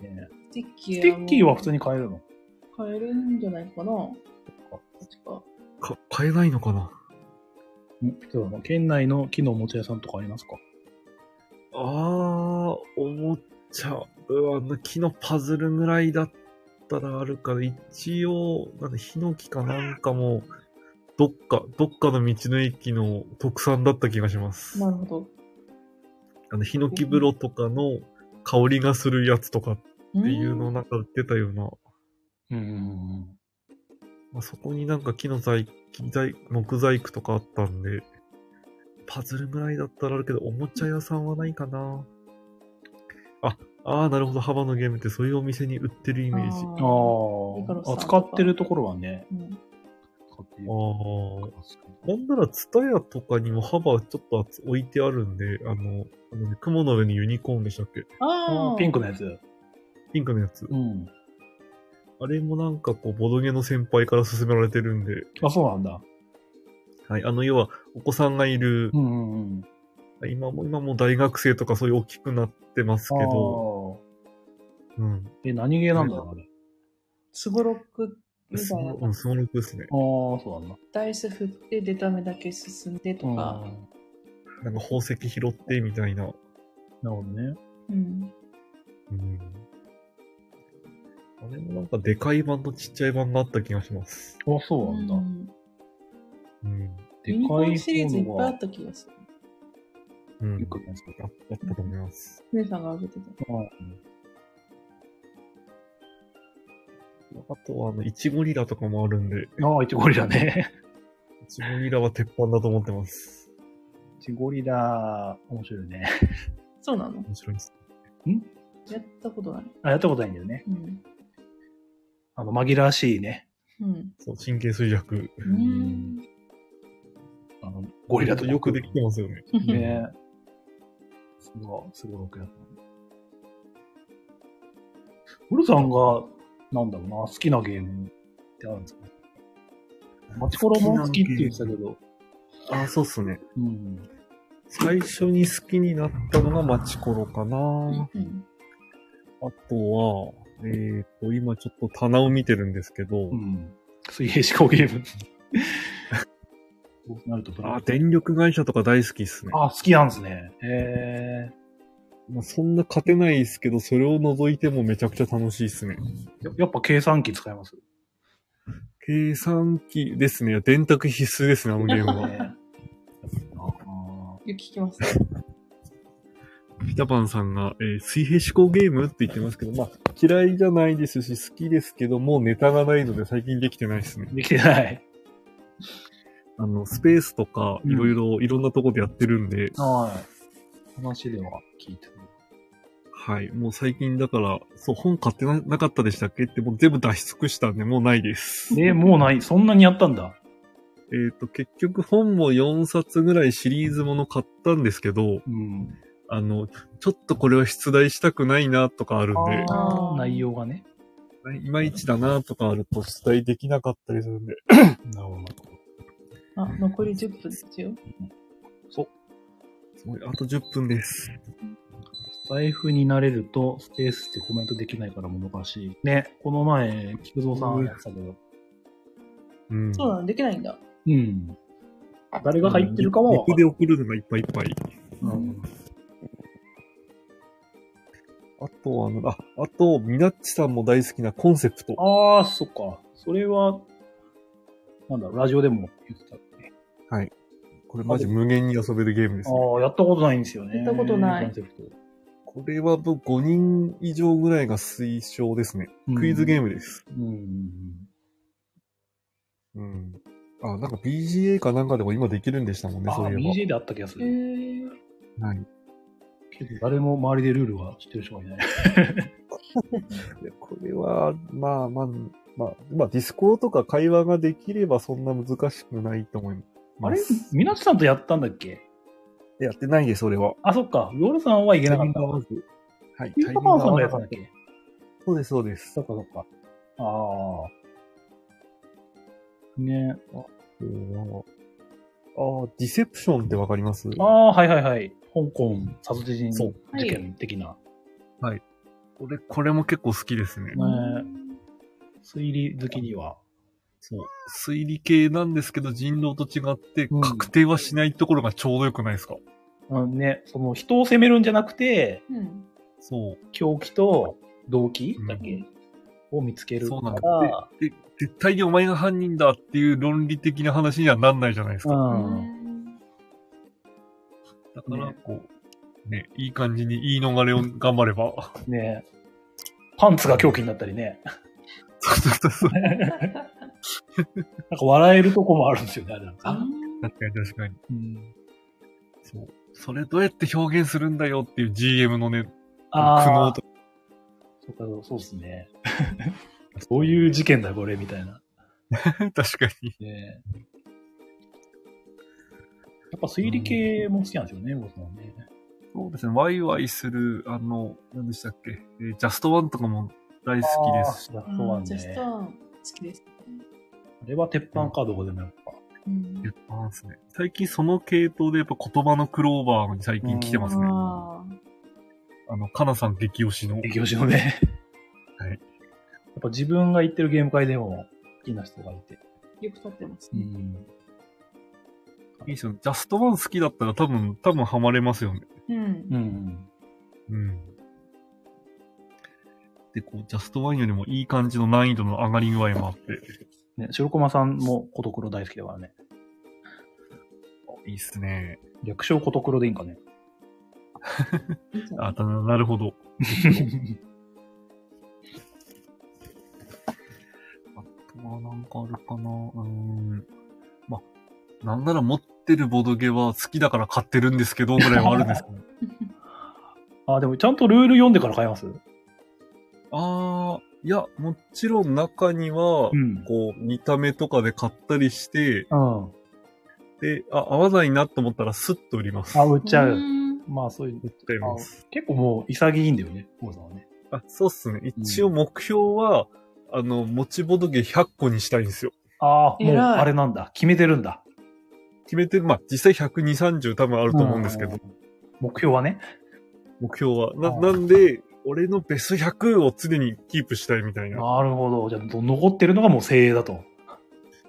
ねスティッキースティッキーは普通にに買えるの買えるんじゃないかな。確か。か、買えないのかなんそうなの県内の木のおもちゃ屋さんとかありますかあー、おもちゃ、うわ、あの木のパズルぐらいだったらあるから、一応、なんかヒノキかなんかも、どっか、どっかの道の駅の特産だった気がします。なるほど。あの、ヒノキ風呂とかの香りがするやつとかっていうのをなんか売ってたような。うんうんうん。まあ、そこになんか木の材、木材、木細工とかあったんで、パズルぐらいだったらあるけど、おもちゃ屋さんはないかな。あ、ああ、なるほど。幅のゲームってそういうお店に売ってるイメーあジ。あーミカロスさんあ。とか使ってるところはね、うん使ってるあ。ー。あなんなら、ツタヤとかにも幅ちょっと置いてあるんで、あの、あのね雲の上にユニコーンでしたっけあああーピンクのやつ。ピンクのやつう。ん。あれもなんかこう、ボドゲの先輩から勧められてるんで、あ、そうなんだ。はい。あの、要は、お子さんがいるう、んうんうん。今も、今もう大学生とかそういう大きくなってますけど、うん。あー。え、何ゲーなんだろう、あれ。ああ、すごろくみすたいなごうん、すごろくですね。そうなんだ。ダイス振って出た目だけ進んでとうんか、なんか宝石拾ってみたいな。なるほどね。うんうん。あれもなんかでかい版とちっちゃい版があった気がします。あ、そうなんだ。うんうん。でユニコかーいンシリーズいっ方ぱいあがっ、た気がする。うん。ピンクのやつとあか。あったと思います。姉さんが挙げてた。うんあとは、あの、イチゴリラとかもあるんで、ああ、イチゴリラ ね。イチゴリラは鉄板だと思ってます。イチゴリラ、面白いね。そうなの面白いです。やったことない。あ、やったことないんだよね。うん。あの、紛らわしいね。うん。そう、神経衰弱。うん。あの、ゴリラとよくできてますよね。ね。ねすごい、すごい6やった。ウルさんが、なんだろうな、好きなゲームってあるんですかマチコロも好きって言ってたけど。あ、そうっすね。うん。最初に好きになったのがマチコロかなうんあとは、えっ、と、今ちょっと棚を見てるんですけど、うん。水平思考ゲーム。そうなるとブラッあク電力会社とか大好きっすね。あ、好きなんですね。へまあ、そんな勝てないっすけど、それを除いてもめちゃくちゃ楽しいっすね。え。ややっぱ計算機使い ます計算機ですね。電卓必須 ですね、あのゲームねやっは。ぱりなよく聞きます。ピタパンさんが、えー水平思考ゲームって言ってますけど、まあ、嫌いじゃないですし、好きですけど、もうネタがないので最近できてないですね。できてない。あの、スペースとか、うんいろいろ、いろんなとこでやってるんで、はい。話では聞いてる。はい。もう最近だから、そう、本買ってななかったでしたっけって、もう全部出し尽くしたんで、もうないです。えー、もうない。そんなにやったんだ。えっ、と、結局本も4冊ぐらいシリーズもの買ったんですけど、うん。あの、ちょっとこれは出題したくないなとかあるんで、あー内容がね。いまいちだなとかあると出題できなかったりするんで、なるほど。あ、残り10分ですよ。すごい、あと10分です。スタイフになれると、スペースってコメントできないから難しい。ね、この前、菊蔵さんやってたけど。うん。そうなのできないんだ。うん。誰が入ってるかは分僕かるで送るのがいっぱいいっぱい。うんあとはあの、あ、あと、ミナッチさんも大好きなコンセプト。ああ、そっか。それは、なんだろう、ラジオでも言ってたっけ。これマジ無限に遊べるゲームです、ね。ああ、やったことないんですよね。やったことないコンセプトこれは僕5人以上ぐらいが推奨ですね。クイズゲームです。ーム。うん。うん。あ、なんか BGA かなんかでも今できるんでしたもんね、あそうあ、いえ BJ であった気がすへる。え。ば。はい。けど誰も周りでルールは知ってる人がいない。いやこれは、まあまあ、まあ、まあ、ディスコードとか会話ができればそんな難しくないと思いあまれす。みなちさんとやったんだっけやってないです、それは。あ、そっか。ヨルさんはいけなかったタイミング合わわ。ずはい。ピタンイタミング合パンさんわがなやいったんだっけそうです、そうですそ。っかそっか。ああ。ねうんあーディセプションってわかりますああ、はいはいはい。香港殺人そ事う件的な、これ、これも結構好きですねね推理好きには。そう。推理系なんですけど、人狼と違ってうん、確定はしないところがちょうどよくないですか、うん、ね、その人を責めるんじゃなくて、うん。そ狂気と動機うんだけを見つけるそうかなんだら、う。で、絶対にお前が犯人だっていう論理的な話にはなんないじゃないですうか。ん。だから、ねこう、ね、いい感じに言い逃れを頑張れば。ねパンツが狂気になったりね。 そうそうそう。なんか笑えるとこもあるんですよね、あれなんか。確かに確かに。うんそう。それどうやって表現するんだよっていう GM のね、苦あ悩あと、そうかそうですね。どういう事件だ、これ、みたいな。確かに。ねやっぱ推理系も好きなんですよね、僕さんね。そうですね、ワイワイする、あの、何でしたっけ、えージャストワンとかも大好きです。あー。そううなんん。ジャスね。トあワン好きです。れは鉄板か、どこでもやっぱ。うんやっぱなんですね。最近その系統でやっぱ言葉のクローバーに最近来てますね。ああーの、かなさん激推しの。激推しのね。はいやっぱ自分が行ってるゲーム会でも好きな人がいて。よく撮ってますうね。ん。いいですよね。ジャストワン好きだったら多分、多分ハマれますよね。うんう。ん。うん。で、こう、ジャストワンよりもいい感じの難易度の上がり具合もあって。ね、白駒さんもコトクロ大好きだからね。いいっすね。略称コトクロでいいんか ね。いいじゃんあ、だなるほど。あとはなんかあるかなうーん。ま、なんなら持ってるボドゲは好きだから買ってるんですけど、ぐらいはあるんですけど。あ、でもちゃんとルール読んでから買います あー、いや、もちろん中には、ん。こう、見た目とかで買ったりして、うん。で、あ、合わないなと思ったらスッと売ります。あ、売っちゃう。んまあそういう売っ。ちゃいます。結構もう潔いんだよね、コウさんはね。あ、そうっすね。一応目標は、あの、持ちボドゲ100個にしたいんですよ。ああ、もう偉いあれなんだ。決めてるんだ。決めて、まあ、実際120、30多分あると思うんですけどう、ん。目標はね。目標は。あな、ーなんで、俺のベスト100を常にキープしたいみたいな、なるほど。じゃあ、残ってるのがもう精鋭だと。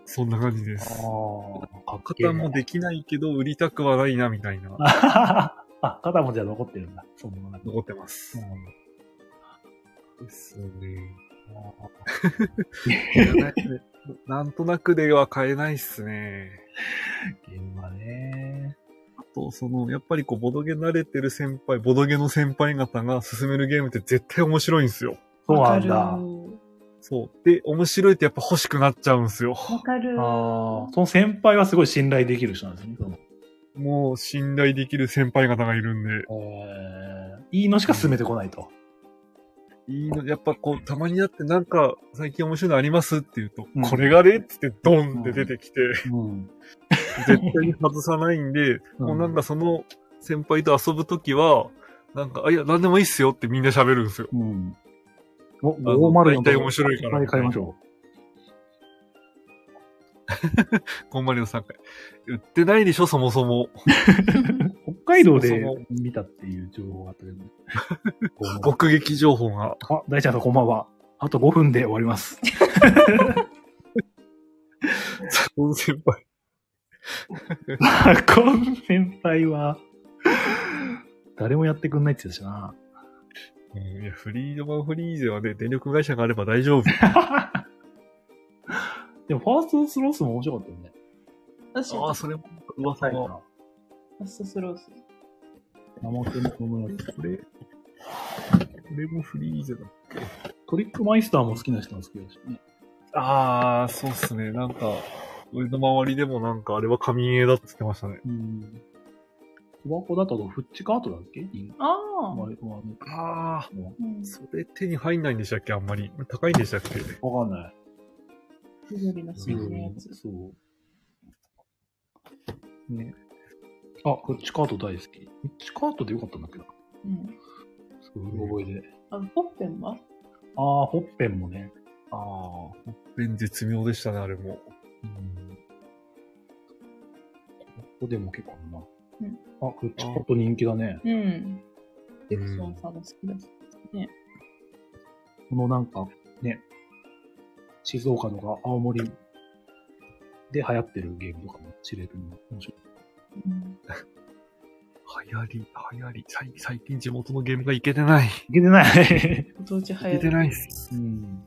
そんな感じであす。あ、かっけえ肩なもできないけど、売りたくはないな、みたいな、 あ、肩もじゃあ残ってるんだ。そんな残ってます。うですね。ん なんとなくでは買えないっすね。ゲームはね。あとど、その、やっぱりこう、ボドゲ慣れてる先輩、ボドゲの先輩方が進めるゲームって絶対面白いんですよ。そうなんだ。わかあるそう。で、面白いってやっぱ欲しくなっちゃうんですよ。 わかる。あー、その先輩はすごい信頼できる人なんですね。そのもう信頼できる先輩方がいるんで、えーいいのしか進めてこないと。いいの、やっぱこう、たまにだってなんか、最近面白いのありますって言うと、うんこれがねっつってドンって出てきて、うん。絶対に外さないんで、もうなんかその先輩と遊ぶときは、なんか、あ、いや、なんでもいいっすよってみんな喋るんですよ。 うん。お、あの504大体面白いかいらっぱい買いましょこんまりの3回。売ってないでしょ、そもそも。う。北海道でそも見たっていう情報があったけ ど。こ目撃情報が。うあ、大ちゃんさんこんばんは。あと5分で終わります。この先輩。 この先輩は、誰もやってくんないって言ってたしな。 うん、いや、フリードマンフリーゼはね、電力会社があれば大丈夫。でも、ファーストスロースも面白かったよね。私、ああ、フ それも噂が。ァストスロース。生クの友達。これ、これもフリーゼだ。トリックマイスターも好きな人なんですけどね。ああ、そうっすね。なんか、俺の周りでもなんか、あれは神絵だって言ってましたね。うん。小箱だと、フッチカートだっけリンあああ。れはね。ああ、もうんそれ手に入んないんでしたっけあんまり。高いんでしたっけうわかんない。緑のスイのやつ。そう。ね。あ、フッチカート大好き。フッチカートでよかったんだっけど。うん。すごい覚えで。あの、ポッペンはああ、ホッペンもね。ああ、ほっぺん絶妙でしたね、あれも。うん。ここでも結構あるな。あ、フッチあカーート人気だね。うん。デクソンさんの好きだし。このなんか、ね、静岡とか青森で流行ってるゲームとかも知れるの面白い。うん。流行り、流行り。最最近地元のゲームがいけてない。いけてない。ご当地流いけ行てる。ないっす。うん。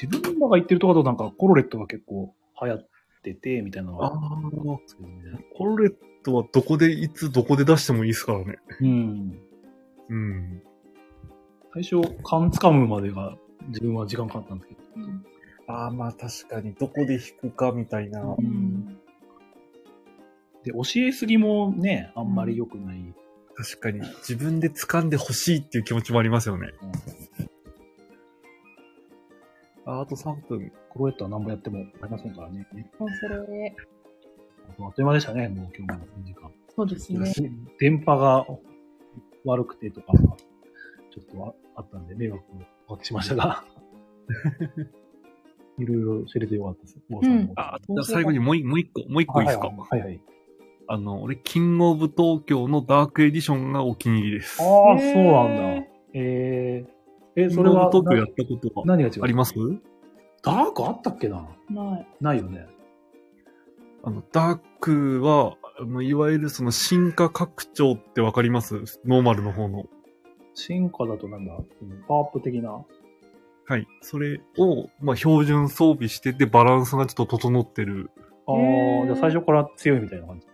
自分らが言ってるとかだとなんかコロレットが結構流行ってて、みたいなのあがあるあ、んですけどね。コロレットはどこで、いつどこで出してもいいですからね。うん。うん。最初、勘つかむまでが自分は時間かかったんですけど。うんああ、まあ確かに、どこで引くかみたいな。ううんん。で、教えすぎもね、あんまり良くない。確かに、自分で掴んでほしいっていう気持ちもありますよね。あ、あと3分。コロレットは何もやってもありませんからね。もうそれ、あっという間でしたね、もう今日も3時間。そうですね。電波が悪くてとか、ちょっとあったんで迷惑をおかけしました が、いろいろ知れてよかったです。坊さもあ、じゃあ最後にもういもう一個、もう一個いいですか、はいはい。あの、俺、キングオブ東京のダークエディションがお気に入りです。あキあ、そうなんだ。えー、え、ンそグれはオブ東京やったことは何が違うありますダークあったっけなない。ないよね。あの、ダークは、あの、いわゆるその進化拡張ってわかりますノーマルの方の。進化だとなんだパワーアップ的な。はい。それを、まあ、標準装備してて、バランスがちょっと整ってる。ああ、じゃあ最初から強いみたいな感じ。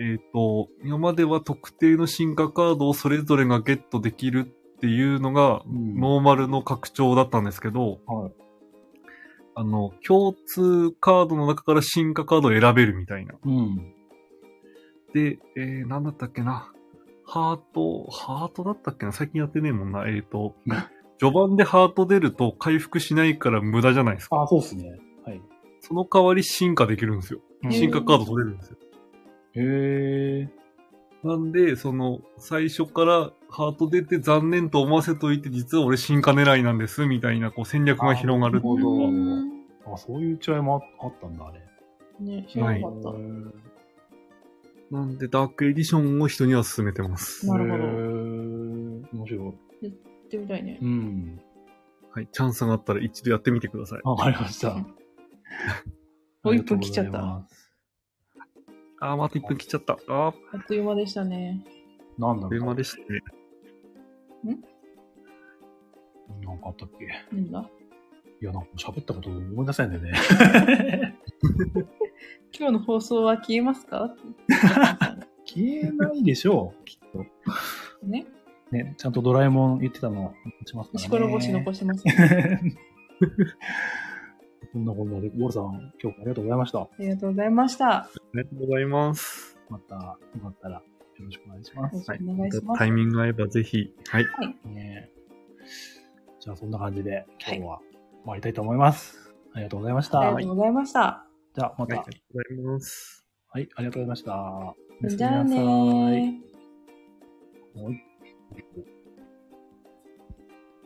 えっ、と、今までは特定の進化カードをそれぞれがゲットできるっていうのが、んノーマルの拡張だったんですけど、はいあの、共通カードの中から進化カードを選べるみたいな。うん。で、えー、なんだったっけな。ハート、ハートだったっけな最近やってねえもんな。えっ、 と、序盤でハート出ると回復しないから無駄じゃないですか。ああ、そうっすね。はい。その代わり進化できるんですよ。ん進化カード取れるんですよ。へえ。なんで、その、最初からハート出て残念と思わせといて、実は俺進化狙いなんです、みたいな、こう戦略が広がるっていうなるほどのは。うんあ、そういう違いもああったんだ、あれ。ね、知らなかへった。ーなんで、ダークエディションを人には勧めてます。なるほどへー面白行ってみたいねい。う。ん。はい。チャンスがあったら一度やってみてください。わかりました。 もう一分来ちゃったありがとうございます。あー、また1分切っちゃった。あー、あっという間でしたね。なんだろう。電話でしたね。なんかあったっけい何がや、なんか喋ったこと思い出せないんだよね。今日今日の放送は消えますか 消えないでしょう、きっと。ね。ね、ちゃんとドラえもん言ってたの落ちますからね。石ころ星残します、ね。 こんなこんなで、ゴールさん、今日もありがとうございました。ありがとうございました。りがとうございます。また、よかったら、よろしくお願いしまよろす。しくお願いします。タイミングが合えばぜひ。はい。ねじゃあ、そんな感じで、今日は終わりたいと思います。ありがとうございました。ありがとうございました。じゃあ、また、あはりがとうございます。い、ありがとうございました。おやすみじゃあなねさいー。はい